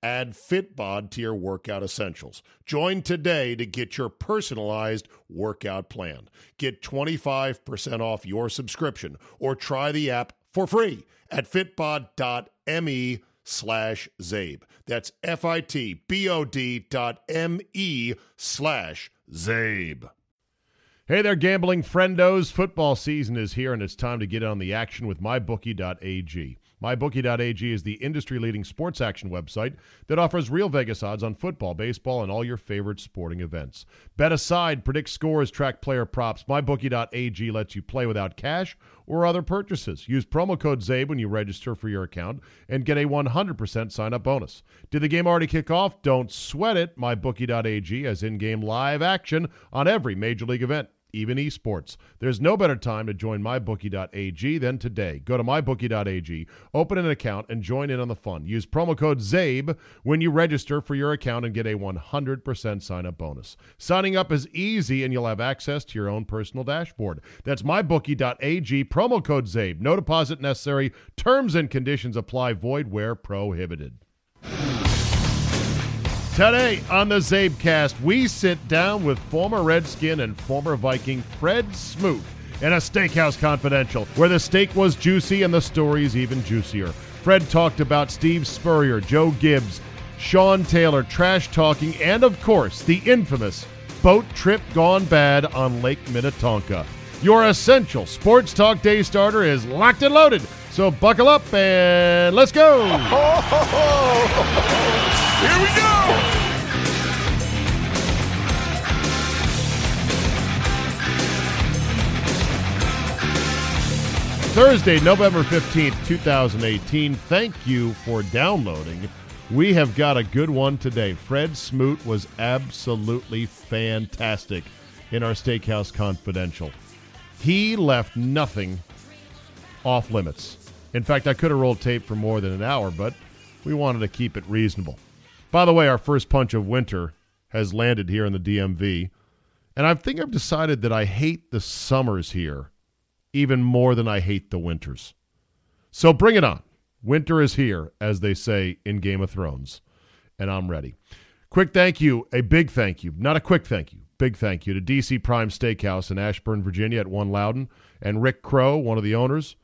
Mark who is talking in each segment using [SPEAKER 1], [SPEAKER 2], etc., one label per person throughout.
[SPEAKER 1] Add Fitbod to your workout essentials. Join today to get your personalized workout plan. Get 25% off your subscription or try the app for free at fitbod.me E slash Zabe. That's F-I-T-B-O-D dot M-E slash Zabe. Hey there, gambling friendos. Football season is here, and it's time to get on the action with mybookie.ag. MyBookie.ag is the industry leading sports action website that offers real Vegas odds on football, baseball, and all your favorite sporting events. Bet aside, predict scores, track player props. MyBookie.ag lets you play without cash or other purchases. Use promo code ZABE when you register for your account and get a 100% sign up bonus. Did the game already kick off? Don't sweat it. MyBookie.ag has in game live action on every major league event even esports. There's no better time to join mybookie.ag than today. Go to mybookie.ag, open an account, and join in on the fun. Use promo code ZABE when you register for your account and get a 100% sign up bonus. Signing up is easy, and you'll have access to your own personal dashboard. That's mybookie.ag, promo code ZABE. No deposit necessary. Terms and conditions apply, void where prohibited. Today on the Zabecast, we sit down with former Redskin and former Viking Fred Smoot in a Steakhouse Confidential, where the steak was juicy and the stories even juicier. Fred talked about Steve Spurrier, Joe Gibbs, Sean Taylor, trash talking, and of course, the infamous boat trip gone bad on Lake Minnetonka. Your essential sports talk day starter is locked and loaded. So buckle up and let's go.
[SPEAKER 2] Here we go!
[SPEAKER 1] Thursday, November 15th, 2018. Thank you for downloading. We have got a good one today. Fred Smoot was absolutely fantastic in our Steakhouse Confidential. He left nothing off limits. In fact, I could have rolled tape for more than an hour, but we wanted to keep it reasonable. By the way, our first punch of winter has landed here in the DMV, and I think I've decided that I hate the summers here even more than I hate the winters. So bring it on. Winter is here, as they say in Game of Thrones, and I'm ready. Quick thank you, a big thank you, not a quick thank you, big thank you to DC Prime Steakhouse in Ashburn, Virginia at 1 Loudon, and Rick Crow, one of the owners.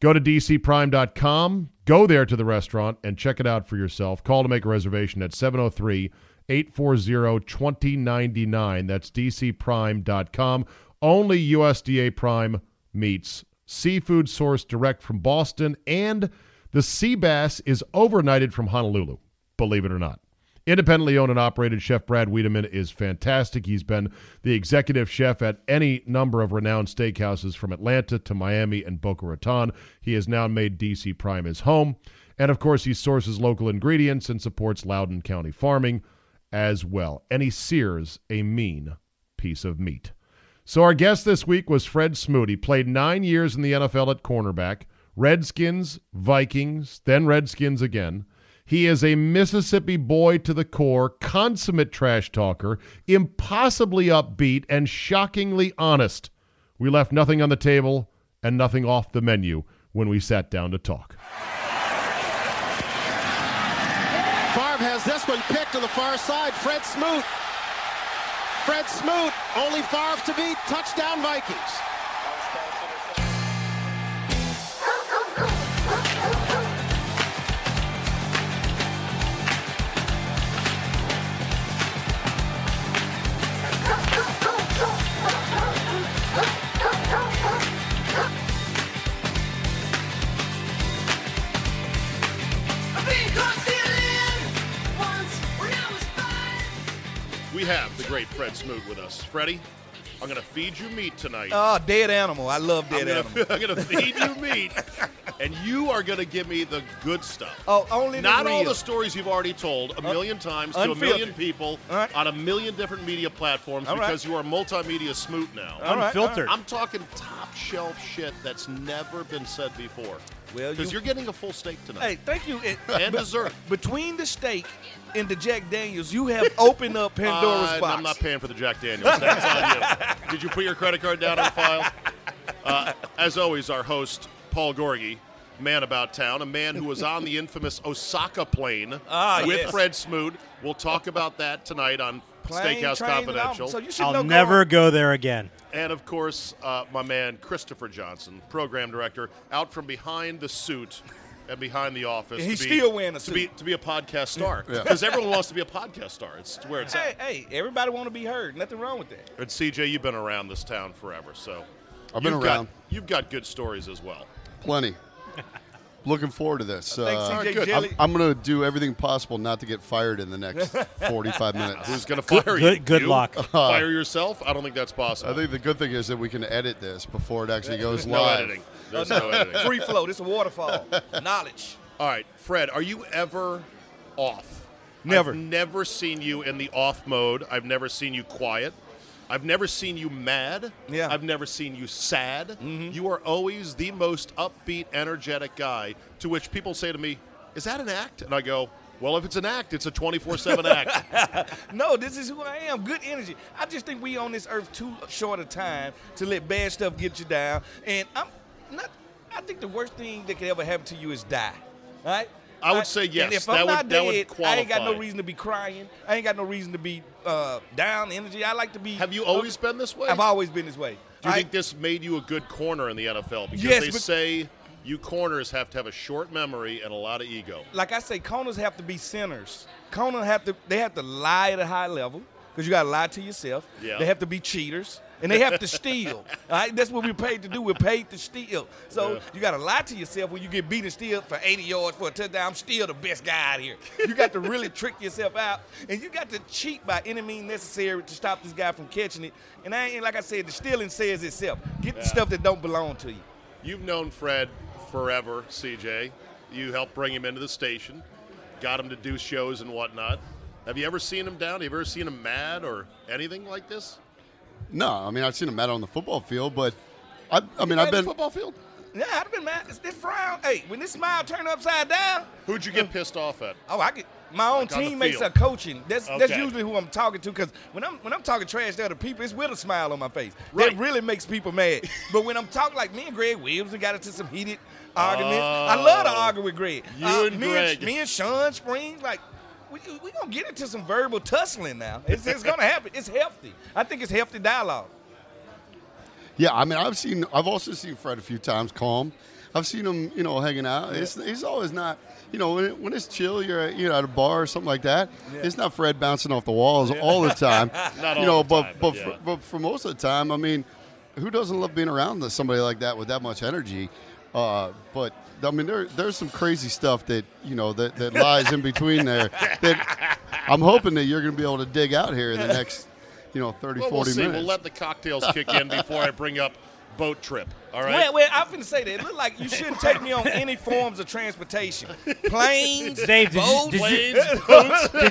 [SPEAKER 1] Go to dcprime.com, go there to the restaurant, and check it out for yourself. Call to make a reservation at 703 840 2099. That's dcprime.com. Only USDA Prime meats, seafood sourced direct from Boston, and the sea bass is overnighted from Honolulu, believe it or not. Independently owned and operated, Chef Brad Wiedemann is fantastic. He's been the executive chef at any number of renowned steakhouses from Atlanta to Miami and Boca Raton. He has now made DC Prime his home. And of course, he sources local ingredients and supports Loudoun County farming as well. And he sears a mean piece of meat. So our guest this week was Fred Smoot. He played nine years in the NFL at cornerback, Redskins, Vikings, then Redskins again. He is a Mississippi boy to the core, consummate trash talker, impossibly upbeat, and shockingly honest. We left nothing on the table and nothing off the menu when we sat down to talk.
[SPEAKER 3] Favre has this one picked to the far side. Fred Smoot. Fred Smoot, only Favre to beat. Touchdown Vikings.
[SPEAKER 4] Because it lived once when I was five.
[SPEAKER 1] We have the great Fred Smoot with us. Freddie, I'm going to feed you meat tonight.
[SPEAKER 4] Oh, dead animal. I love
[SPEAKER 1] I'm
[SPEAKER 4] dead
[SPEAKER 1] gonna-
[SPEAKER 4] animal.
[SPEAKER 1] I'm going to feed you meat, and you are going to give me the good stuff.
[SPEAKER 4] Oh, only the
[SPEAKER 1] Not all
[SPEAKER 4] real. Uh,
[SPEAKER 1] the stories you've already told a million times to a
[SPEAKER 4] unfiltered.
[SPEAKER 1] million people
[SPEAKER 4] All right.
[SPEAKER 1] on a million different media platforms
[SPEAKER 4] All right.
[SPEAKER 1] because you are multimedia Smoot now.
[SPEAKER 4] All right, all
[SPEAKER 5] Unfiltered.
[SPEAKER 1] I'm talking top shelf shit that's never been said before.
[SPEAKER 4] Well,
[SPEAKER 1] because
[SPEAKER 4] you-
[SPEAKER 1] are getting a full steak
[SPEAKER 4] Hey,
[SPEAKER 1] tonight
[SPEAKER 4] thank you. It-
[SPEAKER 1] and dessert.
[SPEAKER 4] Between the steak and the Jack Daniels, you have opened up Pandora's
[SPEAKER 1] Uh, and
[SPEAKER 4] box.
[SPEAKER 1] I'm not paying for the Jack Daniels. That's on you. Did you put your credit card down on file? Uh, as always, our host Paul Gorgi, man about town, a man who was on the infamous Osaka plane
[SPEAKER 4] Ah,
[SPEAKER 1] with
[SPEAKER 4] yes.
[SPEAKER 1] Fred Smoot. We'll talk about that tonight on
[SPEAKER 4] Plane,
[SPEAKER 1] Steakhouse
[SPEAKER 4] train, and
[SPEAKER 1] Confidential,
[SPEAKER 4] all- So you should know
[SPEAKER 5] I'll
[SPEAKER 4] go
[SPEAKER 5] never
[SPEAKER 4] on.
[SPEAKER 5] go there again.
[SPEAKER 1] and of course, uh, my man Christopher Johnson, program director, out from behind the suit. And behind the office,
[SPEAKER 4] And he's
[SPEAKER 1] to be-
[SPEAKER 4] still wearing a
[SPEAKER 1] to
[SPEAKER 4] suit.
[SPEAKER 1] be to be a podcast star because everyone wants to be a podcast star. It's where it's at.
[SPEAKER 4] Hey, hey, everybody want to be heard. Nothing wrong with that.
[SPEAKER 1] And CJ, you've been around this town forever, so
[SPEAKER 6] I've been
[SPEAKER 1] you've
[SPEAKER 6] around.
[SPEAKER 1] Got, you've got good stories as well.
[SPEAKER 6] Plenty. Looking forward to this.
[SPEAKER 4] Thanks,
[SPEAKER 6] Uh,
[SPEAKER 4] CJ
[SPEAKER 1] good.
[SPEAKER 4] Jelly.
[SPEAKER 6] I'm, I'm going to do everything possible not to get fired in the next
[SPEAKER 1] Who's
[SPEAKER 6] 45 minutes.
[SPEAKER 1] going to fire you?
[SPEAKER 5] good- good
[SPEAKER 1] You?
[SPEAKER 5] luck.
[SPEAKER 1] Fire yourself? I don't think that's possible.
[SPEAKER 6] Uh, I think the good thing is that we can edit this before it actually goes
[SPEAKER 1] no
[SPEAKER 6] live.
[SPEAKER 1] editing. There's no editing.
[SPEAKER 4] Free flow. This is a waterfall. Knowledge.
[SPEAKER 1] All right, Fred, are you ever off?
[SPEAKER 4] Never.
[SPEAKER 1] I've never seen you in the off mode. I've never seen you quiet. I've never seen you mad.
[SPEAKER 4] Yeah.
[SPEAKER 1] I've never seen you sad.
[SPEAKER 6] Mm-hmm.
[SPEAKER 1] You are always the most upbeat, energetic guy. To which people say to me, "Is that an act?" And I go, "Well, if it's an act, it's a 24/7 act."
[SPEAKER 4] No, this is who I am. Good energy. I just think we on this earth too short a time to let bad stuff get you down. And I'm not. I think the worst thing that could ever happen to you is die. All right.
[SPEAKER 1] I would say yes.
[SPEAKER 4] And if
[SPEAKER 1] That
[SPEAKER 4] I'm
[SPEAKER 1] would-
[SPEAKER 4] not
[SPEAKER 1] that
[SPEAKER 4] dead,
[SPEAKER 1] would
[SPEAKER 4] I ain't got no
[SPEAKER 1] qualify.
[SPEAKER 4] reason to be crying. I ain't got no reason to be uh, down energy. I like to be.
[SPEAKER 1] Have you always been this way?
[SPEAKER 4] I've always been this way.
[SPEAKER 1] Do you
[SPEAKER 4] Uh, I-
[SPEAKER 1] think this made you a good corner in the NFL? Because
[SPEAKER 4] Yes,
[SPEAKER 1] they
[SPEAKER 4] but-
[SPEAKER 1] say you corners have to have a short memory and a lot of ego.
[SPEAKER 4] like I say, corners have to be sinners. Corners have to they have to lie at a high level because you got to lie to yourself.
[SPEAKER 1] Yeah.
[SPEAKER 4] They have to be cheaters and they have to steal. All right, that's what we're paid to do. We're paid to steal. So
[SPEAKER 1] Yeah.
[SPEAKER 4] you got to lie to yourself when you get beat and steal for 80 yards for a touchdown. I'm still the best guy out here. You got to really trick yourself out and you got to cheat by any means necessary to stop this guy from catching it. And I ain't like I said, the stealing says itself. Get the stuff that don't belong to you.
[SPEAKER 1] You've known Fred forever, CJ. You helped bring him into the station, got him to do shows and whatnot. Have you ever seen him down? Have you ever seen him mad or anything like this?
[SPEAKER 6] No, I mean, I've seen him mad on the football field, but I, I mean,
[SPEAKER 1] Mad
[SPEAKER 6] I've
[SPEAKER 1] in
[SPEAKER 6] been.
[SPEAKER 1] the football field.
[SPEAKER 4] Yeah, I'd have been mad. This frown, hey, when this smile turned upside down,
[SPEAKER 1] Who'd you get pissed off at?
[SPEAKER 4] Oh, I get my own
[SPEAKER 1] Like on the
[SPEAKER 4] teammates
[SPEAKER 1] field.
[SPEAKER 4] are coaching. That's that's
[SPEAKER 1] Okay.
[SPEAKER 4] usually who I'm talking to because when I'm when I'm talking trash to other people, it's with a smile on my face.
[SPEAKER 1] Right.
[SPEAKER 4] That really makes people mad. but when I'm talking like me and Greg Williams, we got into some heated arguments. I love to
[SPEAKER 1] Oh.
[SPEAKER 4] argue with Greg. Uh,
[SPEAKER 1] You and
[SPEAKER 4] me
[SPEAKER 1] Greg.
[SPEAKER 4] me and Sean Spring, like. We, we gonna get into some verbal tussling now. It's, it's gonna happen. It's healthy. I think it's healthy dialogue.
[SPEAKER 6] Yeah, I mean, I've seen, I've also seen Fred a few times calm. I've seen him, you know, hanging out. It's, he's always not, you know, when, it, when it's chill, you're at, you know, at a bar or something like that. It's not Fred bouncing off the walls all the time.
[SPEAKER 1] Not all
[SPEAKER 6] you know,
[SPEAKER 1] the
[SPEAKER 6] but
[SPEAKER 1] time,
[SPEAKER 6] but
[SPEAKER 1] but
[SPEAKER 6] for,
[SPEAKER 1] yeah.
[SPEAKER 6] but for most of the time, I mean, who doesn't love being around the- somebody like that with that much energy? Uh, but I mean, there there's some crazy stuff that you know that, that lies in between there. That I'm hoping that you're going to be able to dig out here in the next, you know, 30,
[SPEAKER 1] Well,
[SPEAKER 6] 40
[SPEAKER 1] we'll see.
[SPEAKER 6] minutes.
[SPEAKER 1] We'll let the cocktails kick in before I bring up boat trip. All right.
[SPEAKER 4] Well, well, I'm finna say that. It look like you shouldn't take me on any forms of transportation. Planes,
[SPEAKER 5] Dave, did you,
[SPEAKER 4] boats,
[SPEAKER 5] did you,
[SPEAKER 1] Planes,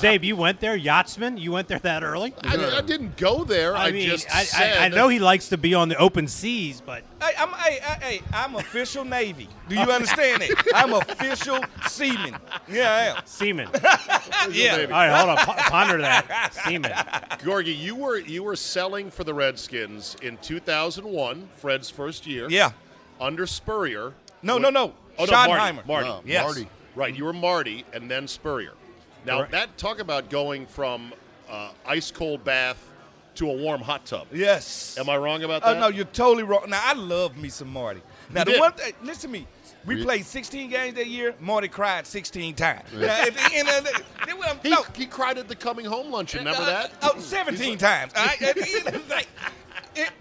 [SPEAKER 5] Dave, you went there, yachtsman. You went there that early.
[SPEAKER 1] I, I didn't go there. I,
[SPEAKER 5] I mean,
[SPEAKER 1] just
[SPEAKER 5] I,
[SPEAKER 1] said.
[SPEAKER 5] I, I know he likes to be on the open seas, but
[SPEAKER 4] Hey, I'm hey, hey, hey, I'm official Navy. Do you understand that? I'm official seaman. Yeah,
[SPEAKER 5] seaman.
[SPEAKER 4] I am. Yeah.
[SPEAKER 5] All right, hold on, p- ponder that, seaman.
[SPEAKER 1] Gorgie, you were you were selling for the Redskins in 2001, Fred's first year.
[SPEAKER 4] Yeah.
[SPEAKER 1] Under Spurrier.
[SPEAKER 4] No,
[SPEAKER 1] When-
[SPEAKER 4] no, no.
[SPEAKER 1] Oh, no,
[SPEAKER 4] Schottenheimer.
[SPEAKER 1] Marty. Marty.
[SPEAKER 6] Oh,
[SPEAKER 4] Yes.
[SPEAKER 6] Marty.
[SPEAKER 1] Right, you were Marty and then Spurrier. Now,
[SPEAKER 5] Correct.
[SPEAKER 1] that talk about going from uh, ice cold bath to a warm hot tub.
[SPEAKER 4] Yes.
[SPEAKER 1] Am I wrong about
[SPEAKER 4] Oh
[SPEAKER 1] that?
[SPEAKER 4] no, you're totally wrong. Now I love me some Marty. Now
[SPEAKER 1] You
[SPEAKER 4] the
[SPEAKER 1] did.
[SPEAKER 4] one thing, listen to me. We
[SPEAKER 6] Yeah.
[SPEAKER 4] played 16 games that year. Marty cried 16 times. Now, at the end of the, then when I'm-
[SPEAKER 1] He,
[SPEAKER 4] no,
[SPEAKER 1] he cried at the coming home luncheon. Remember
[SPEAKER 4] Uh,
[SPEAKER 1] that?
[SPEAKER 4] Oh, 17 times. All right? At the end of the night, it-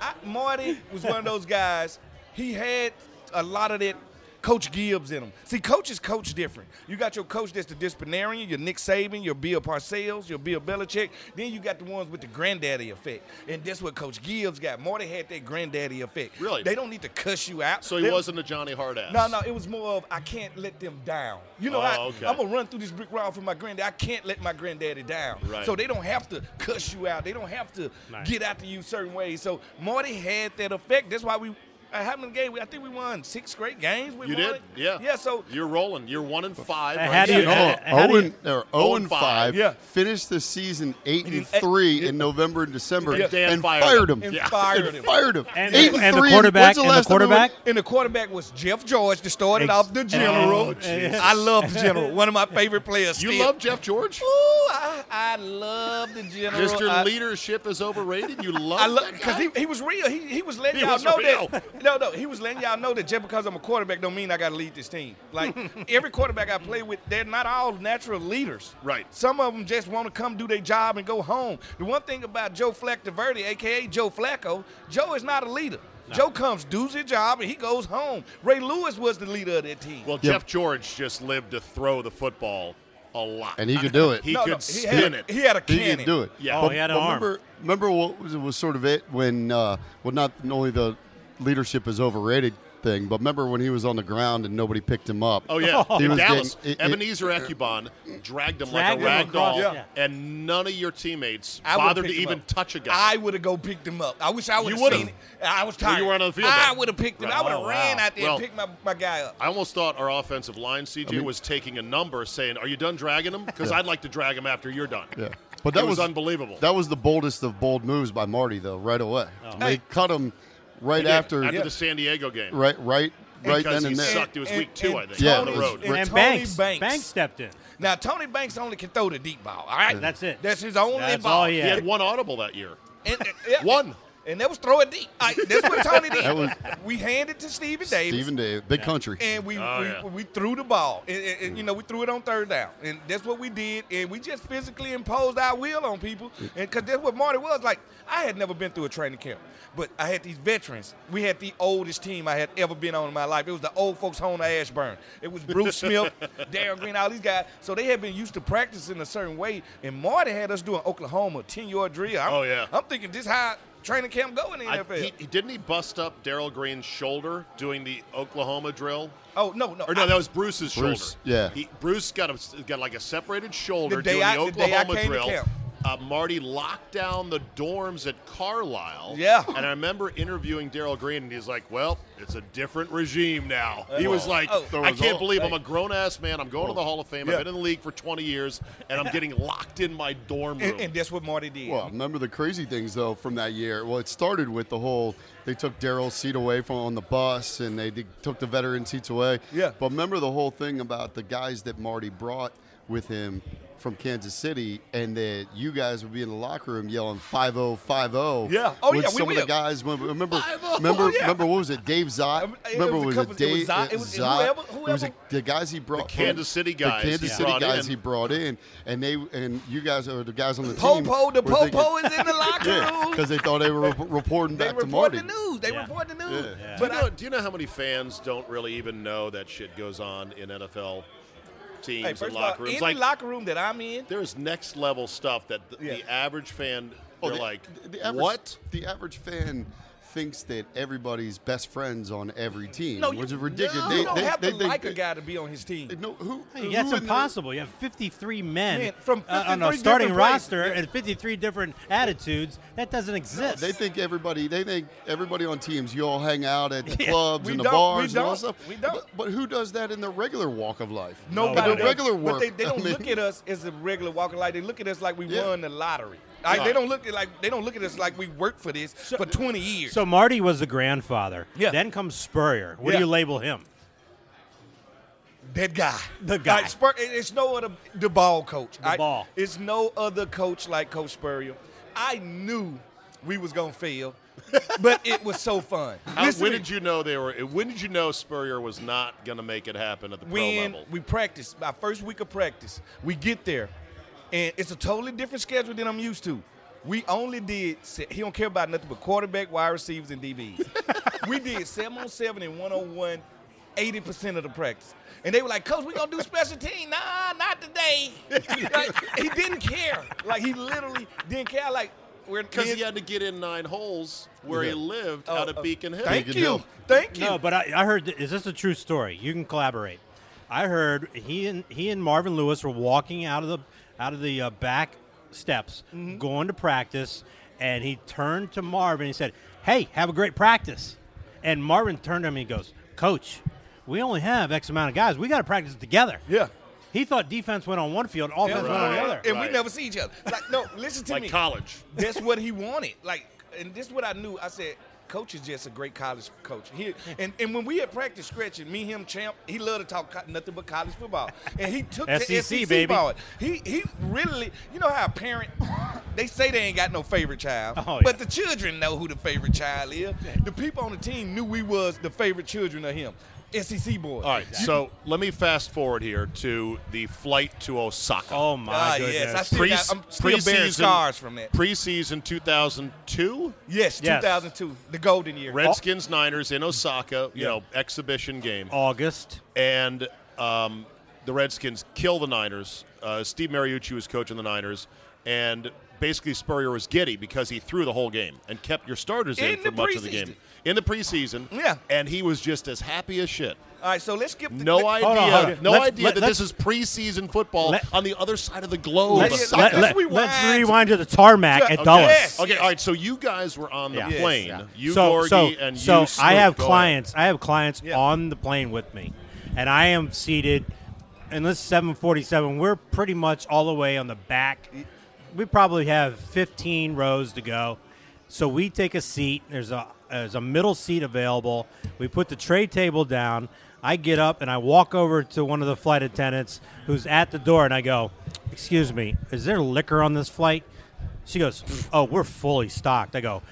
[SPEAKER 4] I- Marty was one of those guys. He had a lot of that Coach Gibbs in them. See, coaches coach different. You got your coach that's the disciplinarian, your Nick Saban, your Bill Parcells, your Bill Belichick. Then you got the ones with the granddaddy effect, and that's what Coach Gibbs got. Marty had that granddaddy effect.
[SPEAKER 1] Really?
[SPEAKER 4] They don't need to cuss you out.
[SPEAKER 1] So he
[SPEAKER 4] They-
[SPEAKER 1] wasn't a Johnny Hard ass.
[SPEAKER 4] no, no, it was more of I can't let them down. You
[SPEAKER 1] Oh,
[SPEAKER 4] know, I,
[SPEAKER 1] okay.
[SPEAKER 4] I'm gonna run through this brick wall for my granddad. I can't let my granddaddy down.
[SPEAKER 1] Right.
[SPEAKER 4] So they don't have to cuss you out. They don't have to
[SPEAKER 5] Nice.
[SPEAKER 4] get after you certain ways. So Marty had that effect. That's why we. Uh, how many games? I think we won six great games. We
[SPEAKER 1] You
[SPEAKER 4] won
[SPEAKER 1] did?
[SPEAKER 4] it.
[SPEAKER 1] Yeah.
[SPEAKER 4] Yeah. So
[SPEAKER 1] You're rolling. You're one and five.
[SPEAKER 5] I
[SPEAKER 1] right
[SPEAKER 5] had
[SPEAKER 1] now.
[SPEAKER 5] you-
[SPEAKER 6] Oh,
[SPEAKER 5] Uh, how do
[SPEAKER 6] Owen,
[SPEAKER 5] you-
[SPEAKER 6] or Owen
[SPEAKER 1] 0-5,
[SPEAKER 6] five.
[SPEAKER 4] yeah.
[SPEAKER 6] Finished the season eight and
[SPEAKER 4] eight-
[SPEAKER 6] three in November and December,
[SPEAKER 1] And Dan
[SPEAKER 6] and
[SPEAKER 1] fired
[SPEAKER 6] fired him.
[SPEAKER 1] him.
[SPEAKER 4] and
[SPEAKER 1] Yeah.
[SPEAKER 4] fired him.
[SPEAKER 6] And fired him.
[SPEAKER 5] And,
[SPEAKER 6] Eight
[SPEAKER 5] the, and the
[SPEAKER 6] three, when's
[SPEAKER 5] quarterback,
[SPEAKER 6] the
[SPEAKER 5] and the
[SPEAKER 6] last time we went-
[SPEAKER 5] quarterback,
[SPEAKER 4] And the quarterback was Jeff George that started
[SPEAKER 5] Ex-
[SPEAKER 4] off the general.
[SPEAKER 5] Oh, Jesus.
[SPEAKER 4] I love the general. One of my favorite players.
[SPEAKER 1] You
[SPEAKER 4] still.
[SPEAKER 1] love Jeff George?
[SPEAKER 4] Ooh, I, I love the general.
[SPEAKER 1] Mr.
[SPEAKER 4] I-
[SPEAKER 1] leadership is overrated. You love
[SPEAKER 4] I love
[SPEAKER 1] that
[SPEAKER 4] because
[SPEAKER 1] guy?
[SPEAKER 4] he, he was real. He, he was letting
[SPEAKER 1] He
[SPEAKER 4] y'all
[SPEAKER 1] was
[SPEAKER 4] know
[SPEAKER 1] real.
[SPEAKER 4] that. No, no, he was letting y'all know that just because I'm a quarterback don't mean I got to lead this team. Like every quarterback I play with, they're not all natural leaders.
[SPEAKER 1] Right.
[SPEAKER 4] Some of them just want to come do their job and go home. The one thing about Joe Flack Verde, aka Joe Flacco, Joe is not a leader. Joe comes, does his job, and he goes home. Ray Lewis was the leader of that team.
[SPEAKER 1] Well, Jeff George just lived to throw the football a lot.
[SPEAKER 6] And he could do it.
[SPEAKER 1] He
[SPEAKER 4] No,
[SPEAKER 1] could
[SPEAKER 4] no, he had-
[SPEAKER 1] spin it.
[SPEAKER 4] He had a
[SPEAKER 6] He
[SPEAKER 4] cannon.
[SPEAKER 6] could do it.
[SPEAKER 1] Yeah.
[SPEAKER 5] Oh, he had an arm.
[SPEAKER 6] Remember, remember what was, was sort of it when, uh, well, not only the leadership is overrated thing, but remember when he was on the ground and nobody picked him up.
[SPEAKER 1] Oh yeah,
[SPEAKER 6] He
[SPEAKER 1] in
[SPEAKER 6] was
[SPEAKER 1] Dallas,
[SPEAKER 6] getting- it- it-
[SPEAKER 1] Ebenezer Akubon dragged him
[SPEAKER 5] Dragged him
[SPEAKER 1] like a rag
[SPEAKER 5] across,
[SPEAKER 1] doll,
[SPEAKER 5] yeah.
[SPEAKER 1] and none of your teammates
[SPEAKER 4] I would've
[SPEAKER 1] bothered to
[SPEAKER 4] picked him
[SPEAKER 1] even
[SPEAKER 4] up.
[SPEAKER 1] touch a guy.
[SPEAKER 4] I would have go picked him up. I wish I would
[SPEAKER 1] You
[SPEAKER 4] have
[SPEAKER 1] would've.
[SPEAKER 4] seen it. I was
[SPEAKER 1] Well,
[SPEAKER 4] tired.
[SPEAKER 1] you weren't on the field
[SPEAKER 4] I
[SPEAKER 1] then.
[SPEAKER 4] would have picked him. I
[SPEAKER 5] Right.
[SPEAKER 4] would have
[SPEAKER 5] Oh,
[SPEAKER 4] ran
[SPEAKER 5] wow.
[SPEAKER 4] out there
[SPEAKER 1] Well-
[SPEAKER 4] and picked my, my guy up.
[SPEAKER 1] I almost thought our offensive line, CJ, was taking a number, saying, "Are you done dragging him? Because I'd like to drag him after you're done."
[SPEAKER 6] Yeah. But that
[SPEAKER 1] It was
[SPEAKER 6] was,
[SPEAKER 1] unbelievable.
[SPEAKER 6] That was the boldest of bold moves by Marty, though, right away. They
[SPEAKER 4] Hey.
[SPEAKER 6] cut him right after,
[SPEAKER 1] after
[SPEAKER 4] Yeah.
[SPEAKER 1] the San Diego game,
[SPEAKER 6] right, right, right
[SPEAKER 1] Because
[SPEAKER 6] then
[SPEAKER 1] he
[SPEAKER 6] and there.
[SPEAKER 1] sucked. It was
[SPEAKER 4] And-
[SPEAKER 1] week two,
[SPEAKER 4] and
[SPEAKER 1] I think,
[SPEAKER 6] Yeah.
[SPEAKER 1] on the
[SPEAKER 6] Tony's-
[SPEAKER 1] road.
[SPEAKER 5] and,
[SPEAKER 4] And Tony
[SPEAKER 5] Banks,
[SPEAKER 4] Banks.
[SPEAKER 5] Banks stepped in.
[SPEAKER 4] Now Tony Banks only can throw the deep ball. All right,
[SPEAKER 5] That's it.
[SPEAKER 4] That's his only
[SPEAKER 5] That's
[SPEAKER 4] ball.
[SPEAKER 5] all he
[SPEAKER 1] He
[SPEAKER 5] had.
[SPEAKER 1] had one audible that year.
[SPEAKER 4] And- and- yeah.
[SPEAKER 1] One.
[SPEAKER 4] and that was throw it deep. All right, that's what Tony did.
[SPEAKER 6] That was-
[SPEAKER 4] we handed to Stephen Davis.
[SPEAKER 6] Stephen Dave, big country.
[SPEAKER 4] and we
[SPEAKER 1] Oh,
[SPEAKER 4] we,
[SPEAKER 1] yeah. Mm.
[SPEAKER 4] we threw the ball, and, and- and, you know we threw it on third down, and that's what we did, and we just physically imposed our will on people,
[SPEAKER 1] Mm.
[SPEAKER 4] and because that's what Marty was like. I had never been through a training camp, but I had these veterans. We had the oldest team I had ever been on in my life. It was the old folks home to Ashburn. It was Bruce Smith, Darryl Green, all these guys. So they had been used to practicing a certain way, and Marty had us doing Oklahoma ten yard drill. I'm,
[SPEAKER 1] Oh, yeah.
[SPEAKER 4] I'm thinking this how training camp go in the
[SPEAKER 1] I,
[SPEAKER 4] NFL.
[SPEAKER 1] he, he- didn't he bust up Daryl Green's shoulder doing the Oklahoma drill?
[SPEAKER 4] oh no, no,
[SPEAKER 1] Or no,
[SPEAKER 4] I-
[SPEAKER 1] that was Bruce's
[SPEAKER 6] Bruce,
[SPEAKER 1] shoulder.
[SPEAKER 6] yeah.
[SPEAKER 1] he, Bruce got a, got like a separated shoulder
[SPEAKER 4] The day
[SPEAKER 1] doing
[SPEAKER 4] I-
[SPEAKER 1] the
[SPEAKER 4] the day I
[SPEAKER 1] Oklahoma
[SPEAKER 4] came to
[SPEAKER 1] drill.
[SPEAKER 4] camp.
[SPEAKER 1] Uh, Marty locked down the dorms at Carlisle.
[SPEAKER 4] Yeah.
[SPEAKER 1] and I remember interviewing Daryl Green, and he's like, "Well, it's a different regime now." He was like,
[SPEAKER 4] Oh.
[SPEAKER 1] "I can't believe I'm a grown ass man. I'm going to the Hall of Fame.
[SPEAKER 4] Yeah.
[SPEAKER 1] I've been in the league for 20 years, and I'm getting locked in my dorm room."
[SPEAKER 4] and, and that's what Marty did.
[SPEAKER 6] Well, remember the crazy things though from that year. Well, it started with the whole they took Daryl's seat away from on the bus, and they did, took the veteran seats away.
[SPEAKER 4] Yeah.
[SPEAKER 6] But remember the whole thing about the guys that Marty brought with him from Kansas City, and that you guys would be in the locker room yelling 50 50
[SPEAKER 4] Yeah. Oh,
[SPEAKER 6] with
[SPEAKER 4] yeah, we
[SPEAKER 6] some of the
[SPEAKER 4] will.
[SPEAKER 6] guys. Remember, remember,
[SPEAKER 1] 5-0,
[SPEAKER 6] remember,
[SPEAKER 4] yeah.
[SPEAKER 6] remember what was it? Dave
[SPEAKER 4] I
[SPEAKER 6] Zott.
[SPEAKER 4] mean, it
[SPEAKER 6] Remember
[SPEAKER 4] was a
[SPEAKER 6] was
[SPEAKER 4] couple-
[SPEAKER 6] it
[SPEAKER 4] it was
[SPEAKER 6] Dave uh,
[SPEAKER 4] Zott- it was-
[SPEAKER 6] Zott?
[SPEAKER 4] whoever-
[SPEAKER 6] It was a-
[SPEAKER 4] whoever-
[SPEAKER 6] the guys he brought.
[SPEAKER 1] The Kansas City guys
[SPEAKER 6] The
[SPEAKER 1] he
[SPEAKER 6] Kansas City
[SPEAKER 1] brought
[SPEAKER 6] guys
[SPEAKER 1] in.
[SPEAKER 6] he brought in, and they and you guys are the guys on the team.
[SPEAKER 4] Popo, the
[SPEAKER 6] were thinking-
[SPEAKER 4] Popo is in the locker
[SPEAKER 6] yeah,
[SPEAKER 4] room.
[SPEAKER 6] because they thought they were rep- reporting
[SPEAKER 4] They
[SPEAKER 6] back to
[SPEAKER 4] report
[SPEAKER 6] Marty.
[SPEAKER 4] the news. They
[SPEAKER 5] Yeah.
[SPEAKER 4] report the news.
[SPEAKER 6] Yeah.
[SPEAKER 1] Do
[SPEAKER 5] Yeah.
[SPEAKER 1] you,
[SPEAKER 4] But uh,
[SPEAKER 1] know,
[SPEAKER 4] I,
[SPEAKER 1] do you know how many fans don't really even know that shit goes on in NFL teams
[SPEAKER 4] hey, first
[SPEAKER 1] and
[SPEAKER 4] of
[SPEAKER 1] locker
[SPEAKER 4] all,
[SPEAKER 1] rooms?
[SPEAKER 4] any
[SPEAKER 1] Like
[SPEAKER 4] locker room that I'm in,
[SPEAKER 1] there's next level stuff that the,
[SPEAKER 4] Yeah. Oh,
[SPEAKER 1] the average fan they're
[SPEAKER 6] the-
[SPEAKER 1] like,
[SPEAKER 6] the average,
[SPEAKER 1] what?
[SPEAKER 6] The average fan thinks that everybody's best friends on every team,
[SPEAKER 4] no, you,
[SPEAKER 6] which is ridiculous.
[SPEAKER 4] you don't have to like a guy to be on his team.
[SPEAKER 6] No, who?
[SPEAKER 5] Hey,
[SPEAKER 6] who
[SPEAKER 5] that's
[SPEAKER 6] in their-
[SPEAKER 5] impossible. You have 53 men
[SPEAKER 4] Man, from
[SPEAKER 5] uh, on a
[SPEAKER 4] 53
[SPEAKER 5] starting
[SPEAKER 4] different
[SPEAKER 5] roster
[SPEAKER 4] places.
[SPEAKER 5] and 53 different attitudes. That doesn't exist.
[SPEAKER 6] They think everybody. They think everybody on teams. You all hang out at the clubs
[SPEAKER 4] We
[SPEAKER 6] and the
[SPEAKER 4] don't, we
[SPEAKER 6] bars and all
[SPEAKER 4] don't,
[SPEAKER 6] stuff.
[SPEAKER 4] we don't.
[SPEAKER 6] But, but who does that in the regular walk of life?
[SPEAKER 4] Nobody.
[SPEAKER 6] In
[SPEAKER 4] does.
[SPEAKER 6] the regular
[SPEAKER 4] But
[SPEAKER 6] work.
[SPEAKER 4] they, they
[SPEAKER 6] I
[SPEAKER 4] don't
[SPEAKER 6] mean,
[SPEAKER 4] look at us as a regular walking light. They look at us like we
[SPEAKER 6] Yeah.
[SPEAKER 4] won the lottery. Like,
[SPEAKER 1] Right.
[SPEAKER 4] They don't look at like they don't look at us like we worked for this for 20 years.
[SPEAKER 5] so Marty was the grandfather.
[SPEAKER 4] Yeah.
[SPEAKER 5] Then comes Spurrier. What
[SPEAKER 4] Yeah.
[SPEAKER 5] do you label him?
[SPEAKER 4] That guy.
[SPEAKER 5] The guy.
[SPEAKER 4] Like, Spur- it- it's no other the ball coach. The
[SPEAKER 5] ball.
[SPEAKER 4] It's no other coach like Coach Spurrier. I knew we was gonna fail, but it was so fun.
[SPEAKER 1] How,
[SPEAKER 4] Listen
[SPEAKER 1] when
[SPEAKER 4] to
[SPEAKER 1] did you know they were? When did you know Spurrier was not going to make it happen at the pro
[SPEAKER 4] when
[SPEAKER 1] level?
[SPEAKER 4] we practice, my first week of practice, we get there, and it's a totally different schedule than I'm used to. We only did se- he don't care about nothing but quarterback, wide receivers, and DBs. we did seven on seven and one on one eighty percent of the practice. And they were like, Coach, we gonna do special team. Nah, not today. Like, he didn't care. Like he literally didn't care. Like we're
[SPEAKER 1] Because he had to get in nine holes where he lived
[SPEAKER 4] Oh,
[SPEAKER 1] out
[SPEAKER 4] oh,
[SPEAKER 1] of Beacon Hill.
[SPEAKER 4] Thank
[SPEAKER 6] Beacon
[SPEAKER 4] you.
[SPEAKER 6] Hill.
[SPEAKER 4] Thank you.
[SPEAKER 5] No, but I, I heard. Is this a true story? You can collaborate. I heard he and he and Marvin Lewis were walking out of the out of the uh, back steps,
[SPEAKER 4] Mm-hmm.
[SPEAKER 5] going to practice, and he turned to Marvin. and He said, "Hey, have a great practice." And Marvin turned to him and he goes, "Coach, we only have X amount of guys. We got to practice together."
[SPEAKER 4] Yeah.
[SPEAKER 5] He thought defense went on one field, offense
[SPEAKER 4] Yeah.
[SPEAKER 5] went on the
[SPEAKER 1] Right.
[SPEAKER 5] other.
[SPEAKER 4] and
[SPEAKER 1] Right.
[SPEAKER 4] we never see each other. Like, no, listen to
[SPEAKER 1] Like
[SPEAKER 4] me.
[SPEAKER 1] college.
[SPEAKER 4] That's what he wanted. Like, and this is what I knew. I said, Coach is just a great college coach. He, and and when we at practice stretching, me him champ, he loved to talk co- nothing but college football. And he took
[SPEAKER 5] SEC,
[SPEAKER 4] the SEC
[SPEAKER 5] E baby.
[SPEAKER 4] ball. He he really, you know how a parent they say they ain't got no favorite child,
[SPEAKER 5] Oh, yeah.
[SPEAKER 4] but the children know who the favorite child is. The people on the team knew we was the favorite children of him. SEC boys.
[SPEAKER 1] All right, so let me fast forward here to the flight to Osaka.
[SPEAKER 5] Oh my
[SPEAKER 4] Ah,
[SPEAKER 5] goodness!
[SPEAKER 4] yes, I still, got,
[SPEAKER 5] um,
[SPEAKER 4] I'm still bearing
[SPEAKER 1] preseason-
[SPEAKER 4] scars from that.
[SPEAKER 1] Preseason 2002,
[SPEAKER 4] Yes,
[SPEAKER 5] Yes.
[SPEAKER 4] 2002, the golden year.
[SPEAKER 1] Redskins Niners in Osaka, you
[SPEAKER 4] Oh. Yeah.
[SPEAKER 1] know, exhibition
[SPEAKER 5] Oh.
[SPEAKER 1] game,
[SPEAKER 5] August.
[SPEAKER 1] and um, the Redskins kill the Niners. Uh, Steve Mariucci was coaching the Niners, and basically Spurrier was giddy because he threw the whole game and kept your starters in,
[SPEAKER 4] In
[SPEAKER 1] for
[SPEAKER 4] the
[SPEAKER 1] much of the
[SPEAKER 4] preseason.
[SPEAKER 1] game in the preseason.
[SPEAKER 4] Yeah.
[SPEAKER 1] and he was just as happy as shit.
[SPEAKER 4] All right, so let's skip the
[SPEAKER 1] No
[SPEAKER 4] let-
[SPEAKER 1] idea,
[SPEAKER 5] Hold on, hold on.
[SPEAKER 1] no
[SPEAKER 5] Let's-
[SPEAKER 1] idea
[SPEAKER 5] let-
[SPEAKER 1] that this is preseason football
[SPEAKER 5] Let-
[SPEAKER 1] on the other side of the globe.
[SPEAKER 5] Let's,
[SPEAKER 4] Let's-
[SPEAKER 5] let,
[SPEAKER 4] let's
[SPEAKER 5] let,
[SPEAKER 4] rewind
[SPEAKER 5] let's
[SPEAKER 4] to-
[SPEAKER 5] rewind to the tarmac
[SPEAKER 4] Yeah,
[SPEAKER 5] at
[SPEAKER 4] okay.
[SPEAKER 5] Dulles.
[SPEAKER 4] Yes.
[SPEAKER 1] Okay, all right. So you guys were on the
[SPEAKER 5] Oh, Yeah.
[SPEAKER 4] Yes,
[SPEAKER 1] plane.
[SPEAKER 5] yeah.
[SPEAKER 1] You,
[SPEAKER 5] so,
[SPEAKER 1] Gorgie,
[SPEAKER 5] so,
[SPEAKER 1] and you.
[SPEAKER 5] so I
[SPEAKER 1] Snoop.
[SPEAKER 5] have
[SPEAKER 1] Go ahead.
[SPEAKER 5] clients. I have clients
[SPEAKER 4] Yeah.
[SPEAKER 5] on the plane with me, and I am seated. And this is 747. We're pretty much all the way on the back. We probably have 15 rows to go. So we take a seat. There's a there's a middle seat available. We put the tray table down. I get up and I walk over to one of the flight attendants who's at the door, and I go, "Excuse me, is there liquor on this flight?" She goes, "Oh, we're fully stocked." I go,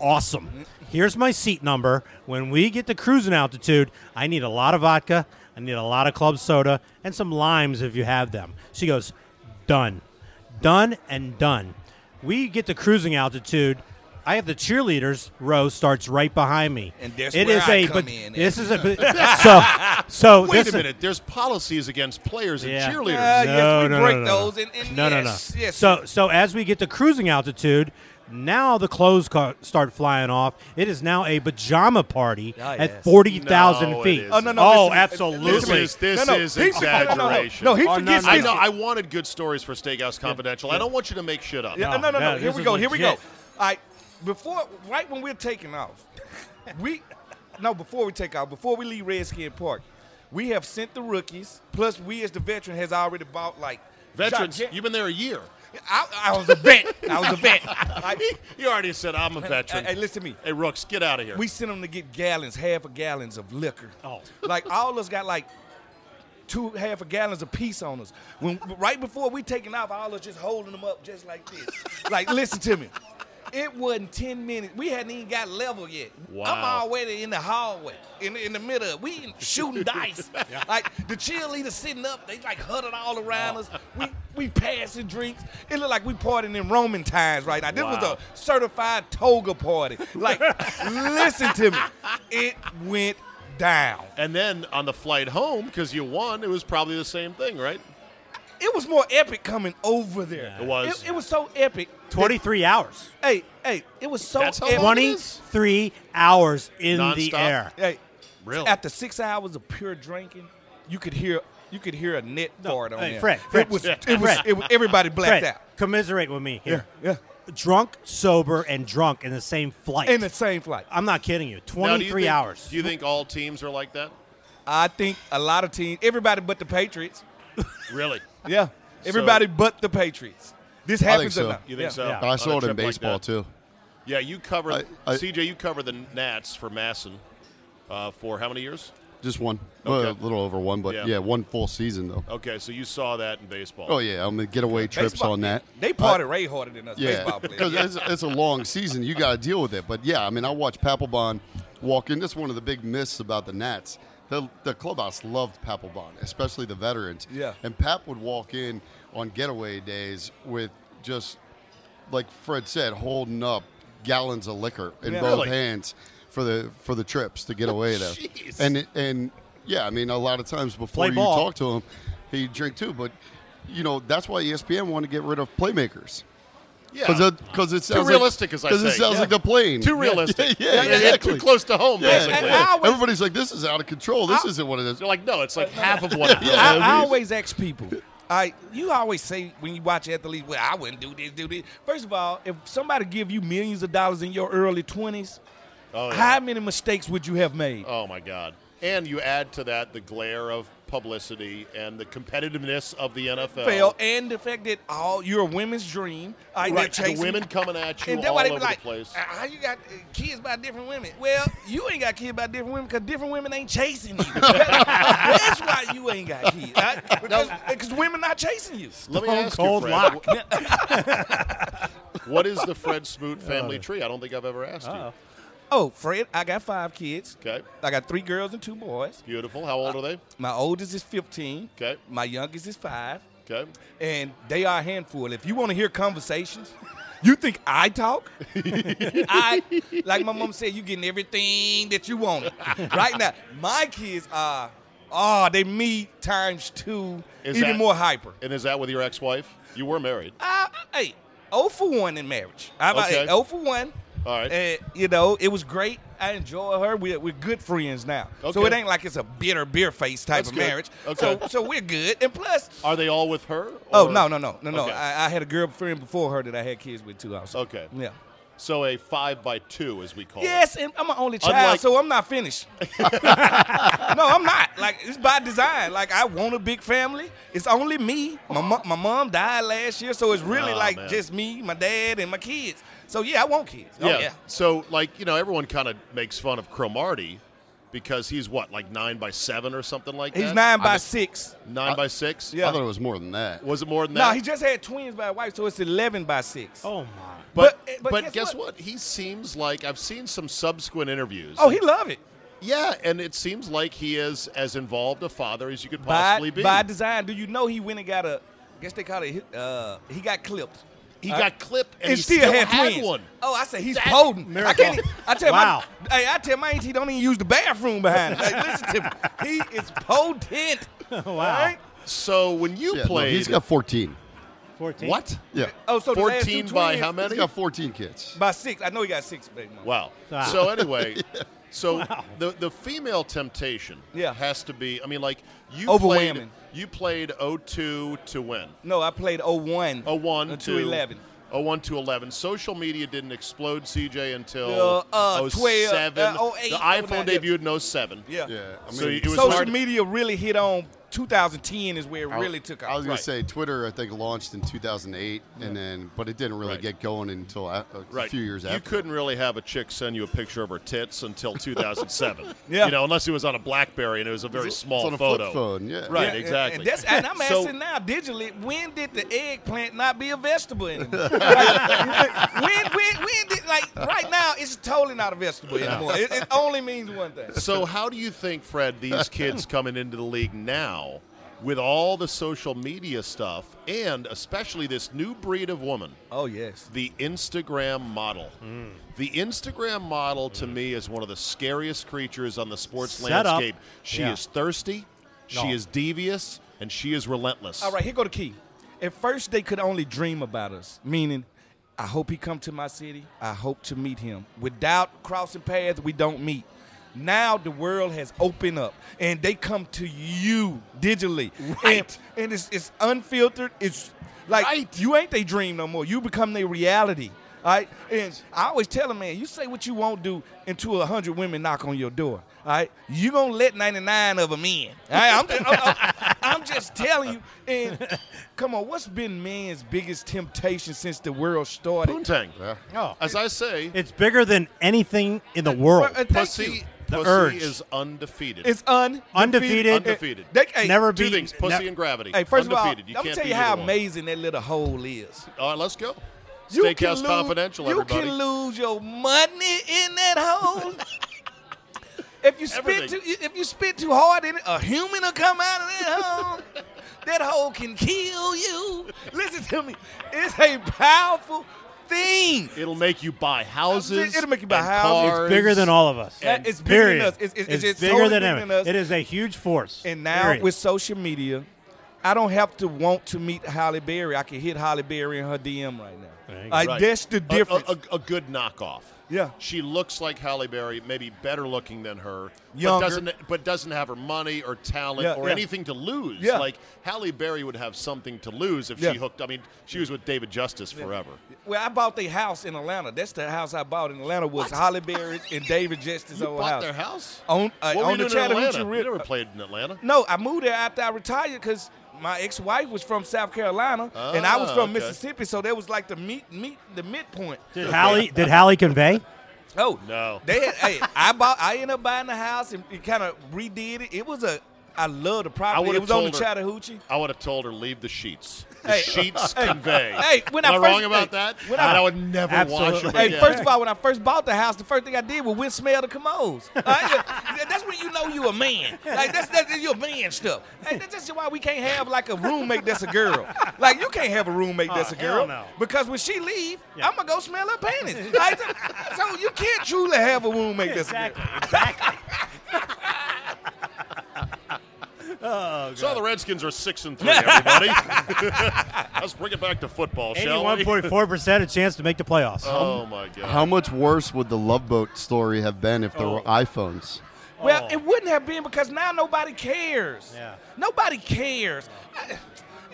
[SPEAKER 5] "Awesome. Here's my seat number. When we get to cruising altitude, I need a lot of vodka, I need a lot of club soda, and some limes if you have them." She goes, "Done. Done and done." We get to cruising altitude. I have the cheerleaders row starts right behind me.
[SPEAKER 4] And that's
[SPEAKER 5] It
[SPEAKER 4] where
[SPEAKER 5] is
[SPEAKER 4] I
[SPEAKER 5] a
[SPEAKER 4] come
[SPEAKER 5] but
[SPEAKER 4] in. eh?
[SPEAKER 5] this is a so so
[SPEAKER 1] Wait
[SPEAKER 5] this
[SPEAKER 1] a minute. There's policies against players and
[SPEAKER 5] Yeah.
[SPEAKER 1] cheerleaders.
[SPEAKER 4] Yeah. Uh, yes,
[SPEAKER 5] no,
[SPEAKER 4] we
[SPEAKER 5] no,
[SPEAKER 4] break
[SPEAKER 5] no, no,
[SPEAKER 4] those and- and
[SPEAKER 5] no,
[SPEAKER 4] yes,
[SPEAKER 5] no, no.
[SPEAKER 4] yes.
[SPEAKER 5] So, so as we get to cruising altitude, now the clothes ca- start flying off. It is now a pajama party
[SPEAKER 4] Ah,
[SPEAKER 5] at
[SPEAKER 4] yes.
[SPEAKER 5] forty thousand
[SPEAKER 1] No, it
[SPEAKER 5] feet.
[SPEAKER 1] isn't.
[SPEAKER 4] Oh no no!
[SPEAKER 5] Oh,
[SPEAKER 4] listen,
[SPEAKER 5] absolutely.
[SPEAKER 4] listen to me.
[SPEAKER 1] This is- this is
[SPEAKER 4] he-
[SPEAKER 1] exaggeration.
[SPEAKER 4] No, no, no,
[SPEAKER 5] Oh,
[SPEAKER 4] no,
[SPEAKER 5] no,
[SPEAKER 4] he forgets.
[SPEAKER 5] no,
[SPEAKER 1] I
[SPEAKER 4] this.
[SPEAKER 1] know. I wanted good stories for Steakhouse Confidential. I don't want you to make shit up.
[SPEAKER 4] Yeah, no, no,
[SPEAKER 5] no,
[SPEAKER 4] no. Here
[SPEAKER 5] this
[SPEAKER 4] we
[SPEAKER 5] is
[SPEAKER 4] go. Here we go. All
[SPEAKER 5] legit.
[SPEAKER 4] right, before, right when we're taking off, we, no, before we take off, before we leave Redskin Park, we have sent the rookies. Plus, we as the veteran has already bought like
[SPEAKER 1] Veterans,
[SPEAKER 4] gigan-
[SPEAKER 1] you've been there a year.
[SPEAKER 4] I, I was a vet. I was a vet. I,
[SPEAKER 1] You already said I'm a veteran.
[SPEAKER 4] Hey, listen to me.
[SPEAKER 1] Hey, Rooks, get out of here.
[SPEAKER 4] We sent them to get gallons, half a gallons of liquor.
[SPEAKER 5] Oh.
[SPEAKER 4] Like all us got like two half a gallons of piece on us. When right before we taking off, all us just holding them up just like this. like listen to me. It wasn't ten minutes. We hadn't even got level yet. I'm
[SPEAKER 1] Wow.
[SPEAKER 4] already in the hallway, in in the middle. We in- shooting dice. Like the cheerleaders sitting up, they like huddled all around
[SPEAKER 1] Oh.
[SPEAKER 4] us. We we passing drinks. It looked like we partying in Roman times right now. This was
[SPEAKER 1] Wow.
[SPEAKER 4] a certified toga party. Like, listen to me. It went down.
[SPEAKER 1] and then on the flight home, because you won, it was probably the same thing, right?
[SPEAKER 4] It was more epic coming over there.
[SPEAKER 1] It was.
[SPEAKER 4] It, it was so epic. that-
[SPEAKER 5] Twenty-three hours.
[SPEAKER 4] Hey, hey, it was so
[SPEAKER 1] That's how
[SPEAKER 4] epic.
[SPEAKER 1] long it is?
[SPEAKER 5] Twenty-three hours in the
[SPEAKER 1] Nonstop?
[SPEAKER 5] air.
[SPEAKER 4] Hey,
[SPEAKER 1] Really?
[SPEAKER 4] after six hours of pure drinking, you could hear you could hear a net fart on
[SPEAKER 5] hey,
[SPEAKER 4] there.
[SPEAKER 5] Fred, Fred,
[SPEAKER 4] it was
[SPEAKER 5] Fred.
[SPEAKER 4] it was, it was everybody blacked
[SPEAKER 5] Fred,
[SPEAKER 4] out.
[SPEAKER 5] commiserate with me here.
[SPEAKER 4] Yeah,
[SPEAKER 5] Drunk, sober, and drunk in the same flight.
[SPEAKER 4] In the same flight.
[SPEAKER 5] I'm not kidding you.
[SPEAKER 1] Now, do you
[SPEAKER 5] Twenty-three
[SPEAKER 1] think-
[SPEAKER 5] hours.
[SPEAKER 1] Do you think all teams are like that?
[SPEAKER 4] I think a lot of teams, everybody but the Patriots.
[SPEAKER 1] Really?
[SPEAKER 4] Yeah. Everybody but the Patriots. This happens
[SPEAKER 6] so.
[SPEAKER 4] a lot.
[SPEAKER 1] You think
[SPEAKER 4] Yeah.
[SPEAKER 1] so?
[SPEAKER 5] Yeah.
[SPEAKER 1] On
[SPEAKER 6] I
[SPEAKER 1] a
[SPEAKER 6] saw it in
[SPEAKER 1] trip like
[SPEAKER 6] baseball
[SPEAKER 1] that?
[SPEAKER 6] too.
[SPEAKER 1] Yeah, you cover
[SPEAKER 6] I- I-
[SPEAKER 1] CJ. You cover the Nats for Masson uh, for how many years?
[SPEAKER 6] Just one, Well,
[SPEAKER 1] Okay.
[SPEAKER 6] a little over one, but
[SPEAKER 1] Yeah.
[SPEAKER 6] yeah. one full season though.
[SPEAKER 1] Okay, so you saw that in baseball.
[SPEAKER 6] Oh yeah, I'm gonna getaway trips
[SPEAKER 4] Baseball-
[SPEAKER 6] on that.
[SPEAKER 4] They party way harder than us
[SPEAKER 6] Yeah,
[SPEAKER 4] baseball
[SPEAKER 6] because
[SPEAKER 4] players.
[SPEAKER 6] it's, it's a long season. You got to deal with it. But yeah, I mean, I watched Papelbon walk in. That's one of the big myths about the Nats. The, the clubhouse loved Papelbon, especially the veterans.
[SPEAKER 4] Yeah.
[SPEAKER 6] And Pap would walk in on getaway days with just, like Fred said, holding up gallons of liquor in
[SPEAKER 4] Yeah.
[SPEAKER 6] both
[SPEAKER 1] Really?
[SPEAKER 6] hands for the for the trips to get away there.
[SPEAKER 1] Jeez.
[SPEAKER 6] And it- and Yeah, I mean, a lot of times before
[SPEAKER 5] Play
[SPEAKER 6] you
[SPEAKER 5] ball.
[SPEAKER 6] talk to him, he drink too. But you know that's why E ESPN wanted to get rid of playmakers
[SPEAKER 1] Yeah.
[SPEAKER 6] because because it, sounds
[SPEAKER 1] realistic,
[SPEAKER 6] like,
[SPEAKER 1] as I
[SPEAKER 6] because it
[SPEAKER 1] say.
[SPEAKER 6] sounds
[SPEAKER 1] Yeah.
[SPEAKER 6] like the plane
[SPEAKER 1] too realistic.
[SPEAKER 6] Yeah, yeah,
[SPEAKER 1] Yeah, yeah,
[SPEAKER 6] exactly.
[SPEAKER 1] Too close to home, basically.
[SPEAKER 4] and I always-
[SPEAKER 6] Everybody's like, this is out of control. This isn't what it is.
[SPEAKER 1] You're like, no, it's like half of what it is.
[SPEAKER 4] I,
[SPEAKER 6] Yeah,
[SPEAKER 4] I
[SPEAKER 6] we-
[SPEAKER 4] always ask people. I you always say when you watch athletes, well, I wouldn't do this, do this. First of all, if somebody give you millions of dollars in your early twenties,
[SPEAKER 1] Oh, yeah.
[SPEAKER 4] how many mistakes would you have made?
[SPEAKER 1] Oh my God! And you add to that the glare of publicity and the competitiveness of the NFL.
[SPEAKER 4] Fail, and the fact that all you're a women's dream. All right,
[SPEAKER 1] Right,
[SPEAKER 4] they're
[SPEAKER 1] the
[SPEAKER 4] chasing-
[SPEAKER 1] women coming at you
[SPEAKER 4] And then
[SPEAKER 1] all
[SPEAKER 4] why they
[SPEAKER 1] over
[SPEAKER 4] be like,
[SPEAKER 1] the place.
[SPEAKER 4] "Uh, how you got uh, kids by different women? Well, you ain't got kids by different women because different women ain't chasing you. That's why you ain't got kids. right? Because 'cause women not chasing you.
[SPEAKER 1] Let me
[SPEAKER 5] Stone
[SPEAKER 1] ask
[SPEAKER 5] cold
[SPEAKER 1] you, Fred,
[SPEAKER 5] lock.
[SPEAKER 1] wh- what is the Fred Smoot family tree? I don't think I've ever asked you.
[SPEAKER 4] Oh, Fred, I got five kids.
[SPEAKER 1] Okay.
[SPEAKER 4] I got three girls and two boys.
[SPEAKER 1] Beautiful. How
[SPEAKER 4] Uh,
[SPEAKER 1] old are they?
[SPEAKER 4] My oldest is 15.
[SPEAKER 1] Okay.
[SPEAKER 4] My youngest is five.
[SPEAKER 1] Okay.
[SPEAKER 4] And they are a handful. If you want to hear conversations, you think I talk? I like my mom said, you getting everything that you wanted. right now, my kids are oh, they me times two,
[SPEAKER 1] Is
[SPEAKER 4] even
[SPEAKER 1] that-
[SPEAKER 4] more hyper.
[SPEAKER 1] And is that with your ex-wife? You were married.
[SPEAKER 4] Uh, hey, 0 for 1 in marriage. How about
[SPEAKER 1] Okay.
[SPEAKER 4] it? 0 for 1.
[SPEAKER 1] All right.
[SPEAKER 4] And, you know, it was great. I enjoy her. We're, we're good friends now. So
[SPEAKER 1] Okay.
[SPEAKER 4] it ain't like it's a bitter beer face type
[SPEAKER 1] That's
[SPEAKER 4] of
[SPEAKER 1] good.
[SPEAKER 4] marriage.
[SPEAKER 1] Okay.
[SPEAKER 4] So, so we're good. And plus,
[SPEAKER 1] Are they all with her?
[SPEAKER 4] oh,
[SPEAKER 1] or-
[SPEAKER 4] no, no, no, no, no.
[SPEAKER 1] Okay.
[SPEAKER 4] I, I had a girlfriend before her that I had kids with too. Also.
[SPEAKER 1] Okay.
[SPEAKER 4] Yeah.
[SPEAKER 1] So a five by two, as we call it.
[SPEAKER 4] Yes, and I'm an only child,
[SPEAKER 1] Unlike-
[SPEAKER 4] so I'm not finished. no, I'm not. Like it's by design. Like I want a big family. It's only me. My mom, my mom died last year, so it's really
[SPEAKER 1] Oh,
[SPEAKER 4] like
[SPEAKER 1] man.
[SPEAKER 4] just me, my dad, and my kids. So yeah, I want kids. Oh,
[SPEAKER 1] Yeah.
[SPEAKER 4] yeah.
[SPEAKER 1] So like you know, everyone kind of makes fun of Cromarty because he's what like nine by seven or something like that.
[SPEAKER 4] He's nine by
[SPEAKER 6] I'm-
[SPEAKER 4] six.
[SPEAKER 1] Nine by six. Uh,
[SPEAKER 4] Yeah.
[SPEAKER 6] I thought it was more than that.
[SPEAKER 1] Was it more than that?
[SPEAKER 4] No, he just had twins by a wife, so it's eleven by six.
[SPEAKER 5] Oh my!
[SPEAKER 1] But
[SPEAKER 4] But-
[SPEAKER 1] but,
[SPEAKER 4] but
[SPEAKER 1] guess,
[SPEAKER 4] guess
[SPEAKER 1] what? He seems like I've seen some subsequent interviews.
[SPEAKER 4] Oh, he love it.
[SPEAKER 1] yeah, and it seems like he is as involved a father as you could
[SPEAKER 4] By,
[SPEAKER 1] possibly be.
[SPEAKER 4] by design, do you know he went and got a? I guess they call it. Uh, he got clipped.
[SPEAKER 1] he
[SPEAKER 4] uh,
[SPEAKER 1] got clipped and,
[SPEAKER 4] and
[SPEAKER 1] he
[SPEAKER 4] still, had, twins.
[SPEAKER 1] one.
[SPEAKER 4] Oh, I said he's
[SPEAKER 1] That-
[SPEAKER 4] potent. I
[SPEAKER 5] Miracle.
[SPEAKER 4] can't. e- I tell
[SPEAKER 5] Wow.
[SPEAKER 4] my hey, I tell my auntie don't even use the bathroom behind. It. Like, listen to me, he is potent. wow.
[SPEAKER 1] So when you
[SPEAKER 6] Yeah, no,
[SPEAKER 1] played,
[SPEAKER 6] he's got 14.
[SPEAKER 5] Fourteen.
[SPEAKER 1] what?
[SPEAKER 6] Yeah.
[SPEAKER 4] Oh, so the last two
[SPEAKER 1] Fourteen by
[SPEAKER 4] twins-
[SPEAKER 1] how many?
[SPEAKER 6] He's got 14 kids.
[SPEAKER 4] By six. I know he got six, baby. mama.
[SPEAKER 1] Wow.
[SPEAKER 5] Wow.
[SPEAKER 1] So anyway, so the the female temptation
[SPEAKER 4] Yeah.
[SPEAKER 1] has to be. I mean, like you
[SPEAKER 4] Overwhelming.
[SPEAKER 1] Played, you played 02 to win.
[SPEAKER 4] No, I played 01.
[SPEAKER 6] Oh,
[SPEAKER 1] 01
[SPEAKER 4] to 11.
[SPEAKER 1] 01 to 11. Social media didn't explode, CJ, until
[SPEAKER 4] Uh, uh, 12,
[SPEAKER 1] 07.
[SPEAKER 4] uh, 08,
[SPEAKER 1] the
[SPEAKER 4] 09,
[SPEAKER 1] iPhone
[SPEAKER 4] yeah.
[SPEAKER 1] debuted in 07.
[SPEAKER 4] Yeah.
[SPEAKER 6] Yeah. I mean,
[SPEAKER 1] So it was
[SPEAKER 4] Social
[SPEAKER 1] hard-
[SPEAKER 4] media really hit on 2010 is where it
[SPEAKER 6] I-
[SPEAKER 4] really took off.
[SPEAKER 6] I was going
[SPEAKER 1] Right.
[SPEAKER 6] to say Twitter. I think launched in 2008, and then but it didn't really
[SPEAKER 1] Right.
[SPEAKER 6] get going until a, a
[SPEAKER 1] Right.
[SPEAKER 6] few years
[SPEAKER 1] you
[SPEAKER 6] after.
[SPEAKER 1] couldn't really have a chick send you a picture of her tits until 2007.
[SPEAKER 4] Yeah.
[SPEAKER 1] You know, unless it was on a BlackBerry and it was a very small
[SPEAKER 6] it's on a flip
[SPEAKER 1] photo.
[SPEAKER 6] phone, yeah.
[SPEAKER 1] Right,
[SPEAKER 4] Yeah, and-
[SPEAKER 1] exactly.
[SPEAKER 4] And, that's, and I'm
[SPEAKER 1] So-
[SPEAKER 4] asking now, digitally, when did the eggplant not be a vegetable anymore? Like, when, when, when did, like, right now, it's totally not a vegetable anymore. It, it only means one thing.
[SPEAKER 1] So, how do you think, Fred, these kids coming into the league now with all the social media stuff and especially this new breed of woman,
[SPEAKER 4] Oh, yes.
[SPEAKER 1] the Instagram model?
[SPEAKER 5] Hmm.
[SPEAKER 1] The Instagram model to me is one of the scariest creatures on the sports
[SPEAKER 5] Set up.
[SPEAKER 1] landscape. She
[SPEAKER 5] Yeah.
[SPEAKER 1] is thirsty, she
[SPEAKER 5] No.
[SPEAKER 1] is devious, and she is relentless.
[SPEAKER 4] All right, here go the key. At first, they could only dream about us, meaning, I hope he come to my city. I hope to meet him. Without crossing paths, we don't meet. Now the world has opened up, and they come to you digitally, right? And, and it's, it's unfiltered. It's like
[SPEAKER 1] Right.
[SPEAKER 4] you ain't they dream no more. You become their reality. All right, and I always tell a man, you say what you won't do until a hundred women knock on your door. All right, you gonna let ninety nine of them in. All right, I'm just, I'm- I'm- I'm just telling you. And come on, what's been man's biggest temptation since the world started?
[SPEAKER 1] Poontang.
[SPEAKER 5] Oh.
[SPEAKER 1] As I say,
[SPEAKER 5] It's bigger than anything in the world.
[SPEAKER 4] Uh, thank you.
[SPEAKER 1] pussy,
[SPEAKER 5] The
[SPEAKER 1] pussy
[SPEAKER 5] urge.
[SPEAKER 1] is undefeated.
[SPEAKER 4] It's un
[SPEAKER 5] Undefeated.
[SPEAKER 1] Undefeated.
[SPEAKER 4] They- hey,
[SPEAKER 5] Never
[SPEAKER 1] Two
[SPEAKER 5] beat.
[SPEAKER 1] things, pussy
[SPEAKER 5] ne-
[SPEAKER 1] and gravity.
[SPEAKER 4] Hey, first
[SPEAKER 1] undefeated.
[SPEAKER 4] of all,
[SPEAKER 1] can't
[SPEAKER 4] I'm gonna tell
[SPEAKER 1] be
[SPEAKER 4] you
[SPEAKER 1] either
[SPEAKER 4] how
[SPEAKER 1] one.
[SPEAKER 4] amazing that little hole is.
[SPEAKER 1] All right, let's go.
[SPEAKER 4] You
[SPEAKER 1] Steakhouse
[SPEAKER 4] can lose-
[SPEAKER 1] Confidential,
[SPEAKER 4] You
[SPEAKER 1] everybody.
[SPEAKER 4] can lose your money in that hole. if you spit
[SPEAKER 1] Everything.
[SPEAKER 4] too, if you spit too hard, in it, a human will come out of that hole. that hole can kill you. Listen to me. It's a powerful thing.
[SPEAKER 1] It'll make you buy houses.
[SPEAKER 4] It'll make you buy
[SPEAKER 1] and
[SPEAKER 4] houses.
[SPEAKER 1] cars.
[SPEAKER 5] bigger than all of us.
[SPEAKER 4] That is bigger than
[SPEAKER 5] period.
[SPEAKER 4] us. Eh, It's- it's- it's just
[SPEAKER 5] bigger
[SPEAKER 4] totally
[SPEAKER 5] than
[SPEAKER 4] bigger
[SPEAKER 5] ever.
[SPEAKER 4] than us.
[SPEAKER 5] It is a huge force.
[SPEAKER 4] And now
[SPEAKER 5] period.
[SPEAKER 4] with social media, I don't have to want to meet Holly Berry. I can hit Holly Berry in her DM right now.
[SPEAKER 5] Right.
[SPEAKER 1] Right.
[SPEAKER 4] Like
[SPEAKER 1] Uh,
[SPEAKER 4] that's the
[SPEAKER 1] A- a-
[SPEAKER 4] difference.
[SPEAKER 1] A, a good knockoff.
[SPEAKER 4] Yeah.
[SPEAKER 1] she looks like Halle Berry, maybe better looking than her,
[SPEAKER 4] Younger.
[SPEAKER 1] but doesn't but doesn't have her money or talent
[SPEAKER 4] Yeah,
[SPEAKER 1] or
[SPEAKER 4] yeah.
[SPEAKER 1] anything to lose.
[SPEAKER 4] Yeah.
[SPEAKER 1] like Halle Berry would have something to lose if
[SPEAKER 4] Yeah.
[SPEAKER 1] she hooked. I mean, she was with David Justice forever.
[SPEAKER 4] well, I bought their house in Atlanta. That's the house I bought in Atlanta was Holly Berry and David Justice's
[SPEAKER 1] You
[SPEAKER 4] old
[SPEAKER 1] bought
[SPEAKER 4] house.
[SPEAKER 1] their house
[SPEAKER 4] On- uh,
[SPEAKER 1] what were
[SPEAKER 4] on
[SPEAKER 1] you
[SPEAKER 4] the
[SPEAKER 1] doing in
[SPEAKER 4] Chattahoochee
[SPEAKER 1] Atlanta? You
[SPEAKER 4] River.
[SPEAKER 1] never played in Atlanta.
[SPEAKER 4] No, I moved there after I retired because my ex-wife was from South Carolina and I was
[SPEAKER 1] Ah,
[SPEAKER 4] from
[SPEAKER 1] okay.
[SPEAKER 4] Mississippi, so that was like the meet, meet, the midpoint.
[SPEAKER 5] did Hallie did Hallie convey?
[SPEAKER 4] Oh
[SPEAKER 1] No.
[SPEAKER 4] They had, hey, I bought. I ended up buying the house and it kind of redid it. It was a. I love the property.
[SPEAKER 1] would've
[SPEAKER 4] it was on the
[SPEAKER 1] told her-
[SPEAKER 4] Chattahoochee.
[SPEAKER 1] I would have told her leave the sheets. The
[SPEAKER 4] Hey.
[SPEAKER 1] sheets convey.
[SPEAKER 4] Hey, when
[SPEAKER 1] Am
[SPEAKER 4] I
[SPEAKER 1] I
[SPEAKER 4] first-
[SPEAKER 1] wrong about
[SPEAKER 4] hey,
[SPEAKER 1] that?
[SPEAKER 4] when I-
[SPEAKER 1] and I would never wash them
[SPEAKER 5] Absolutely.
[SPEAKER 4] Hey,
[SPEAKER 1] again.
[SPEAKER 4] first of all, when I first bought the house, the first thing I did was went smell the commodes. All right? that's when you know you a man. Like that's that's you a man stuff. Hey, that's just why we can't have like a roommate that's a girl. Like you can't have a roommate that's
[SPEAKER 5] Oh,
[SPEAKER 4] a girl
[SPEAKER 5] hell no.
[SPEAKER 4] because when she leave,
[SPEAKER 5] Yeah.
[SPEAKER 4] I'm gonna go smell her panties. Like, so you can't truly have a roommate that's a girl.
[SPEAKER 5] Exactly. Exactly.
[SPEAKER 1] So the Redskins are six and three. Everybody, let's bring it back to football, shall
[SPEAKER 5] Eighty-one
[SPEAKER 1] we?
[SPEAKER 5] point four percent a chance to make the playoffs.
[SPEAKER 1] Oh my God!
[SPEAKER 6] How much worse would the Love Boat story have been if there were
[SPEAKER 1] Oh.
[SPEAKER 6] iPhones?
[SPEAKER 4] Well,
[SPEAKER 5] Oh.
[SPEAKER 4] it wouldn't have been because now nobody cares.
[SPEAKER 5] Yeah.
[SPEAKER 4] Nobody cares. I-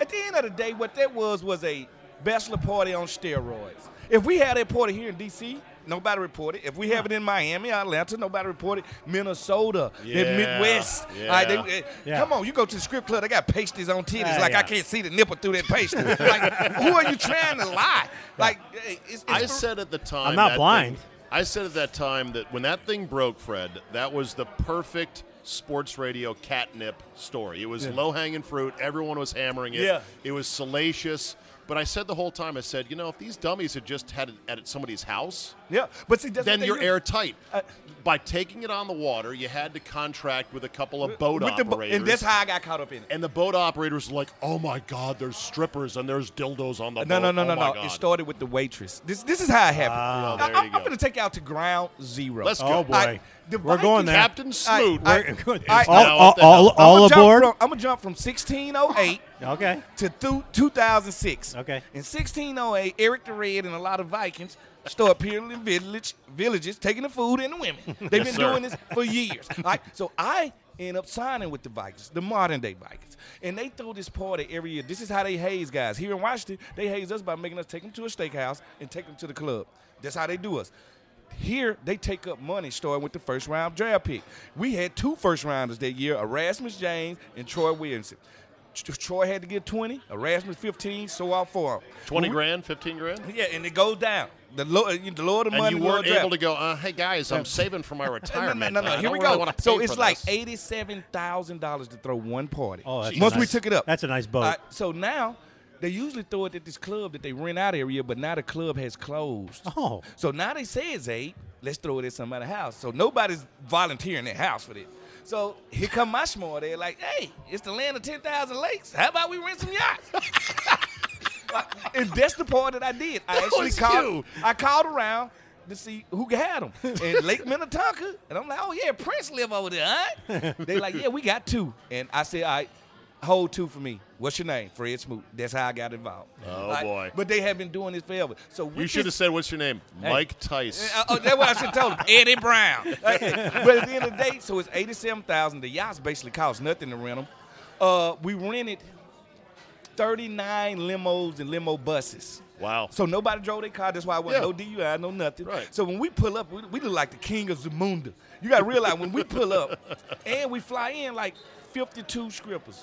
[SPEAKER 4] at the end of the day, what that was was a bachelor party on steroids. If we had that party here in D.C., nobody reported. If we have it in Miami, Atlanta, nobody reported. Minnesota,
[SPEAKER 1] Yeah.
[SPEAKER 4] the Midwest.
[SPEAKER 1] Yeah.
[SPEAKER 4] All right, they- eh,
[SPEAKER 5] Yeah.
[SPEAKER 4] Come on, you go to the strip club, they got pasties on titties.
[SPEAKER 5] Yeah,
[SPEAKER 4] like,
[SPEAKER 5] yeah.
[SPEAKER 4] I can't see the nipple through that pasty. like, who are you trying to lie? Like, eh, it's, it's
[SPEAKER 1] I said at the time,
[SPEAKER 5] I'm not
[SPEAKER 1] that
[SPEAKER 5] blind.
[SPEAKER 1] thing- I said at that time that when that thing broke, Fred, that was the perfect sports radio catnip story. It was low hanging fruit. Everyone was hammering it.
[SPEAKER 4] Yeah.
[SPEAKER 1] It was salacious. But I said the whole time, I said, you know, if these dummies had just had it at somebody's house,
[SPEAKER 4] yeah, but see, that's the
[SPEAKER 1] then
[SPEAKER 4] thing,
[SPEAKER 1] you're
[SPEAKER 4] you-
[SPEAKER 1] airtight.
[SPEAKER 4] Uh,
[SPEAKER 1] By taking it on the water, you had to contract with a couple of boat
[SPEAKER 4] with the bo-
[SPEAKER 1] operators.
[SPEAKER 4] and that's how I got caught up in it.
[SPEAKER 1] And the boat operators were like, oh my God, there's strippers and there's dildos on the
[SPEAKER 4] No,
[SPEAKER 1] boat.
[SPEAKER 4] no, no,
[SPEAKER 1] Oh
[SPEAKER 4] no,
[SPEAKER 1] my
[SPEAKER 4] no.
[SPEAKER 1] God.
[SPEAKER 4] It started with the waitress. This this is how
[SPEAKER 1] Wow.
[SPEAKER 4] it happened.
[SPEAKER 1] Well, there
[SPEAKER 4] I,
[SPEAKER 1] you
[SPEAKER 4] am
[SPEAKER 1] go.
[SPEAKER 4] going to take you out to ground zero.
[SPEAKER 1] Let's go.
[SPEAKER 5] Oh boy,
[SPEAKER 4] I- the
[SPEAKER 5] we're
[SPEAKER 4] Vikings-
[SPEAKER 5] going there.
[SPEAKER 1] Captain Smoot.
[SPEAKER 4] I-
[SPEAKER 5] We're-
[SPEAKER 4] I-
[SPEAKER 5] all
[SPEAKER 1] Now,
[SPEAKER 5] all,
[SPEAKER 1] what the
[SPEAKER 5] all,
[SPEAKER 1] hell?
[SPEAKER 5] all aboard.
[SPEAKER 4] I'm going to jump from 1608
[SPEAKER 5] okay.
[SPEAKER 4] to thu- 2006.
[SPEAKER 5] Okay.
[SPEAKER 4] In 1608, Eric the Red and a lot of Vikings start peddling village villages, taking the food and the women. They've been
[SPEAKER 1] sir.
[SPEAKER 4] doing this for years. All right, so I end up signing with the Vikings, the modern day Vikings, and they throw this party every year. This is how they haze guys here in Washington. They haze us by making us take them to a steakhouse and take them to the club. That's how they do us. Here they take up money starting with the first round draft pick. We had two first rounders that year, Erasmus James and Troy Williamson. Tr- Troy had to get 20, Erasmus 15, so all four.
[SPEAKER 1] 20 grand, 15 grand?
[SPEAKER 4] Yeah, and it goes down. The lower, the lower the
[SPEAKER 1] And
[SPEAKER 4] money,
[SPEAKER 1] you
[SPEAKER 4] lower
[SPEAKER 1] weren't
[SPEAKER 4] the draft.
[SPEAKER 1] able to go, uh, hey guys, I'm saving for my
[SPEAKER 4] No,
[SPEAKER 1] retirement.
[SPEAKER 4] no, no, no.
[SPEAKER 1] I
[SPEAKER 4] Here
[SPEAKER 1] don't
[SPEAKER 4] we
[SPEAKER 1] really
[SPEAKER 4] go.
[SPEAKER 1] wanna
[SPEAKER 4] So
[SPEAKER 1] pay
[SPEAKER 4] it's
[SPEAKER 1] for
[SPEAKER 4] like
[SPEAKER 1] this."
[SPEAKER 4] eighty-seven thousand dollars to throw one party.
[SPEAKER 5] Oh, that's
[SPEAKER 4] once we
[SPEAKER 5] nice.
[SPEAKER 4] took it up,
[SPEAKER 5] That's a nice boat.
[SPEAKER 4] All right, so now they usually throw it at this club that they rent out every year, but now the club has closed.
[SPEAKER 5] Oh.
[SPEAKER 4] so now they say it's eight. Let's throw it at somebody's house. So nobody's volunteering their house for this. So here come my small. They're like, "Hey, it's the land of ten thousand lakes. How about we rent some yachts?" and that's the part that I did. I actually
[SPEAKER 1] was
[SPEAKER 4] called. I called around to see who had them. And Lake Minnetonka, and I'm like, oh yeah, Prince live over there, huh? they like, yeah, we got two. And I said, all right, hold two for me. What's your name? Fred Smoot. That's how I got involved.
[SPEAKER 1] Oh,
[SPEAKER 4] Like,
[SPEAKER 1] boy.
[SPEAKER 4] But they have been doing this forever. So
[SPEAKER 1] You should have said, what's your name?
[SPEAKER 4] Hey.
[SPEAKER 1] Mike Tice.
[SPEAKER 4] uh, oh, that's what I should have told him. Eddie Brown. but at the end of the day, so it's eighty-seven thousand. The yachts basically cost nothing to rent them. Uh, we rented thirty-nine limos and limo buses.
[SPEAKER 1] Wow.
[SPEAKER 4] So nobody drove their car. That's why I wasn't
[SPEAKER 1] Yeah.
[SPEAKER 4] no DUI, no nothing.
[SPEAKER 1] Right.
[SPEAKER 4] So when we pull up, we, we look like the king of Zamunda. You got to realize when we pull up, and we fly in like 52 scrippers.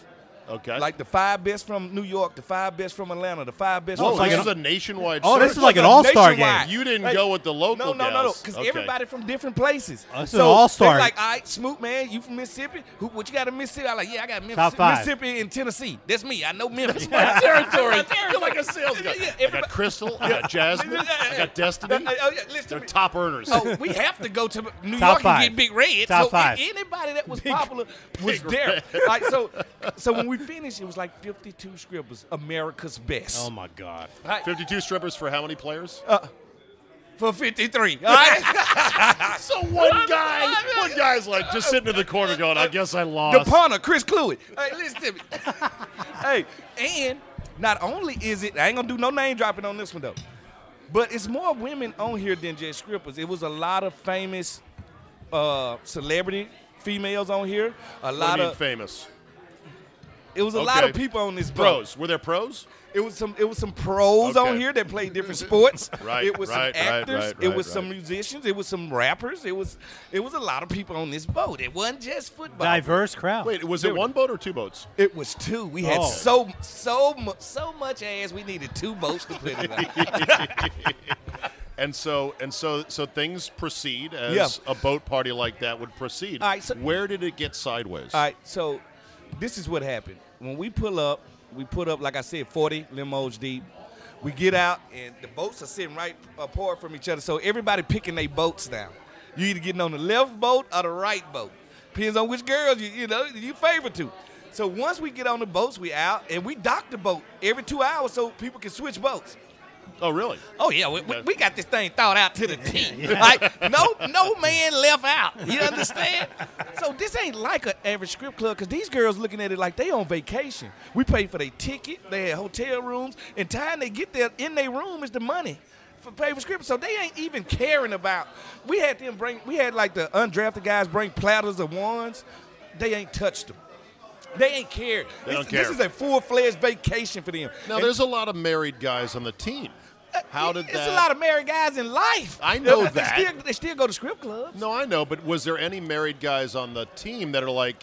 [SPEAKER 1] okay.
[SPEAKER 4] Like the five best from New York, the five best from Atlanta, the five best
[SPEAKER 1] Whoa,
[SPEAKER 4] from
[SPEAKER 5] like
[SPEAKER 1] Oh, this is a
[SPEAKER 5] an-
[SPEAKER 1] nationwide
[SPEAKER 5] Oh, this
[SPEAKER 1] search?
[SPEAKER 5] is like an
[SPEAKER 4] No,
[SPEAKER 5] all-star
[SPEAKER 4] nationwide.
[SPEAKER 5] game.
[SPEAKER 1] You didn't
[SPEAKER 4] Like-
[SPEAKER 1] go with the local
[SPEAKER 4] No, no, no, no.
[SPEAKER 1] gals.
[SPEAKER 4] Because
[SPEAKER 1] Okay.
[SPEAKER 4] everybody from different places.
[SPEAKER 5] Oh, this is an all-star.
[SPEAKER 4] they're Like, all right, Smoot, man, you from Mississippi? Who, what you got in Mississippi? I like, yeah, I got Memphis,
[SPEAKER 5] Top five.
[SPEAKER 4] Mississippi and Tennessee. That's me. I know Memphis. my territory. You're like a sales guy. Yeah,
[SPEAKER 1] I got Crystal, I got Jasmine, I got Destiny.
[SPEAKER 4] Oh, yeah, listen to
[SPEAKER 1] They're
[SPEAKER 4] me.
[SPEAKER 1] top earners.
[SPEAKER 4] So we have to go to New
[SPEAKER 5] Top
[SPEAKER 4] York
[SPEAKER 5] five.
[SPEAKER 4] and get Big Red.
[SPEAKER 5] Top
[SPEAKER 4] so
[SPEAKER 5] five.
[SPEAKER 4] anybody that was popular was there. Like, so, so when we finished, it was like 52 scribbles, America's best.
[SPEAKER 5] Oh my God!
[SPEAKER 1] 52 strippers for how many players?
[SPEAKER 4] for 53. All right?
[SPEAKER 1] so one guy, one guy's like just sitting in the corner going, "I guess I
[SPEAKER 4] the
[SPEAKER 1] lost."
[SPEAKER 4] punter, Chris Cluey. Hey, listen to me. hey, and not only is it, I ain't gonna do no name dropping on this one though, but it's more women on here than just strippers. It was a lot of famous uh, celebrity females on here. A
[SPEAKER 1] What
[SPEAKER 4] lot
[SPEAKER 1] do you mean
[SPEAKER 4] of
[SPEAKER 1] famous
[SPEAKER 4] it was a lot of
[SPEAKER 1] Okay.
[SPEAKER 4] people on this boat.
[SPEAKER 1] pros. Were there pros?
[SPEAKER 4] It was some it was some pros
[SPEAKER 1] Okay.
[SPEAKER 4] on here that played different sports.
[SPEAKER 1] Right,
[SPEAKER 4] It was
[SPEAKER 1] right,
[SPEAKER 4] some
[SPEAKER 1] right,
[SPEAKER 4] actors.
[SPEAKER 1] right,
[SPEAKER 4] it
[SPEAKER 1] right,
[SPEAKER 4] was some
[SPEAKER 1] right.
[SPEAKER 4] musicians. It was some rappers. It was it was a lot of people on this boat. It wasn't just football.
[SPEAKER 5] Diverse crowd.
[SPEAKER 1] Wait, was it one boat or two boats?
[SPEAKER 4] It was two. We had
[SPEAKER 5] Oh.
[SPEAKER 4] so so mu- so much ass. We needed two boats to put it on.
[SPEAKER 1] And so and so so things proceed as
[SPEAKER 4] Yeah.
[SPEAKER 1] a boat party like that would proceed.
[SPEAKER 4] All right, so-
[SPEAKER 1] Where did it get sideways?
[SPEAKER 4] All right, so this is what happened. When we pull up, we put up, like I said, 40 limos deep. We get out, and the boats are sitting right apart from each other. So everybody picking their boats now. You either getting on the left boat or the right boat. Depends on which girls you you know you favor to. So once we get on the boats, we out and we dock the boat every two hours so people can switch boats.
[SPEAKER 1] Oh, really?
[SPEAKER 4] Oh yeah, we, we, we got this thing thought out to the T. Like no no man left out. You understand? so this ain't like an average script club because these girls looking at it like they on vacation. We paid for their ticket, they had hotel rooms, and time they get there in their room is the money. For pay for script, so they ain't even caring about. We had them bring, we had like the undrafted guys bring platters of ones. They ain't touched them. They ain't cared.
[SPEAKER 1] They
[SPEAKER 4] this,
[SPEAKER 1] don't
[SPEAKER 4] this
[SPEAKER 1] care.
[SPEAKER 4] is a full fledged vacation for them.
[SPEAKER 1] Now
[SPEAKER 4] And-
[SPEAKER 1] there's a lot of married guys on the team. How did
[SPEAKER 4] it's
[SPEAKER 1] that?
[SPEAKER 4] a lot of married guys in life.
[SPEAKER 1] I know
[SPEAKER 4] They-
[SPEAKER 1] that.
[SPEAKER 4] They still, they still go to script clubs.
[SPEAKER 1] no, I know, but was there any married guys on the team that are like,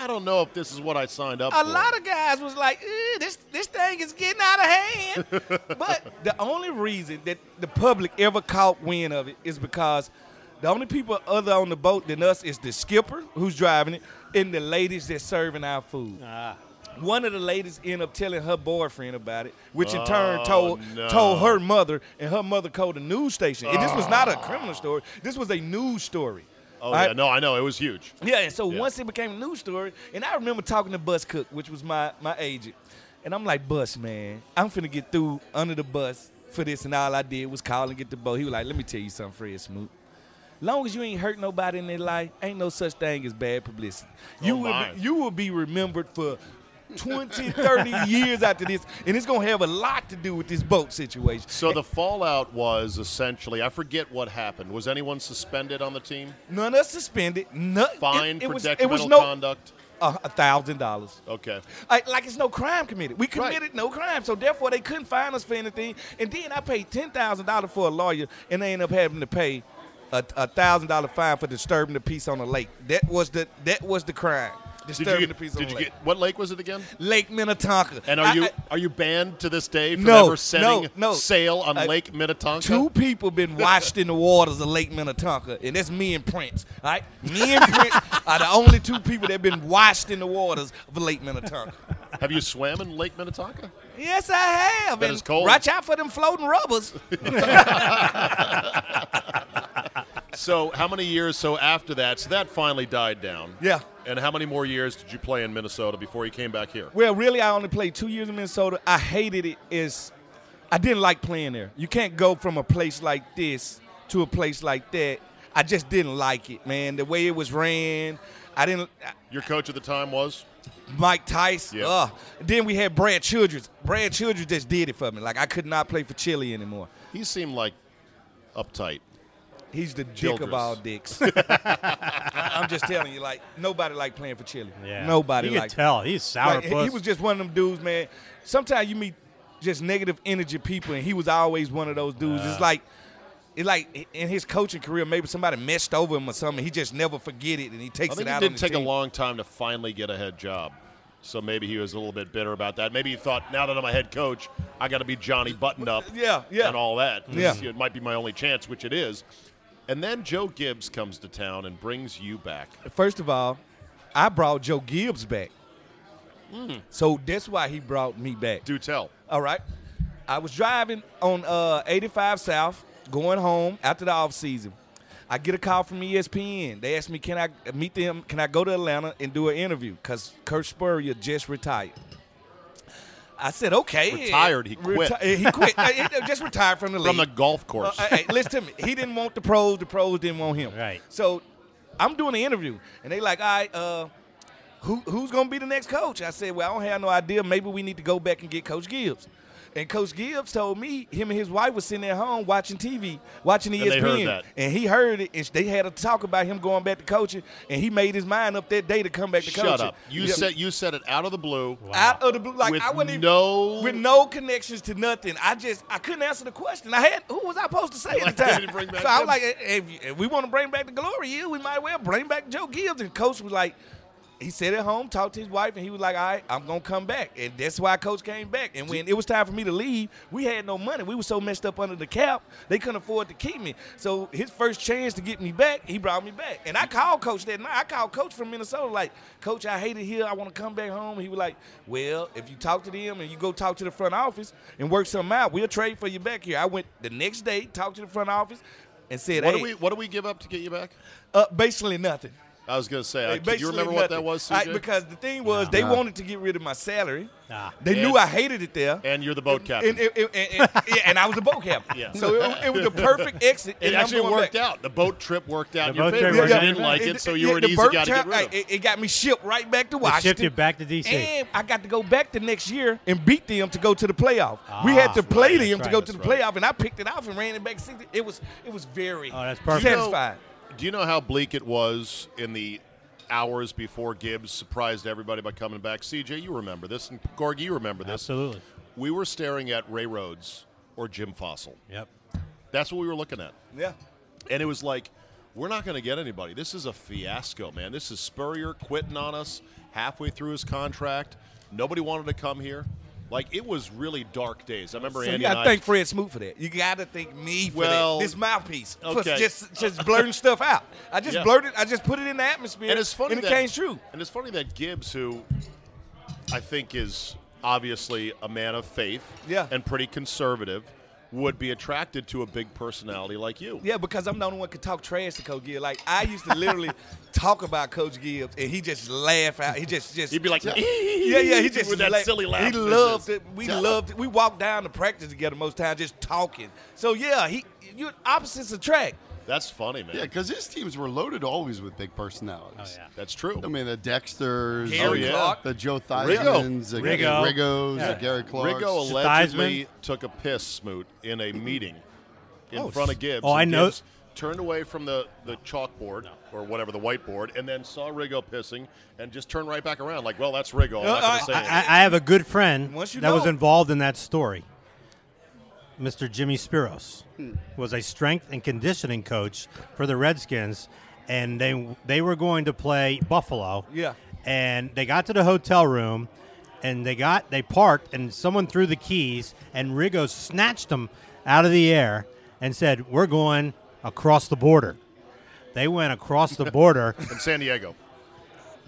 [SPEAKER 1] I don't know if this is what I signed up
[SPEAKER 4] A
[SPEAKER 1] for?
[SPEAKER 4] lot of guys was like, "Eh, "This this thing is getting out of hand." but the only reason that the public ever caught wind of it is because the only people other on the boat than us is the skipper who's driving it and the ladies that's serving our food.
[SPEAKER 1] Ah.
[SPEAKER 4] One of the ladies ended up telling her boyfriend about it, which in turn
[SPEAKER 1] Oh,
[SPEAKER 4] told
[SPEAKER 1] no.
[SPEAKER 4] told her mother, and her mother called a news station. And this was not a criminal story. This was a news story.
[SPEAKER 1] Ah. Oh
[SPEAKER 4] All
[SPEAKER 1] yeah, no, I know it was huge.
[SPEAKER 4] Yeah, and so
[SPEAKER 1] Yeah.
[SPEAKER 4] once it became a news story, and I remember talking to Bus Cook, which was my my agent, and I'm like, Bus, man, I'm finna get through under the bus for this, and all I did was call and get the boat. He was like, Let me tell you something, Fred Smoot. Long as you ain't hurt nobody in their life, ain't no such thing as bad publicity. You
[SPEAKER 1] Oh,
[SPEAKER 4] will
[SPEAKER 1] my.
[SPEAKER 4] be, you will be remembered for 20, 30 years after this, and it's gonna have a lot to do with this boat situation.
[SPEAKER 1] So the fallout was essentially, I forget what happened. Was anyone suspended on the team?
[SPEAKER 4] None of us suspended. None, it-
[SPEAKER 1] Fined
[SPEAKER 4] it,
[SPEAKER 1] for
[SPEAKER 4] was, it
[SPEAKER 1] detrimental
[SPEAKER 4] was no
[SPEAKER 1] conduct?
[SPEAKER 4] uh, a thousand dollars.
[SPEAKER 1] Okay.
[SPEAKER 4] Like, like it's no crime committed. We
[SPEAKER 1] Right.
[SPEAKER 4] committed no crime, so therefore they couldn't fine us for anything. And then I paid ten thousand dollars for a lawyer, and they end up having to pay a a thousand dollar fine for disturbing the peace on a lake. That was the that was the crime.
[SPEAKER 1] Did
[SPEAKER 4] Disturbing
[SPEAKER 1] you,
[SPEAKER 4] the
[SPEAKER 1] get,
[SPEAKER 4] peace on
[SPEAKER 1] did
[SPEAKER 4] the
[SPEAKER 1] you
[SPEAKER 4] lake.
[SPEAKER 1] get what lake was it again?
[SPEAKER 4] lake Minnetonka.
[SPEAKER 1] And are
[SPEAKER 4] I-
[SPEAKER 1] you
[SPEAKER 4] I-
[SPEAKER 1] are you banned to this day from
[SPEAKER 4] No,
[SPEAKER 1] ever setting
[SPEAKER 4] no, no.
[SPEAKER 1] sail on
[SPEAKER 4] Uh,
[SPEAKER 1] Lake Minnetonka?
[SPEAKER 4] Two people been washed in the waters of Lake Minnetonka, and that's me and Prince. All right, me and Prince are the only two people that been washed in the waters of Lake Minnetonka.
[SPEAKER 1] Have you swam in Lake Minnetonka?
[SPEAKER 4] Yes, I have.
[SPEAKER 1] That
[SPEAKER 4] and
[SPEAKER 1] is cold.
[SPEAKER 4] Watch out for them floating rubbers.
[SPEAKER 1] So how many years? So after that, so that finally died down.
[SPEAKER 4] Yeah.
[SPEAKER 1] And how many more years did you play in Minnesota before you came back here?
[SPEAKER 4] Well, really, I only played two years in Minnesota. I hated it. Is I didn't like playing there. You can't go from a place like this to a place like that. I just didn't like it, man. The way it was ran, I didn't.
[SPEAKER 1] Your coach at the time was
[SPEAKER 4] Mike Tice.
[SPEAKER 1] Yeah.
[SPEAKER 4] Ugh. Then we had Brad Childress. Brad Childress just did it for me. Like I could not play for Chile anymore.
[SPEAKER 1] he seemed like uptight.
[SPEAKER 4] He's the dick
[SPEAKER 1] Childress.
[SPEAKER 4] of all dicks. I'm just telling you, like nobody liked playing for Chile.
[SPEAKER 5] Yeah.
[SPEAKER 4] Nobody
[SPEAKER 5] You
[SPEAKER 4] liked.
[SPEAKER 5] could tell he's sour
[SPEAKER 4] Like, he- he
[SPEAKER 5] puss.
[SPEAKER 4] was just one of them dudes, man. Sometimes you meet just negative energy people, and he was always one of those dudes. it's like, it's like in his coaching career, maybe somebody messed over him or something. He just never forget it, and he takes
[SPEAKER 1] I think
[SPEAKER 4] it
[SPEAKER 1] it
[SPEAKER 4] out.
[SPEAKER 1] did
[SPEAKER 4] on his
[SPEAKER 1] take a
[SPEAKER 4] team.
[SPEAKER 1] long time to finally get a head job. So maybe he was a little bit bitter about that. Maybe he thought, now that I'm a head coach, I got to be Johnny buttoned up,
[SPEAKER 4] Yeah, yeah.
[SPEAKER 1] and all that.
[SPEAKER 4] Yeah.
[SPEAKER 1] it might be my only chance, which it is. And then Joe Gibbs comes to town and brings you back.
[SPEAKER 4] First of all, I brought Joe Gibbs back,
[SPEAKER 1] Hmm.
[SPEAKER 4] so that's why he brought me back.
[SPEAKER 1] Do tell.
[SPEAKER 4] All right. I was driving on uh, 85 South, going home after the off season. I get a call from ESPN. They ask me, can I meet them? Can I go to Atlanta and do an interview? Because Kurt Spurrier just retired. I said, okay.
[SPEAKER 1] Retired, he quit.
[SPEAKER 4] Reti- he quit. Uh, he just retired from the league.
[SPEAKER 1] From the golf course.
[SPEAKER 4] Uh, hey, listen to me. He didn't want the pros. The pros didn't want him.
[SPEAKER 5] Right.
[SPEAKER 4] So I'm doing the interview, and they like, all right, uh, who, who's going to be the next coach? I said, well, I don't have no idea. Maybe we need to go back and get Coach Gibbs. And Coach Gibbs told me him and his wife was sitting at home watching TV, watching E ESPN,
[SPEAKER 1] And they heard that.
[SPEAKER 4] and he heard it. And they had a talk about him going back to coaching, and he made his mind up that day to come back to
[SPEAKER 1] Shut
[SPEAKER 4] coaching.
[SPEAKER 1] up. You
[SPEAKER 4] Yeah.
[SPEAKER 1] said you said it out of the blue.
[SPEAKER 4] Out of the blue, like
[SPEAKER 1] With
[SPEAKER 4] I wouldn't even-
[SPEAKER 1] no-
[SPEAKER 4] with no connections to nothing. I just I couldn't answer the question. I had who was I supposed to say at the
[SPEAKER 1] Like,
[SPEAKER 4] time?
[SPEAKER 1] did he bring back
[SPEAKER 4] so I
[SPEAKER 1] him?
[SPEAKER 4] was like, if, if we want to bring back the glory year, we might well bring back Joe Gibbs. And Coach was like, he sat at home, talked to his wife, and he was like, all right, I'm gonna come back. And that's why Coach came back. And when it was time for me to leave, we had no money. We were so messed up under the cap, they couldn't afford to keep me. So his first chance to get me back, he brought me back. And I called Coach that night. I called Coach from Minnesota, like, Coach, I hate it here. I want to come back home. He was like, Well, if you talk to them and you go talk to the front office and work something out, we'll trade for you back here. I went the next day, talked to the front office, and said,
[SPEAKER 1] What
[SPEAKER 4] hey,
[SPEAKER 1] do we what do we give up to get you back?
[SPEAKER 4] uh, basically nothing.
[SPEAKER 1] I was gonna say. I,
[SPEAKER 4] Like,
[SPEAKER 1] do Uh, you remember
[SPEAKER 4] basically
[SPEAKER 1] what that
[SPEAKER 4] nothing.
[SPEAKER 1] was,
[SPEAKER 4] I-
[SPEAKER 1] CJ?
[SPEAKER 4] because the thing was, they wanted to get rid of my salary.
[SPEAKER 5] Nah.
[SPEAKER 4] They
[SPEAKER 1] And-
[SPEAKER 4] knew I hated it there.
[SPEAKER 1] and you're the boat captain.
[SPEAKER 4] And, and, and, and- and- yeah, and I was a boat captain.
[SPEAKER 1] Yeah.
[SPEAKER 4] So it, it was the perfect exit.
[SPEAKER 1] it
[SPEAKER 4] and I'm
[SPEAKER 1] actually
[SPEAKER 4] going
[SPEAKER 1] worked
[SPEAKER 4] back.
[SPEAKER 1] out. The boat trip worked out. in
[SPEAKER 5] The
[SPEAKER 1] your
[SPEAKER 5] boat
[SPEAKER 1] favor.
[SPEAKER 5] trip
[SPEAKER 1] You
[SPEAKER 5] worked out.
[SPEAKER 1] didn't like it, so you were an
[SPEAKER 4] the
[SPEAKER 1] easy
[SPEAKER 4] bird
[SPEAKER 1] guy to
[SPEAKER 4] trap-
[SPEAKER 1] get rid of.
[SPEAKER 4] I- It, it got me shipped right back to
[SPEAKER 5] They
[SPEAKER 4] Washington.
[SPEAKER 5] shipped you back to DC.
[SPEAKER 4] And I got to go back the next year and beat them to go to the playoff. we had to play them
[SPEAKER 5] Ah, that's
[SPEAKER 4] to go
[SPEAKER 5] right,
[SPEAKER 4] to the
[SPEAKER 1] that's right.
[SPEAKER 4] playoff, and I picked it off and ran it back. 60. It was it was very
[SPEAKER 5] Oh, that's perfect.
[SPEAKER 1] Do you know-
[SPEAKER 4] satisfying.
[SPEAKER 1] do you know how bleak it was in the hours before Gibbs surprised everybody by coming back? CJ, you remember this, and Gorg, you remember this.
[SPEAKER 5] Absolutely.
[SPEAKER 1] We were staring at Ray Rhodes or Jim Fossil.
[SPEAKER 5] Yep. Oh,
[SPEAKER 1] That's what we were looking at.
[SPEAKER 4] Yeah.
[SPEAKER 1] And it was like, we're not going to get anybody. This is a fiasco, man. This is Spurrier quitting on us halfway through his contract. Nobody wanted to come here. Like, it was really dark days. I remember
[SPEAKER 4] So you
[SPEAKER 1] Andy and
[SPEAKER 4] gotta
[SPEAKER 1] I.
[SPEAKER 4] thank Fred Smoot for that. You gotta thank me for
[SPEAKER 1] Well,
[SPEAKER 4] that. This mouthpiece
[SPEAKER 1] okay.
[SPEAKER 4] for just just blurting stuff out. I just
[SPEAKER 1] Yeah.
[SPEAKER 4] blurted. I just put it in the atmosphere,
[SPEAKER 1] and it's funny
[SPEAKER 4] and it
[SPEAKER 1] that,
[SPEAKER 4] came true.
[SPEAKER 1] And it's funny that Gibbs, who I think is obviously a man of faith
[SPEAKER 4] Yeah.
[SPEAKER 1] and pretty conservative, would be attracted to a big personality like you.
[SPEAKER 4] Yeah, because I'm the only one who could talk trash to Coach Gibbs. Like I used to literally talk about Coach Gibbs, and he just laugh out. He just just
[SPEAKER 1] He'd be like,
[SPEAKER 4] yeah, yeah. He just
[SPEAKER 1] with that
[SPEAKER 4] laugh-
[SPEAKER 1] silly laugh.
[SPEAKER 4] He
[SPEAKER 1] This
[SPEAKER 4] loved
[SPEAKER 1] is-
[SPEAKER 4] it. We
[SPEAKER 1] Yeah.
[SPEAKER 4] loved it. We walked down to practice together most times, just talking. So yeah, he you opposites attract.
[SPEAKER 1] That's funny, man.
[SPEAKER 6] Yeah, because his teams were loaded always with big personalities.
[SPEAKER 5] Oh, yeah.
[SPEAKER 1] That's true.
[SPEAKER 6] I mean, the Dexters,
[SPEAKER 4] Gary
[SPEAKER 6] the,
[SPEAKER 4] Clark.
[SPEAKER 6] the Joe
[SPEAKER 1] Rigo.
[SPEAKER 6] Theismans, the
[SPEAKER 5] Rigo.
[SPEAKER 6] Rigos,
[SPEAKER 5] Yeah.
[SPEAKER 6] the Gary Clarks.
[SPEAKER 1] Rigo
[SPEAKER 5] Just
[SPEAKER 1] allegedly
[SPEAKER 5] Theismann.
[SPEAKER 1] took a piss smoot in a meeting in
[SPEAKER 5] Oh,
[SPEAKER 1] front of
[SPEAKER 5] s-
[SPEAKER 1] Gibbs.
[SPEAKER 5] oh,
[SPEAKER 1] and
[SPEAKER 5] I know-
[SPEAKER 1] Gibbs turned away from the, the chalkboard or whatever the whiteboard, and then saw Rigo pissing, and just turned right back around. Like, well, that's Rigo. I'm not going
[SPEAKER 4] Uh, I-
[SPEAKER 1] to say
[SPEAKER 5] I,
[SPEAKER 1] anything.
[SPEAKER 5] I I have a good friend
[SPEAKER 4] Once you
[SPEAKER 5] that was
[SPEAKER 4] know.
[SPEAKER 5] involved in that story. Mr. Jimmy Spiros was a strength and conditioning coach for the Redskins, and they they were going to play Buffalo.
[SPEAKER 4] Yeah.
[SPEAKER 5] and they got to the hotel room, and they got they parked, and someone threw the keys, and Rigo snatched them out of the air and said, "We're going across the border." They went across the border.
[SPEAKER 1] in San Diego.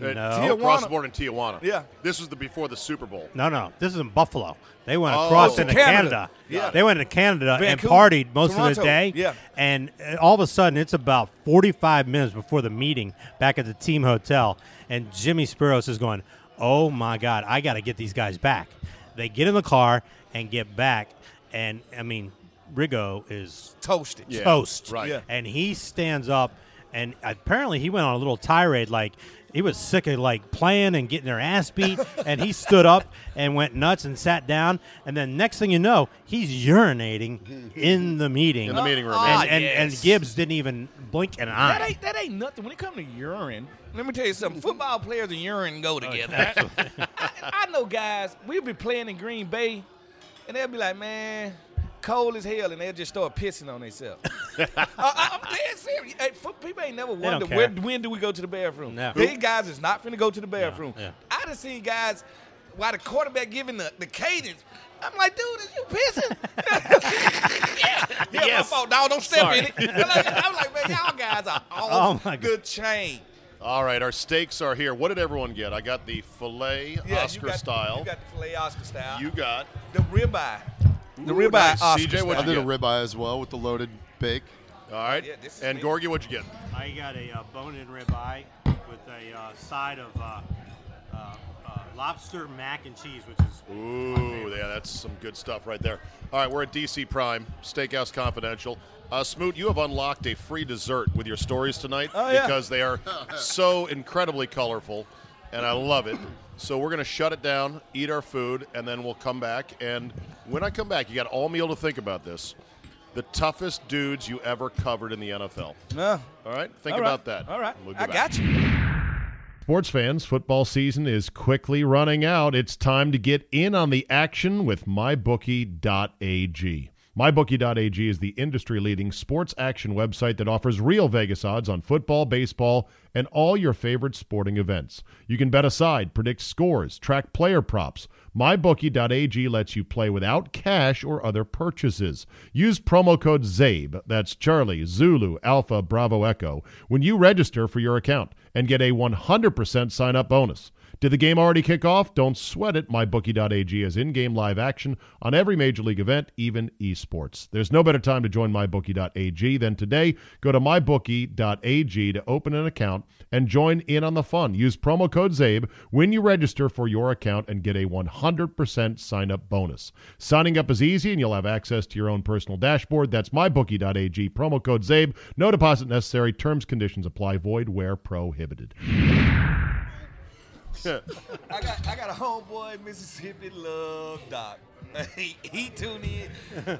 [SPEAKER 1] Uh,
[SPEAKER 5] No.
[SPEAKER 1] Across the border in Tijuana.
[SPEAKER 4] Yeah.
[SPEAKER 1] This was the before the Super Bowl.
[SPEAKER 5] No, no. This is in Buffalo. They went
[SPEAKER 1] Oh.
[SPEAKER 5] across
[SPEAKER 1] To
[SPEAKER 5] into
[SPEAKER 4] Canada.
[SPEAKER 5] Canada.
[SPEAKER 4] Yeah.
[SPEAKER 5] They went into Canada
[SPEAKER 4] Vancouver,
[SPEAKER 5] and partied most of
[SPEAKER 4] Toronto.
[SPEAKER 5] the day.
[SPEAKER 4] Yeah.
[SPEAKER 5] And uh, all of a sudden, it's about 45 minutes before the meeting back at the team hotel. And Jimmy Spiros is going, Oh my God, I got to get these guys back. They get in the car and get back. And I mean, Rigo is
[SPEAKER 4] Toasted.
[SPEAKER 5] toast.
[SPEAKER 1] right. Yeah.
[SPEAKER 5] And he stands up, and apparently he went on a little tirade like he was sick of like playing and getting their ass beat. and he stood up and went nuts and sat down. And then next thing you know, he's urinating in the meeting.
[SPEAKER 1] In the meeting room,
[SPEAKER 5] And,
[SPEAKER 1] yeah.
[SPEAKER 5] and, and Gibbs didn't even blink an eye.
[SPEAKER 4] That ain't that ain't nothing. When it comes to urine, let me tell you something. Football players and urine go together. I, I know guys. We'll be playing in Green Bay, and they'll be like, "Man, cold as hell," and they'll just start pissing on themselves. Uh, I, am dead serious. Hey, fo- people ain't never
[SPEAKER 5] don't
[SPEAKER 4] wondered
[SPEAKER 5] care.
[SPEAKER 4] where, when do we go to the bathroom.
[SPEAKER 5] No.
[SPEAKER 4] These guys is not finna go to the bathroom.
[SPEAKER 5] yeah.
[SPEAKER 4] I done seen guys. Why the quarterback giving the, the cadence? I'm like, dude, is you pissing? yeah, yeah,
[SPEAKER 1] Yes.
[SPEAKER 4] my fault. Dog, don't step
[SPEAKER 1] Sorry.
[SPEAKER 4] in it. I'm like, I'm like, man, y'all guys are
[SPEAKER 5] Oh,
[SPEAKER 4] on
[SPEAKER 5] my
[SPEAKER 4] the chain.
[SPEAKER 1] All right, our steaks are here. What did everyone get? I got the filet
[SPEAKER 4] Yeah,
[SPEAKER 1] Oscar
[SPEAKER 4] you got,
[SPEAKER 1] style.
[SPEAKER 4] You got the filet Oscar style.
[SPEAKER 1] You got-
[SPEAKER 4] the ribeye. The
[SPEAKER 1] Ooh,
[SPEAKER 4] ribeye
[SPEAKER 1] nice.
[SPEAKER 4] Oscar
[SPEAKER 1] CJ,
[SPEAKER 4] style.
[SPEAKER 1] what'd
[SPEAKER 6] I
[SPEAKER 1] you
[SPEAKER 6] did a
[SPEAKER 1] Yeah.
[SPEAKER 6] ribeye as well with the loaded bake.
[SPEAKER 1] All right.
[SPEAKER 4] Yeah, this is
[SPEAKER 1] and
[SPEAKER 4] me.
[SPEAKER 1] Gorgie, what'd you get?
[SPEAKER 5] I got a uh, bone-in ribeye with a uh, side of uh, uh, uh, lobster mac and cheese, which is
[SPEAKER 1] Ooh, yeah, that's some good stuff right there. All right, we're at DC Prime Steakhouse Confidential. Uh, Smoot, you have unlocked a free dessert with your stories tonight
[SPEAKER 4] Oh, yeah.
[SPEAKER 1] because they are so incredibly colorful, and I love it. So we're gonna shut it down, eat our food, and then we'll come back. And when I come back, you got all meal to think about this. The toughest dudes you ever covered in the NFL.
[SPEAKER 4] No.
[SPEAKER 1] All right, think
[SPEAKER 4] All right.
[SPEAKER 1] about that.
[SPEAKER 4] All right.
[SPEAKER 1] We'll
[SPEAKER 4] I
[SPEAKER 1] back.
[SPEAKER 4] got you.
[SPEAKER 1] Sports fans, football season is quickly running out. It's time to get in on the action with mybookie.ag. MyBookie.ag is the industry leading sports action website that offers real Vegas odds on football, baseball, and all your favorite sporting events. You can bet aside, predict scores, track player props. MyBookie.ag lets you play without cash or other purchases. Use promo code ZABE, that's Charlie, Zulu, Alpha, Bravo, Echo, when you register for your account and get a 100% sign up bonus. Did the game already kick off? Don't sweat it. MyBookie.ag has in game live action on every major league event, even esports. There's no better time to join MyBookie.ag than today. Go to MyBookie.ag to open an account and join in on the fun. Use promo code ZABE when you register for your account and get a 100% sign up bonus. Signing up is easy and you'll have access to your own personal dashboard. That's MyBookie.ag. Promo code ZABE. No deposit necessary. Terms, conditions apply. Void where prohibited.
[SPEAKER 4] I got I got a homeboy in Mississippi love Doc. he, he tuned in. Yeah, man.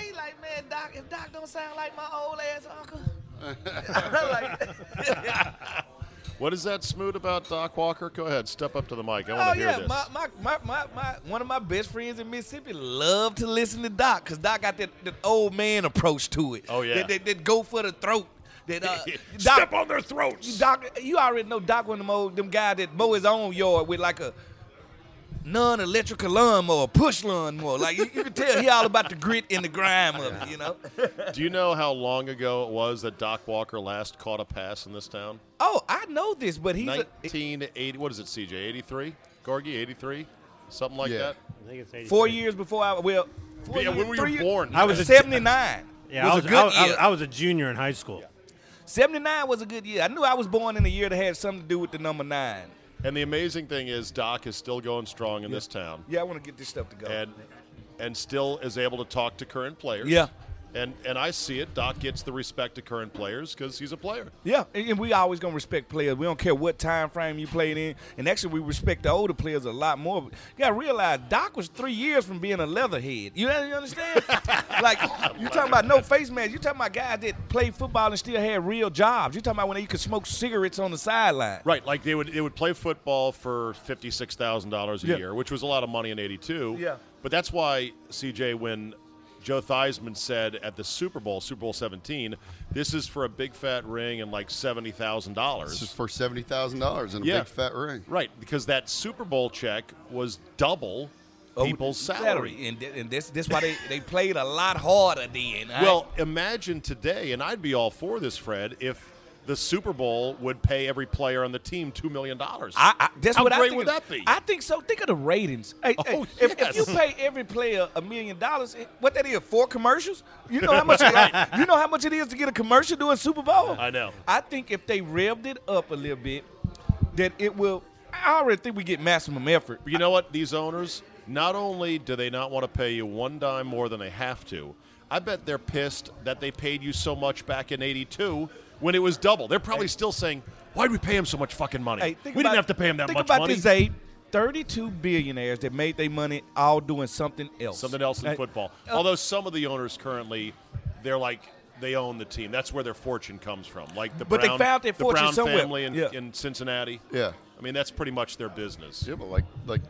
[SPEAKER 4] He like, man, Doc. If Doc don't sound like my old ass uncle, I'm like,
[SPEAKER 1] What is that smoot about Doc Walker? Go ahead, step up to the mic. I want
[SPEAKER 4] oh
[SPEAKER 1] to hear
[SPEAKER 4] yeah,
[SPEAKER 1] this.
[SPEAKER 4] my, my, my, my, my one of my best friends in Mississippi love to listen to Doc because Doc got that, that old man approach to it.
[SPEAKER 1] Oh, yeah.
[SPEAKER 4] that, that, that go for the throat. That uh, Doc,
[SPEAKER 1] step on their throats.
[SPEAKER 4] Doc, you already know Doc one of them, old, them guys that mow his own yard with like a non-electrical lawnmower, push lawnmower. Like you, you can tell he all about the grit and the grime of it, you know.
[SPEAKER 1] Do you know how long ago it was that Doc Walker last caught a pass in this town?
[SPEAKER 4] Oh, I know this, but he's a,
[SPEAKER 1] 1980. What is it, CJ? 83? Gorgie, 83? Something like
[SPEAKER 6] Yeah.
[SPEAKER 1] that?
[SPEAKER 5] I think it's 83.
[SPEAKER 4] four years before I well. Four
[SPEAKER 1] Yeah,
[SPEAKER 4] years,
[SPEAKER 1] when were
[SPEAKER 4] three
[SPEAKER 1] you
[SPEAKER 4] years-
[SPEAKER 1] born?
[SPEAKER 5] I was a-
[SPEAKER 4] seventy-nine.
[SPEAKER 5] Yeah, I was,
[SPEAKER 4] a good
[SPEAKER 5] I, I-
[SPEAKER 4] year.
[SPEAKER 5] I was a junior in high school.
[SPEAKER 4] 79 was a good year. I knew I was born in a year that had something to do with the number nine.
[SPEAKER 1] and the amazing thing is, Doc is still going strong in this town
[SPEAKER 4] Yeah, I want to get this stuff to go.
[SPEAKER 1] and and still is able to talk to current players.
[SPEAKER 4] Yeah.
[SPEAKER 1] And, and I see it. Doc gets the respect to current players because he's a player.
[SPEAKER 4] yeah, and and we always gonna respect players. We don't care what time frame you played in, and actually we respect the older players a lot more. You gotta realize Doc was three years from being a leatherhead. You, know- you understand? like you talking about no face masks. You talking about guys that played football and still had real jobs. You talking about when they could smoke cigarettes on the sideline.
[SPEAKER 1] Right, like they would they would play football for fifty six thousand dollars a
[SPEAKER 4] Yeah.
[SPEAKER 1] year, which was a lot of money in eighty two.
[SPEAKER 4] Yeah.
[SPEAKER 1] but that's why CJ when Joe Theismann said at the Super Bowl, Super Bowl seventeen, this is for a big fat ring and like seventy thousand
[SPEAKER 6] This is
[SPEAKER 1] dollars.
[SPEAKER 6] for seventy thousand dollars and a
[SPEAKER 1] Yeah.
[SPEAKER 6] big fat ring.
[SPEAKER 1] Right, because that Super Bowl check was double people's salary.
[SPEAKER 4] Oh, and, th- and this this why they, they played a lot harder then. all right?
[SPEAKER 1] Well, imagine today, and I'd be all for this, Fred, if the Super Bowl would pay every player on the team two million dollars.
[SPEAKER 4] I, I, that's
[SPEAKER 1] How
[SPEAKER 4] what I
[SPEAKER 1] great
[SPEAKER 4] think
[SPEAKER 1] would
[SPEAKER 4] is-
[SPEAKER 1] that be?
[SPEAKER 4] I think so. Think of the ratings. Hey, hey,
[SPEAKER 1] Oh,
[SPEAKER 4] if, if
[SPEAKER 1] yes.
[SPEAKER 4] you pay every player a million dollars, eh, what that is four commercials? You know how much? You know how much it is to get a commercial during Super Bowl?
[SPEAKER 1] I know.
[SPEAKER 4] I think if they revved it up a little bit, that it will. I already think we get maximum effort.
[SPEAKER 1] But you know what? These owners, not only do they not want to pay you one dime more than they have to, I bet they're pissed that they paid you so much back in 82 when it was double. They're probably still saying, why'd we pay him so much fucking money?
[SPEAKER 4] Hey,
[SPEAKER 1] we
[SPEAKER 4] think
[SPEAKER 1] didn't
[SPEAKER 4] about-
[SPEAKER 1] have to pay him that
[SPEAKER 4] think
[SPEAKER 1] much
[SPEAKER 4] about
[SPEAKER 1] money.
[SPEAKER 4] this, Abe. Thirty-two billionaires that made their money all doing something else.
[SPEAKER 1] Something else in
[SPEAKER 4] Hey,
[SPEAKER 1] football.
[SPEAKER 4] uh,
[SPEAKER 1] Although some of the owners currently, they're like, they own the team. That's where their fortune comes from. Like the
[SPEAKER 4] But they
[SPEAKER 1] Brown,
[SPEAKER 4] found their
[SPEAKER 1] the
[SPEAKER 4] fortune
[SPEAKER 1] Brown
[SPEAKER 4] somewhere.
[SPEAKER 1] family in,
[SPEAKER 4] Yeah.
[SPEAKER 1] in Cincinnati.
[SPEAKER 6] Yeah.
[SPEAKER 1] I mean, that's pretty much their business.
[SPEAKER 6] Yeah, but like, like,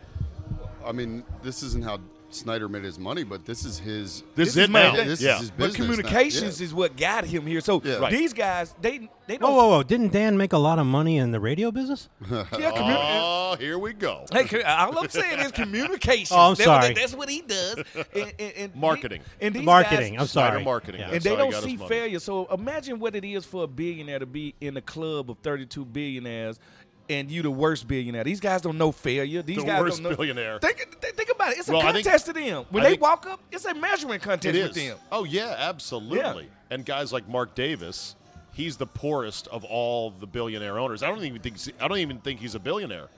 [SPEAKER 6] I mean, this isn't how Snyder made his money, but this is his.
[SPEAKER 1] This is it
[SPEAKER 4] my
[SPEAKER 1] now.
[SPEAKER 4] thing.
[SPEAKER 6] This
[SPEAKER 1] yeah.
[SPEAKER 6] is his business.
[SPEAKER 4] But communications is what got him here. So
[SPEAKER 6] Yeah. Right.
[SPEAKER 4] these guys, they they
[SPEAKER 5] Whoa,
[SPEAKER 4] don't.
[SPEAKER 5] whoa, whoa! Didn't Dan make a lot of money in the radio business?
[SPEAKER 4] Yeah, commu-
[SPEAKER 1] Oh, here we go.
[SPEAKER 4] Hey, commu- all I'm saying is communication.
[SPEAKER 5] Oh, I'm
[SPEAKER 4] That- that-
[SPEAKER 5] sorry.
[SPEAKER 4] that's what he does. And, and, and
[SPEAKER 1] Marketing.
[SPEAKER 4] he- and these
[SPEAKER 5] Marketing.
[SPEAKER 4] guys-
[SPEAKER 5] I'm
[SPEAKER 1] Snyder
[SPEAKER 5] sorry.
[SPEAKER 1] marketing.
[SPEAKER 5] Yeah.
[SPEAKER 1] That's
[SPEAKER 4] and they
[SPEAKER 1] how he
[SPEAKER 4] don't
[SPEAKER 1] got his
[SPEAKER 4] see
[SPEAKER 1] money.
[SPEAKER 4] failure. So imagine what it is for a billionaire to be in the club of 32 billionaires and you the worst billionaire. These guys don't know failure. These
[SPEAKER 1] The
[SPEAKER 4] guys
[SPEAKER 1] worst
[SPEAKER 4] don't know
[SPEAKER 1] billionaire.
[SPEAKER 4] Think, think, think about it. It's a
[SPEAKER 1] Well, I think-
[SPEAKER 4] contest to them. When
[SPEAKER 1] I
[SPEAKER 4] they
[SPEAKER 1] think-
[SPEAKER 4] walk up, it's a measuring contest
[SPEAKER 1] It
[SPEAKER 4] with
[SPEAKER 1] is.
[SPEAKER 4] them.
[SPEAKER 1] Oh yeah, absolutely. And guys like Mark Davis, he's the poorest of all the billionaire owners. I don't even think I don't even think he's a billionaire.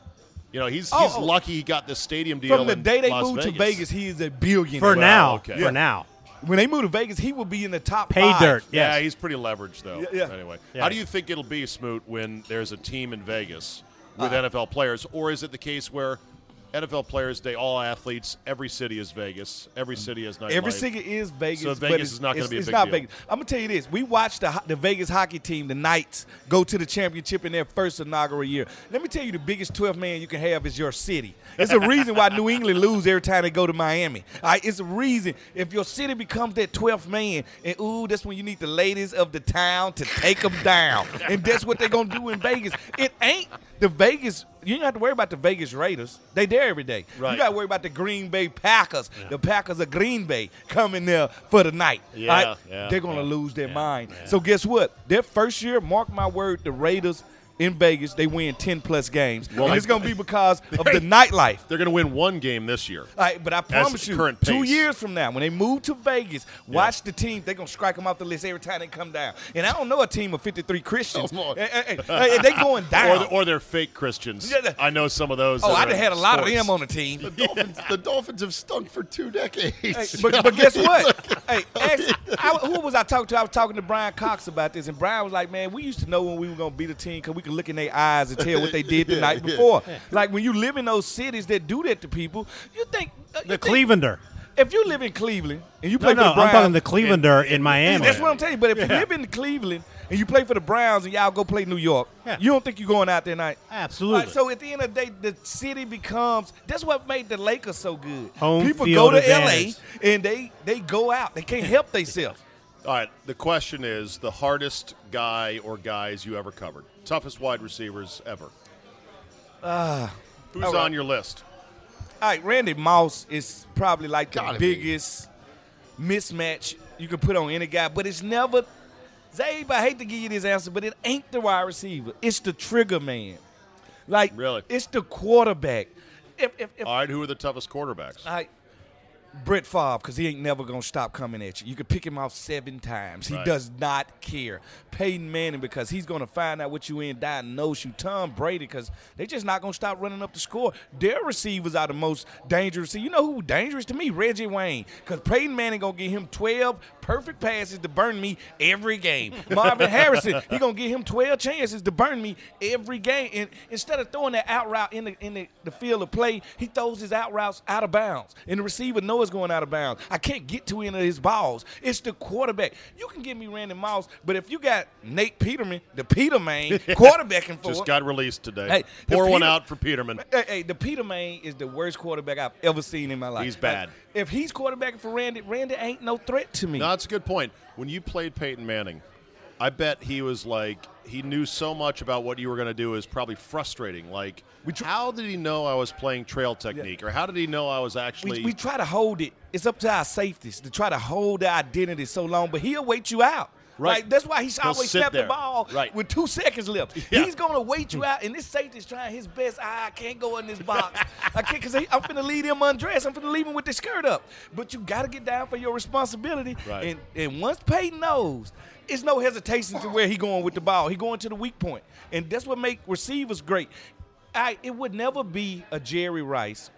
[SPEAKER 1] You know, he's
[SPEAKER 4] Oh,
[SPEAKER 1] he's
[SPEAKER 4] oh.
[SPEAKER 1] lucky he got this stadium deal.
[SPEAKER 4] From the
[SPEAKER 1] in
[SPEAKER 4] day they
[SPEAKER 1] Las
[SPEAKER 4] moved to Vegas, he is a billionaire.
[SPEAKER 5] For now,
[SPEAKER 1] okay.
[SPEAKER 5] for
[SPEAKER 1] Yeah.
[SPEAKER 5] now,
[SPEAKER 4] When they move to Vegas, he will be in the top
[SPEAKER 5] pay
[SPEAKER 4] five.
[SPEAKER 5] dirt.
[SPEAKER 1] Yeah,
[SPEAKER 5] Yes.
[SPEAKER 1] he's pretty leveraged though.
[SPEAKER 4] Yeah, yeah.
[SPEAKER 1] Anyway,
[SPEAKER 5] Yeah.
[SPEAKER 1] how do you think it'll be, Smoot, when there's a team in Vegas
[SPEAKER 4] Uh-huh.
[SPEAKER 1] with NFL players, or is it the case where NFL players, they all athletes, every city is Vegas, every city is nightlife.
[SPEAKER 4] Mm. Every single is Vegas.
[SPEAKER 1] So
[SPEAKER 4] but
[SPEAKER 1] Vegas
[SPEAKER 4] it's-
[SPEAKER 1] is not gonna
[SPEAKER 4] it's-
[SPEAKER 1] be a
[SPEAKER 4] It's
[SPEAKER 1] big
[SPEAKER 4] not
[SPEAKER 1] deal.
[SPEAKER 4] Vegas. I'm gonna tell you this: we watched the ho- the Vegas hockey team, the Knights, go to the championship in their first inaugural year. Let me tell you, the biggest 12 man you can have is your city. It's a reason why New England lose every time they go to Miami. All right, it's a reason if your city becomes that 12th man, and ooh, that's when you need the ladies of the town to take them down, and that's what they're gonna do in Vegas. It ain't the Vegas. You don't have to worry about the Vegas Raiders. They there every day.
[SPEAKER 1] Right.
[SPEAKER 4] You got to worry about the Green Bay Packers. The Packers of Green Bay coming there for the night.
[SPEAKER 1] Yeah,
[SPEAKER 4] All right?
[SPEAKER 1] yeah,
[SPEAKER 4] They're going to
[SPEAKER 1] yeah,
[SPEAKER 4] lose their
[SPEAKER 1] yeah,
[SPEAKER 4] mind.
[SPEAKER 1] yeah.
[SPEAKER 4] So guess what? Their first year, mark my word, the Raiders in Vegas, they win 10 plus games.
[SPEAKER 1] Well,
[SPEAKER 4] and
[SPEAKER 1] I-
[SPEAKER 4] it's going to be because of the nightlife.
[SPEAKER 1] They're going to win one game this year.
[SPEAKER 4] All right, but I promise you,
[SPEAKER 1] current
[SPEAKER 4] two
[SPEAKER 1] pace.
[SPEAKER 4] years from now, when they move to Vegas, watch the team. They're going to strike them off the list every time they come down. And I don't know a team of 53 Christians.
[SPEAKER 6] Come on.
[SPEAKER 4] Hey, hey, hey, hey, they going
[SPEAKER 1] Or,
[SPEAKER 4] down.
[SPEAKER 1] the- or they're fake Christians.
[SPEAKER 4] Yeah, the-
[SPEAKER 1] I know some of those.
[SPEAKER 4] oh,
[SPEAKER 1] that
[SPEAKER 4] I
[SPEAKER 1] are
[SPEAKER 4] done
[SPEAKER 1] in
[SPEAKER 4] had a lot of
[SPEAKER 1] sports.
[SPEAKER 4] them on the team.
[SPEAKER 6] The Dolphins, the Dolphins have stunk for two decades.
[SPEAKER 4] Hey, but, but guess what? hey, ask, I, who was I talking to? I was talking to Brian Cox about this, and Brian was like, "Man, we used to know when we were gonna beat a team because we could look in their eyes and tell what they did the
[SPEAKER 6] Yeah,
[SPEAKER 4] night
[SPEAKER 6] yeah.
[SPEAKER 4] before. Like when you live in those cities that do that to people, you think uh, you
[SPEAKER 5] the
[SPEAKER 4] think-
[SPEAKER 5] Clevelander.
[SPEAKER 4] If you live in Cleveland and you
[SPEAKER 5] No,
[SPEAKER 4] play
[SPEAKER 5] no,
[SPEAKER 4] for the
[SPEAKER 5] I'm talking the
[SPEAKER 4] Browns,
[SPEAKER 5] Clevelander in Miami.
[SPEAKER 4] that's what I'm telling you. But if you
[SPEAKER 5] Yeah.
[SPEAKER 4] live in Cleveland and you play for the Browns and y'all go play New York,
[SPEAKER 5] Yeah.
[SPEAKER 4] you don't think you're going out there night.
[SPEAKER 5] Absolutely.
[SPEAKER 4] Like, so at the end of the day, the city becomes that's what made the Lakers so good.
[SPEAKER 5] Home
[SPEAKER 4] People
[SPEAKER 5] field
[SPEAKER 4] go to
[SPEAKER 5] advantage.
[SPEAKER 4] LA and they they go out. They can't help themselves.
[SPEAKER 1] All right. The question is the hardest guy or guys you ever covered, toughest wide receivers ever. Who's
[SPEAKER 4] Uh, all right.
[SPEAKER 1] on your list?
[SPEAKER 4] All right, Randy Moss is probably like the
[SPEAKER 6] Gotta be.
[SPEAKER 4] biggest mismatch you can put on any guy, but it's never Zabe, I hate to give you this answer, but it ain't the wide receiver. It's the trigger man. Like
[SPEAKER 1] Really?
[SPEAKER 4] it's the quarterback. If if, if
[SPEAKER 1] All right. Who are the toughest quarterbacks?
[SPEAKER 4] like Brett Favre, because he ain't never gonna stop coming at you. You could pick him off seven times. He
[SPEAKER 1] Right.
[SPEAKER 4] does not care. Peyton Manning, because he's gonna find out what you in, diagnose you. Tom Brady, because they just not gonna stop running up the score. Their receivers are the most dangerous. You know who dangerous to me? Reggie Wayne, because Peyton Manning gonna get him twelve perfect passes to burn me every game. Marvin Harrison, he gonna get him twelve chances to burn me every game. And instead of throwing that out route in the in the, the field of play, he throws his out routes out of bounds, and the receiver knows it's going out of bounds. I can't get to any of his balls. It's the quarterback. You can give me Randy Moss, but if you got Nate Peterman, the Peterman quarterbacking for
[SPEAKER 1] Just
[SPEAKER 4] it,
[SPEAKER 1] got released today.
[SPEAKER 4] Hey, the
[SPEAKER 1] Pour one
[SPEAKER 4] Peter-
[SPEAKER 1] out for Peterman.
[SPEAKER 4] Hey, hey, the Peter Main is the worst quarterback I've ever seen in my life.
[SPEAKER 1] He's bad.
[SPEAKER 4] Like, if he's quarterbacking for Randy, Randy ain't no threat to me.
[SPEAKER 1] No, that's a good point. When you played Peyton Manning, I bet he was like he knew so much about what you were going to do is probably frustrating. Like, how did he know I was playing trail technique, or how did he know I was actually?
[SPEAKER 4] we, we try to hold it. It's up to our safeties to try to hold the identity so long, but he'll wait you out.
[SPEAKER 1] Right.
[SPEAKER 4] Like, that's why he's
[SPEAKER 1] He'll
[SPEAKER 4] always
[SPEAKER 1] sit
[SPEAKER 4] snapped the
[SPEAKER 1] there.
[SPEAKER 4] ball
[SPEAKER 1] Right.
[SPEAKER 4] with two seconds left.
[SPEAKER 1] Yeah.
[SPEAKER 4] He's gonna wait you out, and this safety's trying his best. Ah, I can't go in this box. I can't because I'm finna leave him undressed. I'm finna leave him with the skirt up. But you gotta get down for your responsibility.
[SPEAKER 1] Right.
[SPEAKER 4] And and once Peyton knows, it's no hesitation to where he going with the ball. He going to the weak point, and that's what make receivers great. I it would never be a Jerry Rice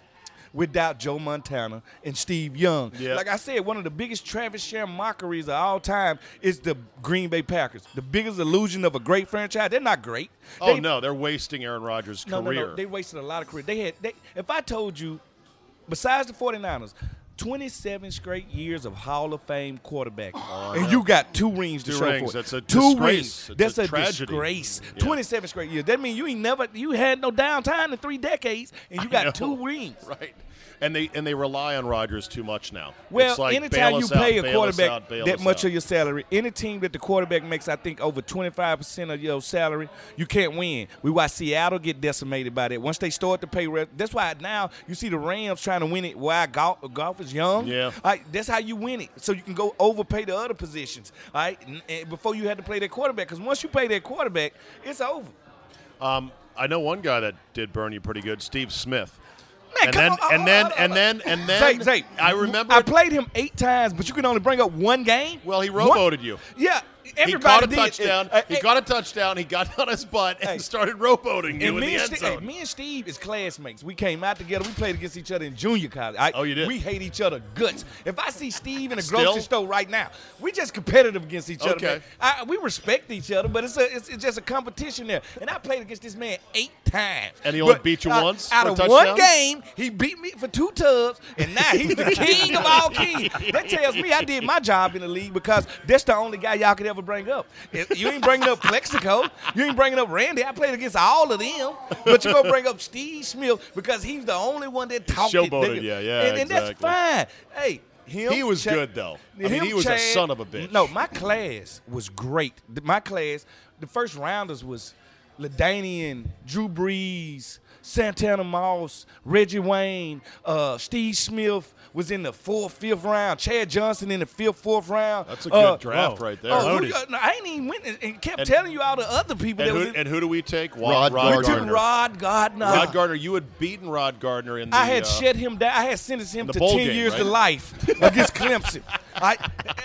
[SPEAKER 4] without Joe Montana and Steve Young.
[SPEAKER 1] Yeah.
[SPEAKER 4] Like I said, one of the biggest Travis Sharon mockeries of all time is the Green Bay Packers. The biggest illusion of a great franchise. They're not great.
[SPEAKER 1] oh
[SPEAKER 4] They-
[SPEAKER 1] no, they're wasting Aaron Rodgers'
[SPEAKER 4] no,
[SPEAKER 1] career.
[SPEAKER 4] No, no, They wasted a lot of career. They had they if I told you, besides the 49ers, 27 straight years of Hall of Fame quarterback, and you got two rings
[SPEAKER 1] Oh.
[SPEAKER 4] to
[SPEAKER 1] Two
[SPEAKER 4] show
[SPEAKER 1] rings.
[SPEAKER 4] for it.
[SPEAKER 1] That's a
[SPEAKER 4] two
[SPEAKER 1] disgrace.
[SPEAKER 4] rings.
[SPEAKER 1] It's
[SPEAKER 4] That's
[SPEAKER 1] a
[SPEAKER 4] a,
[SPEAKER 1] tragedy.
[SPEAKER 4] disgrace.
[SPEAKER 1] Yeah.
[SPEAKER 4] 27 straight years. That means you ain't never you had no downtime in three decades, and you got two rings.
[SPEAKER 1] right? And they and they rely on Rodgers too much now.
[SPEAKER 4] Well,
[SPEAKER 1] It's like,
[SPEAKER 4] anytime
[SPEAKER 1] bail
[SPEAKER 4] you
[SPEAKER 1] us out,
[SPEAKER 4] pay
[SPEAKER 1] bail
[SPEAKER 4] a
[SPEAKER 1] us
[SPEAKER 4] quarterback
[SPEAKER 1] out, bail
[SPEAKER 4] that
[SPEAKER 1] us
[SPEAKER 4] much
[SPEAKER 1] out.
[SPEAKER 4] of your salary, any team that the quarterback makes, I think, over 25% of your salary, you can't win. We watch Seattle get decimated by that. Once they start to pay, rep, that's why now you see the Rams trying to win it while golf, golf is young.
[SPEAKER 1] Yeah.
[SPEAKER 4] All right, that's how you win it. So you can go overpay the other positions, all right, n- eh, before you had to play that quarterback. Because once you pay that quarterback, it's over.
[SPEAKER 1] Um, I know one guy that did burn you pretty good, Steve Smith.
[SPEAKER 4] Man,
[SPEAKER 1] and,
[SPEAKER 4] come
[SPEAKER 1] then,
[SPEAKER 4] on, Oh,
[SPEAKER 1] and then
[SPEAKER 4] hold on,
[SPEAKER 1] and
[SPEAKER 4] hold on.
[SPEAKER 1] then and then
[SPEAKER 4] Zay, Zay,
[SPEAKER 1] I remember
[SPEAKER 4] I played him eight times, but you can only bring up one game.
[SPEAKER 1] Well, he
[SPEAKER 4] One-
[SPEAKER 1] rowboated you.
[SPEAKER 4] Yeah, everybody
[SPEAKER 1] he caught a
[SPEAKER 4] did.
[SPEAKER 1] touchdown.
[SPEAKER 4] Uh,
[SPEAKER 1] he
[SPEAKER 4] uh,
[SPEAKER 1] got a touchdown. He got on his butt and
[SPEAKER 4] Hey.
[SPEAKER 1] started rowboating you in
[SPEAKER 4] and me
[SPEAKER 1] the
[SPEAKER 4] and,
[SPEAKER 1] end
[SPEAKER 4] Ste- hey,
[SPEAKER 1] zone.
[SPEAKER 4] me and Steve is classmates. We came out together. We played against each other in junior college. I-
[SPEAKER 1] Oh, you did?
[SPEAKER 4] We hate each other guts. If I see Steve in a
[SPEAKER 1] Still?
[SPEAKER 4] grocery store right now, we just competitive against each other.
[SPEAKER 1] Okay.
[SPEAKER 4] man. I, we respect each other, but it's, a, it's it's just a competition there. And I played against this man eight times.
[SPEAKER 1] And he only
[SPEAKER 4] But,
[SPEAKER 1] beat you
[SPEAKER 4] uh,
[SPEAKER 1] once
[SPEAKER 4] Out
[SPEAKER 1] for a
[SPEAKER 4] of one
[SPEAKER 1] touchdown?
[SPEAKER 4] game, he beat me for two tubs, and now he's the king of all kings. That tells me I did my job in the league because that's the only guy y'all could ever bring up. If you ain't bringing up Plexico. You ain't bringing up Randy. I played against all of them, but you gonna bring up Steve Smith because he's the only one that talked it,
[SPEAKER 1] Showboated,
[SPEAKER 4] nigga.
[SPEAKER 1] yeah, yeah,
[SPEAKER 4] and, and
[SPEAKER 1] exactly.
[SPEAKER 4] that's fine. Hey. Him,
[SPEAKER 1] He was
[SPEAKER 4] Chad-
[SPEAKER 1] good, though. I mean,
[SPEAKER 4] him,
[SPEAKER 1] he was a
[SPEAKER 4] Chad-
[SPEAKER 1] son of a bitch.
[SPEAKER 4] No, my class was great. Th- My class, the first rounders was Ladanian, Drew Brees, Santana Moss, Reggie Wayne, uh, Steve Smith was in the fourth, fifth round. Chad Johnson in the fifth, fourth round.
[SPEAKER 1] That's a good
[SPEAKER 4] Uh,
[SPEAKER 1] draft
[SPEAKER 5] whoa.
[SPEAKER 1] right there.
[SPEAKER 4] Oh, who
[SPEAKER 5] Loaded.
[SPEAKER 4] do you- no, I ain't even went and- and kept
[SPEAKER 1] And-
[SPEAKER 4] telling you all the other people
[SPEAKER 1] and,
[SPEAKER 4] that was
[SPEAKER 1] who,
[SPEAKER 4] in.
[SPEAKER 1] and who do we take? Wa-
[SPEAKER 6] Rod
[SPEAKER 1] Rod
[SPEAKER 6] Gardner.
[SPEAKER 4] took
[SPEAKER 1] Gardner.
[SPEAKER 4] Rod Gardner.
[SPEAKER 1] Rod Gardner. You had beaten Rod Gardner in the.
[SPEAKER 4] I had
[SPEAKER 1] uh,
[SPEAKER 4] shut him down. I had sentenced him
[SPEAKER 1] the
[SPEAKER 4] to
[SPEAKER 1] bowl
[SPEAKER 4] ten
[SPEAKER 1] game,
[SPEAKER 4] years to
[SPEAKER 1] right?
[SPEAKER 4] life against Clemson. I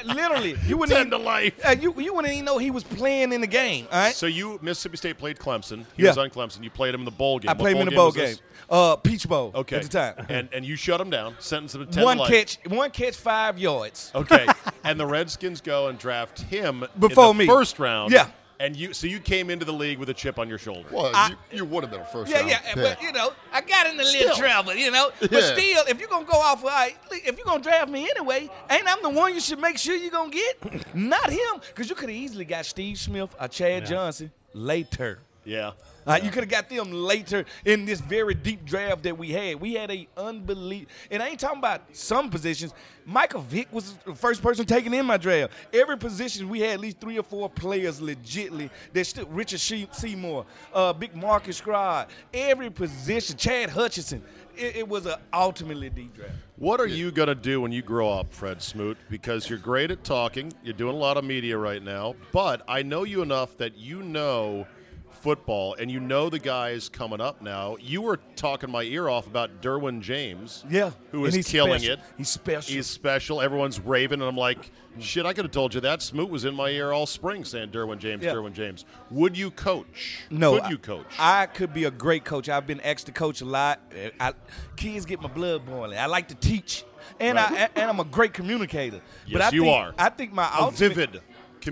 [SPEAKER 4] literally, you wouldn't
[SPEAKER 1] 10
[SPEAKER 4] even-
[SPEAKER 1] to life.
[SPEAKER 4] Uh, you you wouldn't even know he was playing in the game. All right,
[SPEAKER 1] So you Mississippi State played Clemson. He
[SPEAKER 4] Eh. Yeah.
[SPEAKER 1] was on Clemson. You played him in the bowl game.
[SPEAKER 4] I
[SPEAKER 1] What
[SPEAKER 4] played him in the
[SPEAKER 1] game
[SPEAKER 4] bowl
[SPEAKER 1] was
[SPEAKER 4] game.
[SPEAKER 1] this?
[SPEAKER 4] Uh, Peach Bowl.
[SPEAKER 1] Okay.
[SPEAKER 4] at the time.
[SPEAKER 1] And and you shut him down. Sentenced him to ten
[SPEAKER 4] one
[SPEAKER 1] life.
[SPEAKER 4] catch, one catch, five yards.
[SPEAKER 1] Okay. and the Redskins go and draft him in
[SPEAKER 4] Before
[SPEAKER 1] the
[SPEAKER 4] me.
[SPEAKER 1] first round.
[SPEAKER 4] Yeah.
[SPEAKER 1] And you so you came into the league with a chip on your shoulder.
[SPEAKER 6] Well,
[SPEAKER 4] I-
[SPEAKER 6] you, you would have been a first
[SPEAKER 4] Yeah,
[SPEAKER 6] round
[SPEAKER 4] yeah,
[SPEAKER 6] pick.
[SPEAKER 4] but you know, I got into a little
[SPEAKER 1] Still.
[SPEAKER 4] trouble, you know. But
[SPEAKER 6] Yeah.
[SPEAKER 4] still, if you're gonna go off, all right, if you're gonna draft me anyway, ain't I'm the one you should make sure you're gonna get, not him, because you could have easily got Steve Smith or Chad Johnson later.
[SPEAKER 1] Yeah.
[SPEAKER 4] Uh, you could have got them later in this very deep draft that we had. We had a unbelievable, and I ain't talking about some positions. Michael Vick was the first person taken in my draft. Every position we had at least three or four players legitly. That stood Richard she- Seymour, uh, Big Marcus Scrod. Every position, Chad Hutchinson. It, it was an ultimately deep draft.
[SPEAKER 1] What are you gonna do when you grow up, Fred Smoot? Because you're great at talking, you're doing a lot of media right now, but I know you enough that you know football and you know the guys coming up now. You were talking my ear off about Derwin James.
[SPEAKER 4] Yeah,
[SPEAKER 1] Who
[SPEAKER 4] and
[SPEAKER 1] is
[SPEAKER 4] he's
[SPEAKER 1] killing
[SPEAKER 4] special.
[SPEAKER 1] it.
[SPEAKER 4] He's special.
[SPEAKER 1] He's special. Everyone's raving, and I'm like, shit, I could have told you that. Smoot was in my ear all spring saying Derwin James,
[SPEAKER 4] Yeah.
[SPEAKER 1] Derwin James. Would you coach?
[SPEAKER 4] No,
[SPEAKER 1] Could
[SPEAKER 4] I-
[SPEAKER 1] you coach?
[SPEAKER 4] I could be a great coach. I've been asked to coach a lot. I, kids get my blood boiling. I like to teach, and I and I'm a great communicator.
[SPEAKER 1] Yes,
[SPEAKER 4] I
[SPEAKER 1] you
[SPEAKER 4] think,
[SPEAKER 1] are.
[SPEAKER 4] I think my
[SPEAKER 1] a
[SPEAKER 4] ultimate,
[SPEAKER 1] vivid
[SPEAKER 4] Hey,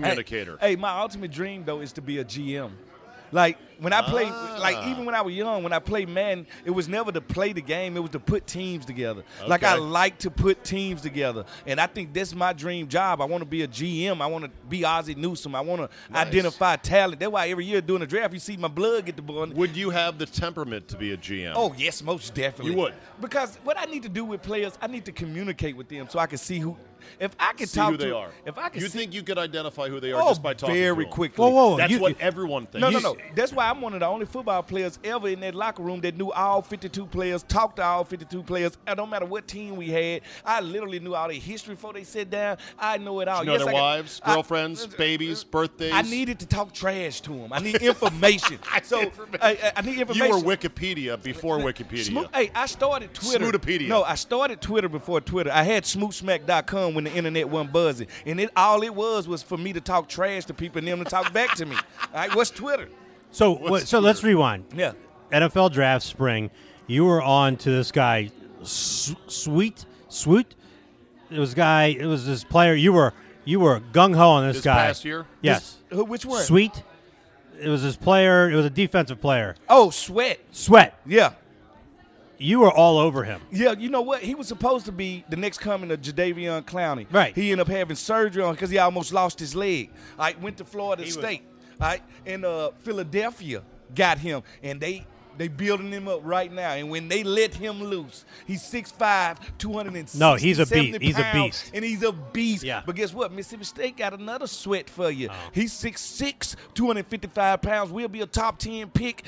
[SPEAKER 1] communicator.
[SPEAKER 4] Hey, my ultimate dream though is to be a GM. Like when I played,
[SPEAKER 1] Ah.
[SPEAKER 4] like even when I was young, when I played Madden, it was never to play the game; it was to put teams together. Like I
[SPEAKER 1] Okay.
[SPEAKER 4] like to put teams together, and I think that's my dream job. I want to be a GM. I want to be Ozzie Newsome. I want to identify talent. That's why every year during the draft, you see my blood get the ball.
[SPEAKER 1] Would you have the temperament to be a GM?
[SPEAKER 4] Oh yes, most definitely.
[SPEAKER 1] You would.
[SPEAKER 4] because what I need to do with players, I need to communicate with them so I can see who. If I can
[SPEAKER 1] see
[SPEAKER 4] talk
[SPEAKER 1] who they
[SPEAKER 4] to,
[SPEAKER 1] are.
[SPEAKER 4] if I can
[SPEAKER 1] you
[SPEAKER 4] see,
[SPEAKER 1] think you could identify who they are
[SPEAKER 4] oh,
[SPEAKER 1] just by talking to
[SPEAKER 4] very
[SPEAKER 1] 'em?
[SPEAKER 4] quickly.
[SPEAKER 5] Whoa, whoa, whoa.
[SPEAKER 1] That's
[SPEAKER 5] you-
[SPEAKER 1] what
[SPEAKER 5] you-
[SPEAKER 1] everyone thinks.
[SPEAKER 4] No, no, no. That's why I'm one of the only football players ever in that locker room that knew all 52 players, talked to all 52 players. I don't matter what team we had. I literally knew all their history before they sit down. I know it all.
[SPEAKER 1] You know
[SPEAKER 4] Oh, Yes, I
[SPEAKER 1] their
[SPEAKER 4] got-
[SPEAKER 1] wives,
[SPEAKER 4] I-
[SPEAKER 1] girlfriends, babies, birthdays.
[SPEAKER 4] I needed to talk trash to them. I need information. so I, I- I need
[SPEAKER 1] You
[SPEAKER 4] information.
[SPEAKER 1] were Wikipedia before Wikipedia.
[SPEAKER 4] Smoo- hey, I started Twitter.
[SPEAKER 1] Smootopedia.
[SPEAKER 4] No, I started Twitter before Twitter. I had smootsmack.com when the internet wasn't buzzing. And it all it was was for me to talk trash to people and them to talk back to me. All right, what's Twitter?
[SPEAKER 5] So, what, so let's rewind.
[SPEAKER 4] Yeah.
[SPEAKER 5] NFL draft spring, you were on to this guy, S- Sweet Sweet. It was guy. It was this player. You were you were gung ho on this,
[SPEAKER 1] This
[SPEAKER 5] guy.
[SPEAKER 1] past year?
[SPEAKER 5] yes.
[SPEAKER 4] Who, which one?
[SPEAKER 5] Sweet. It was this player. It was a defensive player.
[SPEAKER 4] Oh, Sweat.
[SPEAKER 5] Sweat.
[SPEAKER 4] Yeah.
[SPEAKER 5] You were all over him.
[SPEAKER 4] Yeah, you know what? He was supposed to be the next coming of Jadavion Clowney.
[SPEAKER 5] Right.
[SPEAKER 4] He ended up having surgery on because he almost lost his leg. I went to Florida State. I and uh, Philadelphia got him, and they they building him up right now. And when they let him loose, he's 6'5", 260,
[SPEAKER 5] No, he's a beast.
[SPEAKER 4] 70
[SPEAKER 5] He's a
[SPEAKER 4] pounds,
[SPEAKER 5] beast.
[SPEAKER 4] and he's a beast.
[SPEAKER 5] Yeah. Oh.
[SPEAKER 4] But guess what? Mississippi State got another sweat for you. He's 6'6", 255 pounds. We'll be a top ten pick.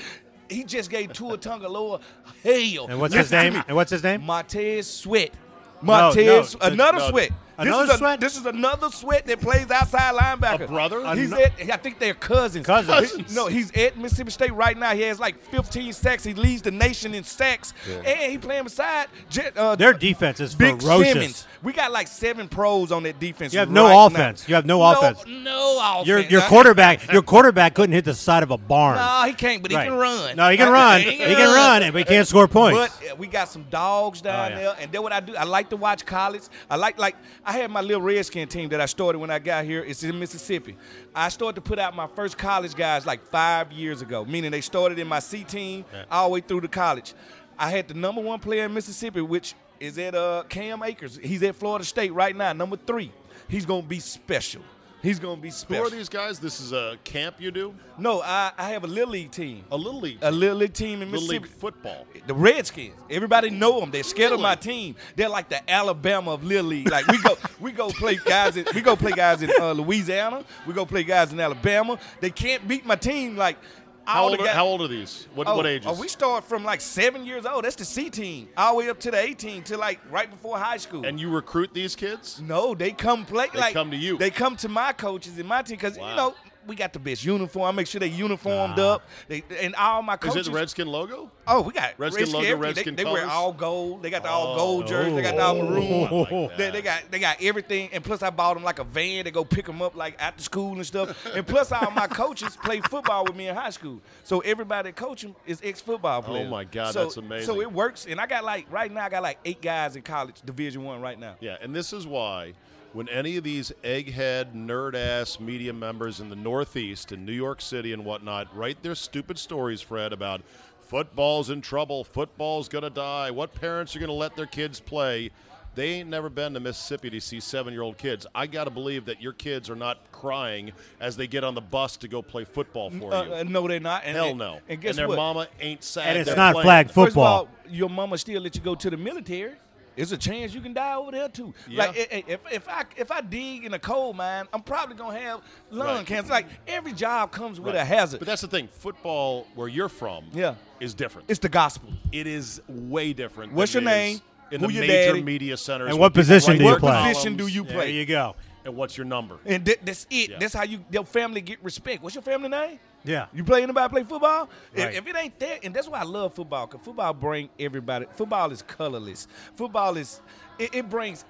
[SPEAKER 4] He just gave Tua Tungaloa hell.
[SPEAKER 5] And what's his
[SPEAKER 4] Listen to
[SPEAKER 5] name?
[SPEAKER 4] me.
[SPEAKER 5] And what's his name?
[SPEAKER 4] Montez Sweat.
[SPEAKER 5] No,
[SPEAKER 4] Montez,
[SPEAKER 5] no, the-
[SPEAKER 4] another
[SPEAKER 1] no,
[SPEAKER 4] Sweat.
[SPEAKER 5] Another
[SPEAKER 4] this is a-
[SPEAKER 5] sweat?
[SPEAKER 4] this is another sweat that plays outside linebacker.
[SPEAKER 7] A brother?
[SPEAKER 4] He's
[SPEAKER 5] Ano-
[SPEAKER 4] at, I think they're cousins.
[SPEAKER 5] Cousins.
[SPEAKER 4] He- no, he's at Mississippi State right now. He has like 15 sacks. He leads the nation in sacks, and he playing beside. Jet- Uh,
[SPEAKER 5] Their defense is
[SPEAKER 4] Big
[SPEAKER 5] ferocious.
[SPEAKER 4] Simmons. We got like seven pros on that defense.
[SPEAKER 5] You have
[SPEAKER 4] right
[SPEAKER 5] no
[SPEAKER 4] now.
[SPEAKER 5] offense. You have no offense.
[SPEAKER 4] No offense.
[SPEAKER 5] Your your
[SPEAKER 4] I-
[SPEAKER 5] quarterback your quarterback couldn't hit the side of a barn.
[SPEAKER 4] No, he can't, but he
[SPEAKER 5] Right.
[SPEAKER 4] can run.
[SPEAKER 5] No, he can run. he can run, and we can't score points.
[SPEAKER 4] But uh, we got some dogs down
[SPEAKER 5] Oh, yeah.
[SPEAKER 4] there, and then what I do, I like to watch college. I like like I had my little redskin team that I started when I got here. It's in Mississippi. I started to put out my first college guys like five years ago, meaning they started in my C team all the way through to college. I had the number one player in Mississippi, which is at uh, Cam Akers. He's at Florida State right now, number three. He's gonna be special. He's gonna be
[SPEAKER 1] Who
[SPEAKER 4] special.
[SPEAKER 1] are these guys? This is a camp you do?
[SPEAKER 4] No, I, I have a little league team.
[SPEAKER 1] A little league.
[SPEAKER 4] A little league team in
[SPEAKER 1] little league
[SPEAKER 4] Mississippi.
[SPEAKER 1] football.
[SPEAKER 4] The Redskins. Everybody know them. They're scared of my
[SPEAKER 1] Really?
[SPEAKER 4] team. They're like the Alabama of little league. Like we go, we go play guys. In, we go play guys in uh, Louisiana. We go play guys in Alabama. They can't beat my team. Like
[SPEAKER 1] How
[SPEAKER 4] all the
[SPEAKER 1] old, are,
[SPEAKER 4] guys-
[SPEAKER 1] how old are these? What,
[SPEAKER 4] Oh,
[SPEAKER 1] what ages?
[SPEAKER 4] oh, we start from like seven years old. That's the C team, all the way up to the 18, to like right before high school.
[SPEAKER 1] and you recruit these kids?
[SPEAKER 4] No, they come play.
[SPEAKER 1] They
[SPEAKER 4] like
[SPEAKER 1] come to you.
[SPEAKER 4] They come to my coaches and my team because
[SPEAKER 1] Wow.
[SPEAKER 4] you know we got the best uniform. I make sure they uniformed up. They and all my coaches.
[SPEAKER 1] Is it the Redskin logo?
[SPEAKER 4] Oh, we got
[SPEAKER 1] Redskin logo,
[SPEAKER 4] everything.
[SPEAKER 1] Redskin
[SPEAKER 4] they, they wear
[SPEAKER 1] colors? Oh,
[SPEAKER 4] all gold. They got the all gold jerseys. They got the all maroon.
[SPEAKER 1] I like
[SPEAKER 4] They,
[SPEAKER 1] that.
[SPEAKER 4] they got they got everything, and plus I bought them like a van to go pick them up like after school and stuff. And plus all my coaches played football with me in high school, so everybody coaching is ex football players.
[SPEAKER 1] Oh my God,
[SPEAKER 4] So-
[SPEAKER 1] that's amazing.
[SPEAKER 4] So it works, and I got like right now I got like eight guys in college Division One right now.
[SPEAKER 1] Yeah, and this is why when any of these egghead, nerd ass media members in the Northeast and New York City and whatnot write their stupid stories, Fred, about football's in trouble, football's going to die, what parents are going to let their kids play. They ain't never been to Mississippi to see seven year old kids. I got to believe that your kids are not crying as they get on the bus to go play football for
[SPEAKER 4] Uh,
[SPEAKER 1] you.
[SPEAKER 4] uh, no, they're not. And,
[SPEAKER 1] Hell
[SPEAKER 4] and-
[SPEAKER 1] no.
[SPEAKER 4] And guess
[SPEAKER 1] their
[SPEAKER 4] what?
[SPEAKER 1] mama ain't sad.
[SPEAKER 5] And it's
[SPEAKER 1] they're
[SPEAKER 5] not
[SPEAKER 1] playing.
[SPEAKER 5] flag football.
[SPEAKER 4] First of all, your mama still let you go to the military. There's a chance you can die over there too.
[SPEAKER 1] Yeah.
[SPEAKER 4] Like i- i- if, if I if I dig in a coal mine, I'm probably gonna have lung
[SPEAKER 1] Right.
[SPEAKER 4] cancer. Like every job comes with
[SPEAKER 1] Right.
[SPEAKER 4] a hazard.
[SPEAKER 1] But that's the thing. Football, where you're from,
[SPEAKER 4] Yeah.
[SPEAKER 1] is different.
[SPEAKER 4] it's the gospel.
[SPEAKER 1] it is way different.
[SPEAKER 4] What's
[SPEAKER 1] than
[SPEAKER 4] your
[SPEAKER 1] it is
[SPEAKER 4] name?
[SPEAKER 1] In
[SPEAKER 4] Who
[SPEAKER 1] the
[SPEAKER 4] your
[SPEAKER 1] major
[SPEAKER 4] daddy?
[SPEAKER 1] media centers.
[SPEAKER 5] And
[SPEAKER 1] where
[SPEAKER 5] what
[SPEAKER 1] people
[SPEAKER 5] position
[SPEAKER 1] write
[SPEAKER 5] do you
[SPEAKER 1] their
[SPEAKER 5] play?
[SPEAKER 4] What position do you
[SPEAKER 1] columns.
[SPEAKER 5] there
[SPEAKER 4] play?
[SPEAKER 5] you go.
[SPEAKER 1] And what's your number?
[SPEAKER 4] And th- that's it.
[SPEAKER 1] Yeah.
[SPEAKER 4] That's how you your family get respect. What's your family name?
[SPEAKER 5] Yeah.
[SPEAKER 4] You play anybody play football? If-
[SPEAKER 5] Right.
[SPEAKER 4] If, it ain't that, and that's why I love football, because football bring everybody. Football is colorless. Football is it, it brings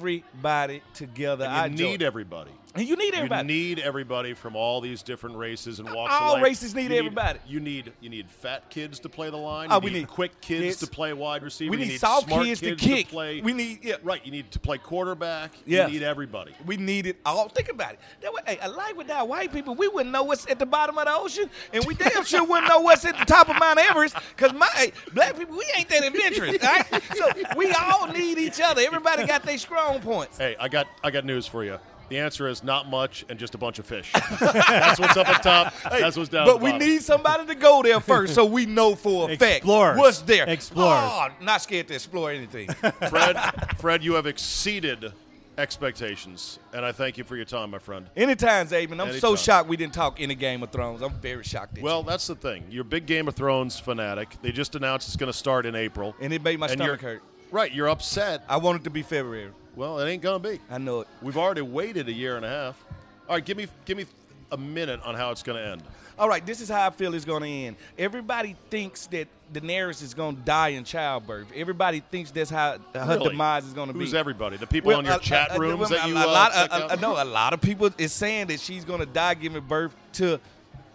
[SPEAKER 4] everybody together.
[SPEAKER 1] You
[SPEAKER 4] I enjoy
[SPEAKER 1] need
[SPEAKER 4] it.
[SPEAKER 1] everybody.
[SPEAKER 4] and you need everybody.
[SPEAKER 1] You need everybody from all these different races and walks
[SPEAKER 4] All
[SPEAKER 1] of life.
[SPEAKER 4] races need
[SPEAKER 1] You
[SPEAKER 4] everybody.
[SPEAKER 1] You need you need fat kids to play the line.
[SPEAKER 4] Oh,
[SPEAKER 1] you
[SPEAKER 4] we
[SPEAKER 1] need
[SPEAKER 4] need
[SPEAKER 1] quick kids,
[SPEAKER 4] kids.
[SPEAKER 1] to play wide receiver.
[SPEAKER 4] We
[SPEAKER 1] you
[SPEAKER 4] need soft
[SPEAKER 1] smart
[SPEAKER 4] kids to kick.
[SPEAKER 1] play.
[SPEAKER 4] We need- yeah.
[SPEAKER 1] right. You need to play quarterback.
[SPEAKER 4] Yeah.
[SPEAKER 1] You need everybody.
[SPEAKER 4] We need it all. Think about it. That way, hey, a life without white people, we wouldn't know what's at the bottom of the ocean, and we damn sure wouldn't know what's at the top of Mount Everest. Cause my hey, black people, we ain't that adventurous. all right? So we all need each other. Everybody got their strong points.
[SPEAKER 1] Hey, I got I got news for you. The answer is not much and just a bunch of fish. That's what's up at top. That's what's down. at
[SPEAKER 4] But
[SPEAKER 1] the
[SPEAKER 4] we
[SPEAKER 1] bottom.
[SPEAKER 4] need somebody to go there first, so we know for a fact
[SPEAKER 5] Explorers.
[SPEAKER 4] what's there.
[SPEAKER 5] Explorers.
[SPEAKER 4] Oh, not scared to explore anything.
[SPEAKER 1] Fred, Fred, you have exceeded expectations, and I thank you for your time, my friend.
[SPEAKER 4] Anytime, Zayman, I'm so
[SPEAKER 1] Anytime.
[SPEAKER 4] shocked we didn't talk any Game of Thrones. I'm very shocked. At
[SPEAKER 1] Well, that's the thing. You're a big Game of Thrones fanatic. They just announced it's going to start in April,
[SPEAKER 4] you. and it made my
[SPEAKER 1] you're-
[SPEAKER 4] stomach hurt.
[SPEAKER 1] Right, you're upset.
[SPEAKER 4] I want it to be February.
[SPEAKER 1] Well, it ain't going to be.
[SPEAKER 4] I know it.
[SPEAKER 1] We've already waited a year and a half. All right, give me give me a minute on how it's going to end.
[SPEAKER 4] All right, this is how I feel it's going to end. Everybody thinks that Daenerys is going to die in childbirth. Everybody thinks that's how her
[SPEAKER 1] Really?
[SPEAKER 4] demise is going to be.
[SPEAKER 1] Who's everybody? The people in your
[SPEAKER 4] a-
[SPEAKER 1] chat
[SPEAKER 4] a- a-
[SPEAKER 1] rooms
[SPEAKER 4] a-
[SPEAKER 1] that you
[SPEAKER 4] a
[SPEAKER 1] uh,
[SPEAKER 4] lot,
[SPEAKER 1] check
[SPEAKER 4] a- a-
[SPEAKER 1] out?
[SPEAKER 4] no, a lot of people is saying that she's going to die giving birth to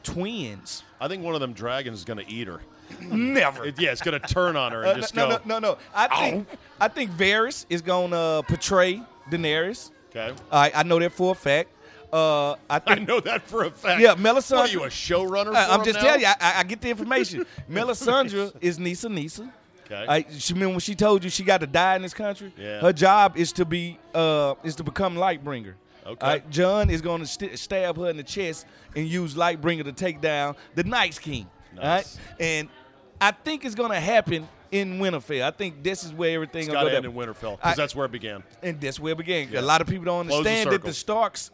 [SPEAKER 4] twins.
[SPEAKER 1] I think one of them dragons is going to eat her.
[SPEAKER 4] Never.
[SPEAKER 1] It- yeah, it's going to turn on her
[SPEAKER 4] Uh,
[SPEAKER 1] and just
[SPEAKER 4] no,
[SPEAKER 1] go.
[SPEAKER 4] no, no, no. I think I think Varys is going to portray Daenerys.
[SPEAKER 1] Okay.
[SPEAKER 4] All right, I know that for a fact. Uh, I
[SPEAKER 1] I
[SPEAKER 4] think
[SPEAKER 1] know that for a fact.
[SPEAKER 4] Yeah,
[SPEAKER 1] What
[SPEAKER 4] Melisandre-
[SPEAKER 1] are you, a showrunner?
[SPEAKER 4] I-
[SPEAKER 1] for
[SPEAKER 4] I'm
[SPEAKER 1] him
[SPEAKER 4] just
[SPEAKER 1] now?
[SPEAKER 4] telling you, I, I- I get the information. Melisandre is Nisa Nisa.
[SPEAKER 1] Okay.
[SPEAKER 4] I, she mean when she told you she got to die in this country.
[SPEAKER 1] Yeah.
[SPEAKER 4] Her job is to be uh is to become Lightbringer.
[SPEAKER 1] Okay.
[SPEAKER 4] Alright, John is going to st- stab her in the chest and use Lightbringer to take down the Night's King. All
[SPEAKER 1] Nice.
[SPEAKER 4] right. And I think it's going to happen in Winterfell. I think this is where everything
[SPEAKER 1] It's
[SPEAKER 4] will
[SPEAKER 1] got
[SPEAKER 4] go
[SPEAKER 1] to end
[SPEAKER 4] down.
[SPEAKER 1] in Winterfell
[SPEAKER 4] I-
[SPEAKER 1] because that's where it began.
[SPEAKER 4] and that's where it began. A lot of people don't
[SPEAKER 1] Close the
[SPEAKER 4] understand that the
[SPEAKER 1] circle.
[SPEAKER 4] Starks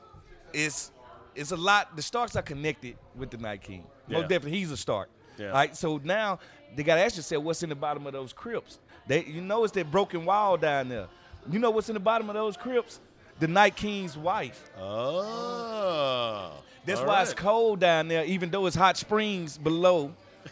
[SPEAKER 4] is is a lot. The Starks are connected with the Night King.
[SPEAKER 1] Yeah.
[SPEAKER 4] Most definitely, he's a Stark.
[SPEAKER 1] Yeah.
[SPEAKER 4] All right, so now they got to ask yourself, what's in the bottom of those crypts? They, you know, it's that broken wall down there. You know what's in the bottom of those crypts? the Night King's wife.
[SPEAKER 1] Uh,
[SPEAKER 8] Oh.
[SPEAKER 4] That's
[SPEAKER 8] All
[SPEAKER 4] why
[SPEAKER 8] right.
[SPEAKER 4] it's cold down there, even though it's hot springs below.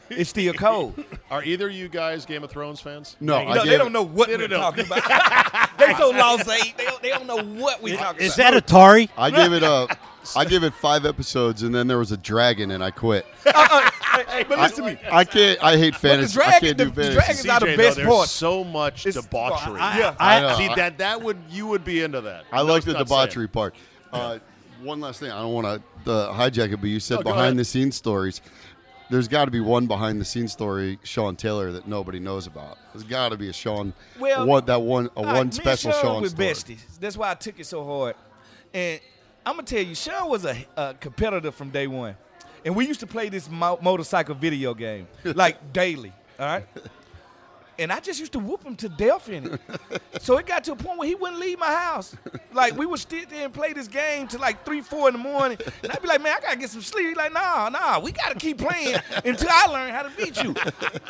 [SPEAKER 4] It's still cold.
[SPEAKER 8] Are either you guys Game of Thrones fans?
[SPEAKER 6] No, I
[SPEAKER 4] no,
[SPEAKER 6] gave
[SPEAKER 4] they
[SPEAKER 6] it-
[SPEAKER 4] don't know what we're talking about. they so lost eight. They don't, they don't know what we're talking
[SPEAKER 5] Is
[SPEAKER 4] about.
[SPEAKER 5] that Atari?
[SPEAKER 6] I gave it a. I gave it five episodes, and then there was a dragon, and I quit.
[SPEAKER 4] but listen to me.
[SPEAKER 6] I can't. I hate fantasy. I
[SPEAKER 4] dragon-
[SPEAKER 6] can't
[SPEAKER 4] the-
[SPEAKER 6] do
[SPEAKER 4] the
[SPEAKER 6] fantasy.
[SPEAKER 4] dragon- It's not the
[SPEAKER 8] CJ,
[SPEAKER 4] best
[SPEAKER 8] though, there's
[SPEAKER 4] part.
[SPEAKER 8] so much
[SPEAKER 4] It's-
[SPEAKER 8] debauchery.
[SPEAKER 5] I-
[SPEAKER 4] Yeah.
[SPEAKER 5] I-
[SPEAKER 6] know.
[SPEAKER 8] See that that would you would be into that.
[SPEAKER 6] I like the
[SPEAKER 8] No, it's not
[SPEAKER 6] debauchery part. Uh, one last thing. I don't want to uh, hijack it, but you said
[SPEAKER 8] No, go ahead.
[SPEAKER 6] behind the scenes stories. There's got to be one behind the scenes story, Sean Taylor, that nobody knows about. There's got to be a Sean.
[SPEAKER 4] Well,
[SPEAKER 6] one, that one, a
[SPEAKER 4] All right,
[SPEAKER 6] one
[SPEAKER 4] me and
[SPEAKER 6] special
[SPEAKER 4] Sean
[SPEAKER 6] Sean
[SPEAKER 4] was
[SPEAKER 6] story.
[SPEAKER 4] besties. That's why I took it so hard. And I'm gonna tell you, Sean was a, a competitor from day one, and we used to play this mo- motorcycle video game like daily. All right. And I just used to whoop him to death in it. So it got to a point where he wouldn't leave my house. Like we would sit there and play this game till like three, four in the morning. And I'd be like, man, I gotta get some sleep. He's like, nah, nah, we gotta keep playing until I learn how to beat you.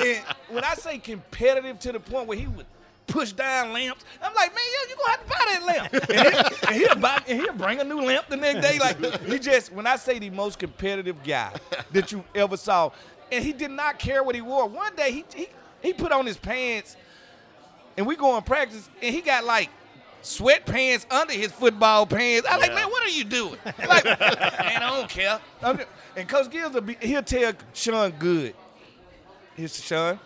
[SPEAKER 4] And when I say competitive to the point where he would push down lamps, I'm like, man, yo, you gonna have to buy that lamp. And, he- and he'll buy and he'll bring a new lamp the next day. Like he just when I say the most competitive guy that you ever saw, and he did not care what he wore. One day he he, he put on his pants and we go in practice, and he got like sweatpants under his football pants. I'm like, man, what are you doing? Like, man, I don't care. I'm just- and Coach Gibbs, will be, he'll tell Sean Good, here's Sean,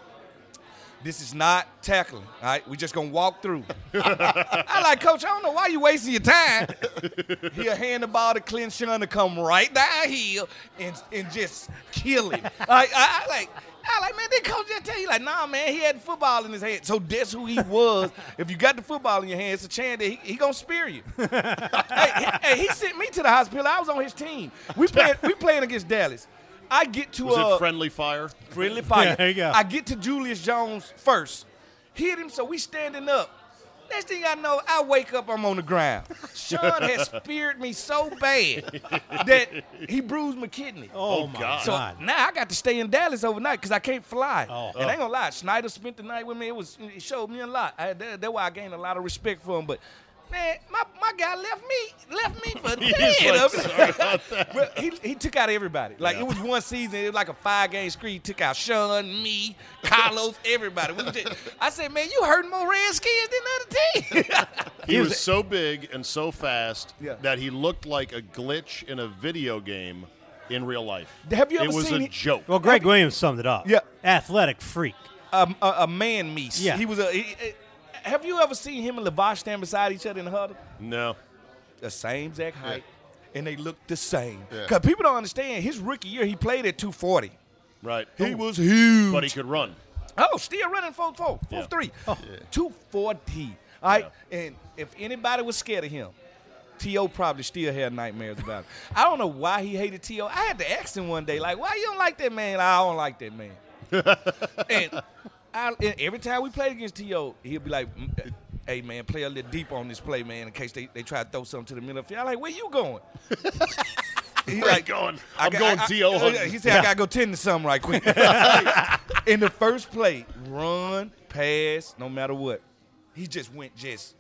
[SPEAKER 4] this is not tackling. All right, we just gonna walk through. I like, Coach, I don't know why you wasting your time. He'll hand the ball to Clint Sean to come right down here and and just kill him. I, I, I like. I like, man, that coach just tell you, like, nah, man, he had the football in his hand. So that's who he was. if you got the football in your hand, it's a chance that he, he going to spear you. hey, he- hey, he sent me to the hospital. I was on his team. We playing, we playing against Dallas. I get to
[SPEAKER 8] Was
[SPEAKER 4] uh,
[SPEAKER 8] it friendly fire?
[SPEAKER 4] friendly fire.
[SPEAKER 5] Yeah, there you go.
[SPEAKER 4] I get to Julius Jones first. Hit him, so we standing up. Next thing I know, I wake up, I'm on the ground. Sean has speared me so bad that he bruised my kidney.
[SPEAKER 5] Oh, my
[SPEAKER 8] God.
[SPEAKER 5] God.
[SPEAKER 4] So now I got to stay in Dallas overnight because I can't fly.
[SPEAKER 5] Oh.
[SPEAKER 4] And I ain't gonna lie, Schneider spent the night with me. It was it showed me a lot. I, that, that's why I gained a lot of respect for him. But man, my, my guy left me left me for dead.
[SPEAKER 8] like, "Sorry
[SPEAKER 4] Well, he, he took out everybody. Like it was one season, it was like a five game screen. He took out Sean, me, Carlos, everybody. We just- I said, man, you hurting more Redskins than the other team.
[SPEAKER 8] He, was, so big and so fast
[SPEAKER 4] Yeah.
[SPEAKER 8] that he looked like a glitch in a video game in real life.
[SPEAKER 4] Have you
[SPEAKER 8] it
[SPEAKER 4] ever
[SPEAKER 8] was
[SPEAKER 4] seen
[SPEAKER 8] a
[SPEAKER 4] Oh. it?
[SPEAKER 8] joke.
[SPEAKER 5] Well, Greg Williams summed it up.
[SPEAKER 4] Yeah.
[SPEAKER 5] Athletic freak.
[SPEAKER 4] um, a, a man meese.
[SPEAKER 5] Yeah.
[SPEAKER 4] He was a. he- he- have you ever seen him and Lavash stand beside each other in the huddle?
[SPEAKER 8] no.
[SPEAKER 4] the same exact height, and they look the same.
[SPEAKER 6] Yeah.
[SPEAKER 4] Because people don't understand, his rookie year, he played at 240.
[SPEAKER 8] Right.
[SPEAKER 4] He was huge.
[SPEAKER 8] but he could run.
[SPEAKER 4] Oh, still running 4 4, 4
[SPEAKER 8] Yeah.
[SPEAKER 4] 3. 240. All right? And if anybody was scared of him, T.O. probably still had nightmares about him. I don't know why he hated T.O. I had to ask him one day, like, why you don't like that man? I don't like that man. and, I, and every time we played against T.O., he'll be like, "Mm, hey, man, play a little deep on this play, man, in case they, they try to throw something to the middle of the field. I'm like, where you going? He
[SPEAKER 8] Where you going? I'm
[SPEAKER 4] got-
[SPEAKER 8] going T.O.
[SPEAKER 4] I-
[SPEAKER 8] hunting.
[SPEAKER 4] He said, I got to go tend to something right quick. in the first play, run, pass, no matter what. He just went just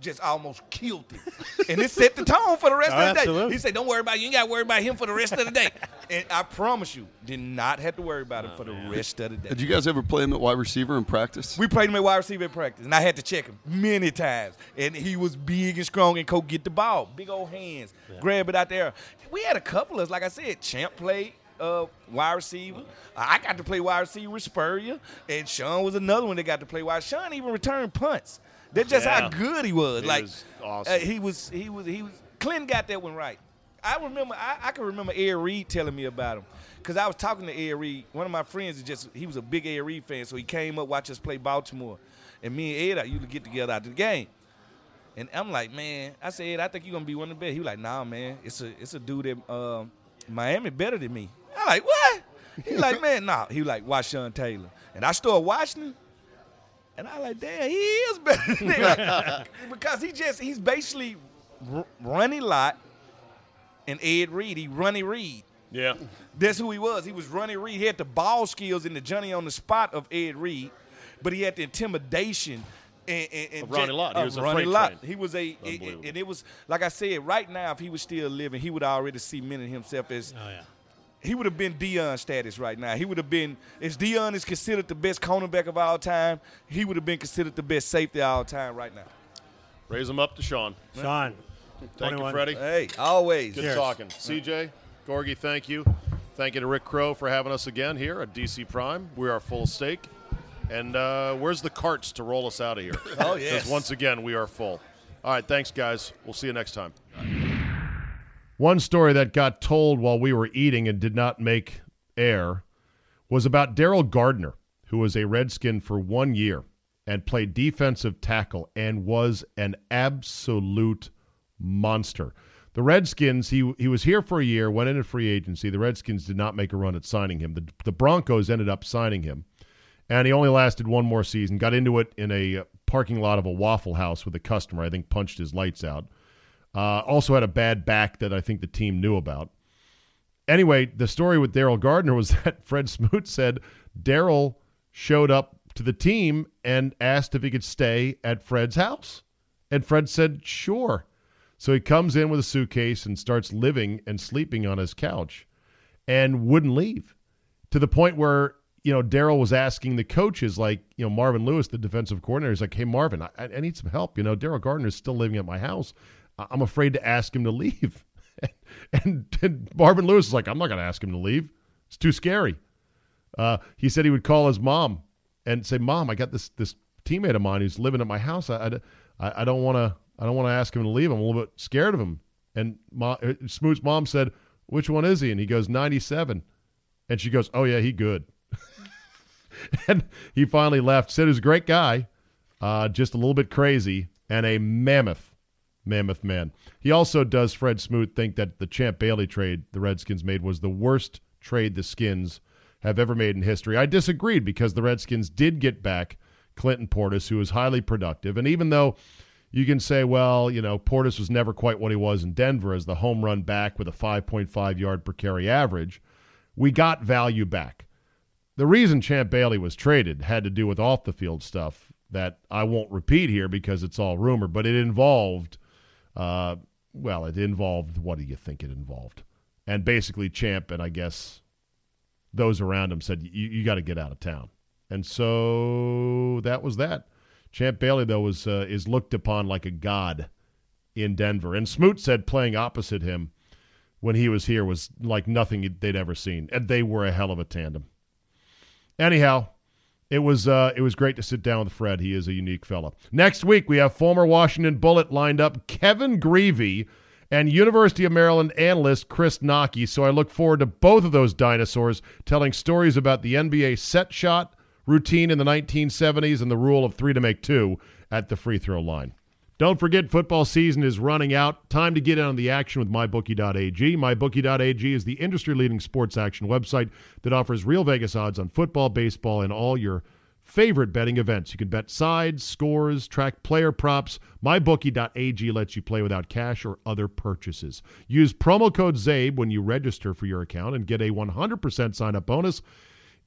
[SPEAKER 4] just almost killed him. and it set the tone for the rest
[SPEAKER 5] Oh,
[SPEAKER 4] of the
[SPEAKER 5] absolutely.
[SPEAKER 4] day. He said, Don't worry about it. you ain't gotta worry about him for the rest of the day. And I promise you, did not have to worry about
[SPEAKER 5] Oh,
[SPEAKER 4] him for the rest of the day.
[SPEAKER 6] Did you guys ever play him at wide receiver in practice?
[SPEAKER 4] we played him at wide receiver at practice, and I had to check him many times. And he was big and strong and could get the ball. Big old hands. Grab it out there. We had a couple of us, like I said, Champ played uh, wide receiver. I got to play wide receiver with Spurrier, and Sean was another one that got to play wide. Sean even returned punts. That's just
[SPEAKER 8] Yeah.
[SPEAKER 4] how good he was.
[SPEAKER 8] He
[SPEAKER 4] like
[SPEAKER 8] was awesome.
[SPEAKER 4] uh, he was he was he was Clinton got that one right. I remember I, I can remember Ed Reed telling me about him. Cause I was talking to Ed Reed. One of my friends is just he was a big Ed Reed fan, so he came up, watch us play Baltimore. And me and Ed I used to get together after the game. And I'm like, man, I said, Ed, I think you're gonna be one of the best. He was like, nah, man, it's a it's a dude that um, Miami better than me. I like, what? He like, man, nah. He like, watch Sean Taylor. And I started watching him. And I like, damn, he is better than that. because he just he's basically R- Ronnie Lott and Ed Reed. He Ronnie Reed.
[SPEAKER 8] Yeah.
[SPEAKER 4] That's who he was. He was Ronnie Reed. He had the ball skills and the Johnny on the spot of Ed Reed, but he had the intimidation and, and, and
[SPEAKER 8] Of Ronnie
[SPEAKER 4] Jack-
[SPEAKER 8] Lott. He
[SPEAKER 4] of
[SPEAKER 8] was a
[SPEAKER 4] Ronnie
[SPEAKER 8] freight
[SPEAKER 4] Lott.
[SPEAKER 8] train.
[SPEAKER 4] He was a, it- it-
[SPEAKER 8] Unbelievable.
[SPEAKER 4] and it was like I said. Right now, if he was still living, he would already see men in himself as
[SPEAKER 5] Oh yeah.
[SPEAKER 4] he would have been Dion status right now. He would have been, as Dion is considered the best cornerback of all time, he would have been considered the best safety of all time right now.
[SPEAKER 8] Raise them up to Sean.
[SPEAKER 5] Sean.
[SPEAKER 8] Thank
[SPEAKER 5] 21.
[SPEAKER 8] you, Freddie.
[SPEAKER 4] Hey, always.
[SPEAKER 8] Good
[SPEAKER 5] Cheers.
[SPEAKER 8] talking. CJ, Gorgie, thank you. Thank you to Rick Crow for having us again here at DC Prime. We are full stake. And uh, where's the carts to roll us out of here?
[SPEAKER 4] Oh, yes.
[SPEAKER 8] Because once again, we are full. All right, thanks, guys. We'll see you next time.
[SPEAKER 1] One story that got told while we were eating and did not make air was about Daryl Gardner, who was a Redskin for one year and played defensive tackle and was an absolute monster. The Redskins, he, he was here for a year, went into free agency. The Redskins did not make a run at signing him. The, the Broncos ended up signing him, and he only lasted one more season. Got into it in a parking lot of a Waffle House with a customer, I think punched his lights out. Uh, also had a bad back that I think the team knew about. Anyway, the story with Daryl Gardner was that Fred Smoot said Daryl showed up to the team and asked if he could stay at Fred's house. And Fred said, sure. So he comes in with a suitcase and starts living and sleeping on his couch and wouldn't leave to the point where you know Daryl was asking the coaches, like you know Marvin Lewis, the defensive coordinator, is like, "Hey Marvin, I, I need some help. You know Daryl Gardner is still living at my house. I- I'm afraid to ask him to leave." and, and Marvin Lewis is like, "I'm not going to ask him to leave. It's too scary." Uh, he said he would call his mom and say, "Mom, I got this this teammate of mine who's living at my house. I I, I don't want to I don't want to ask him to leave. I'm a little bit scared of him." And Ma, uh, Smoot's mom said, "Which one is he?" And he goes, "97." And she goes, "Oh yeah, he good." and he finally left. Said he was a great guy, uh, just a little bit crazy and a mammoth, mammoth man. He also does Fred Smoot think that the Champ Bailey trade the Redskins made was the worst trade the Skins have ever made in history. I disagreed because the Redskins did get back Clinton Portis, who was highly productive, and even though. You can say, well, you know, Portis was never quite what he was in Denver as the home run back with a 5.5 yard per carry average. We got value back the reason Champ Bailey was traded had to do with off the field stuff that I won't repeat here because it's all rumor, but it involved, uh, well, it involved what do you think it involved? And basically, Champ and I guess those around him said, you, you got to get out of town. And so that was that. Champ Bailey, though, was, uh, is looked upon like a god in Denver. And Smoot said playing opposite him when he was here was like nothing they'd ever seen. And they were a hell of a tandem anyhow it was uh, it was great to sit down with fred he is a unique fella next week we have former washington bullet lined up kevin greavy and university of maryland analyst chris Nockey. so i look forward to both of those dinosaurs telling stories about the nba set shot routine in the 1970s and the rule of three to make two at the free throw line don't forget, football season is running out. Time to get in on the action with MyBookie.ag. MyBookie.ag is the industry leading sports action website that offers real Vegas odds on football, baseball, and all your favorite betting events. You can bet sides, scores, track player props. MyBookie.ag lets you play without cash or other purchases. Use promo code ZABE when you register for your account and get a 100% sign up bonus.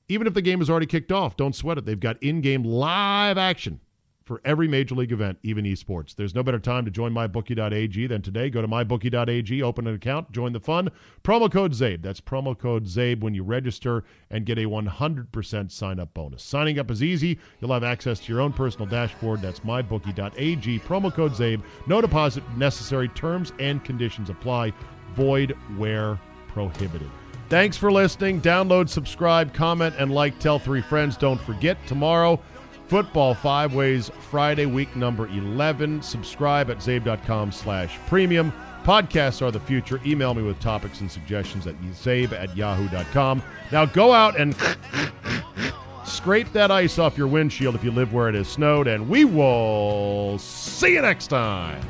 [SPEAKER 1] Even if the game is already kicked off, don't sweat it. They've got in game live action for every major league event, even esports. There's no better time to join mybookie.ag than today. Go to mybookie.ag, open an account, join the fun. Promo code ZABE. That's promo code ZABE when you register and get a 100% sign up bonus. Signing up is easy. You'll have access to your own personal dashboard. That's mybookie.ag, promo code ZABE. No deposit necessary. Terms and conditions apply. Void where prohibited. Thanks for listening. Download, subscribe, comment, and like. Tell three friends. Don't forget tomorrow, Football Five Ways Friday, week number eleven. Subscribe at zabe.com slash premium. Podcasts are the future. Email me with topics and suggestions at zabe at yahoo.com. Now go out and scrape that ice off your windshield if you live where it is snowed, and we will see you next time.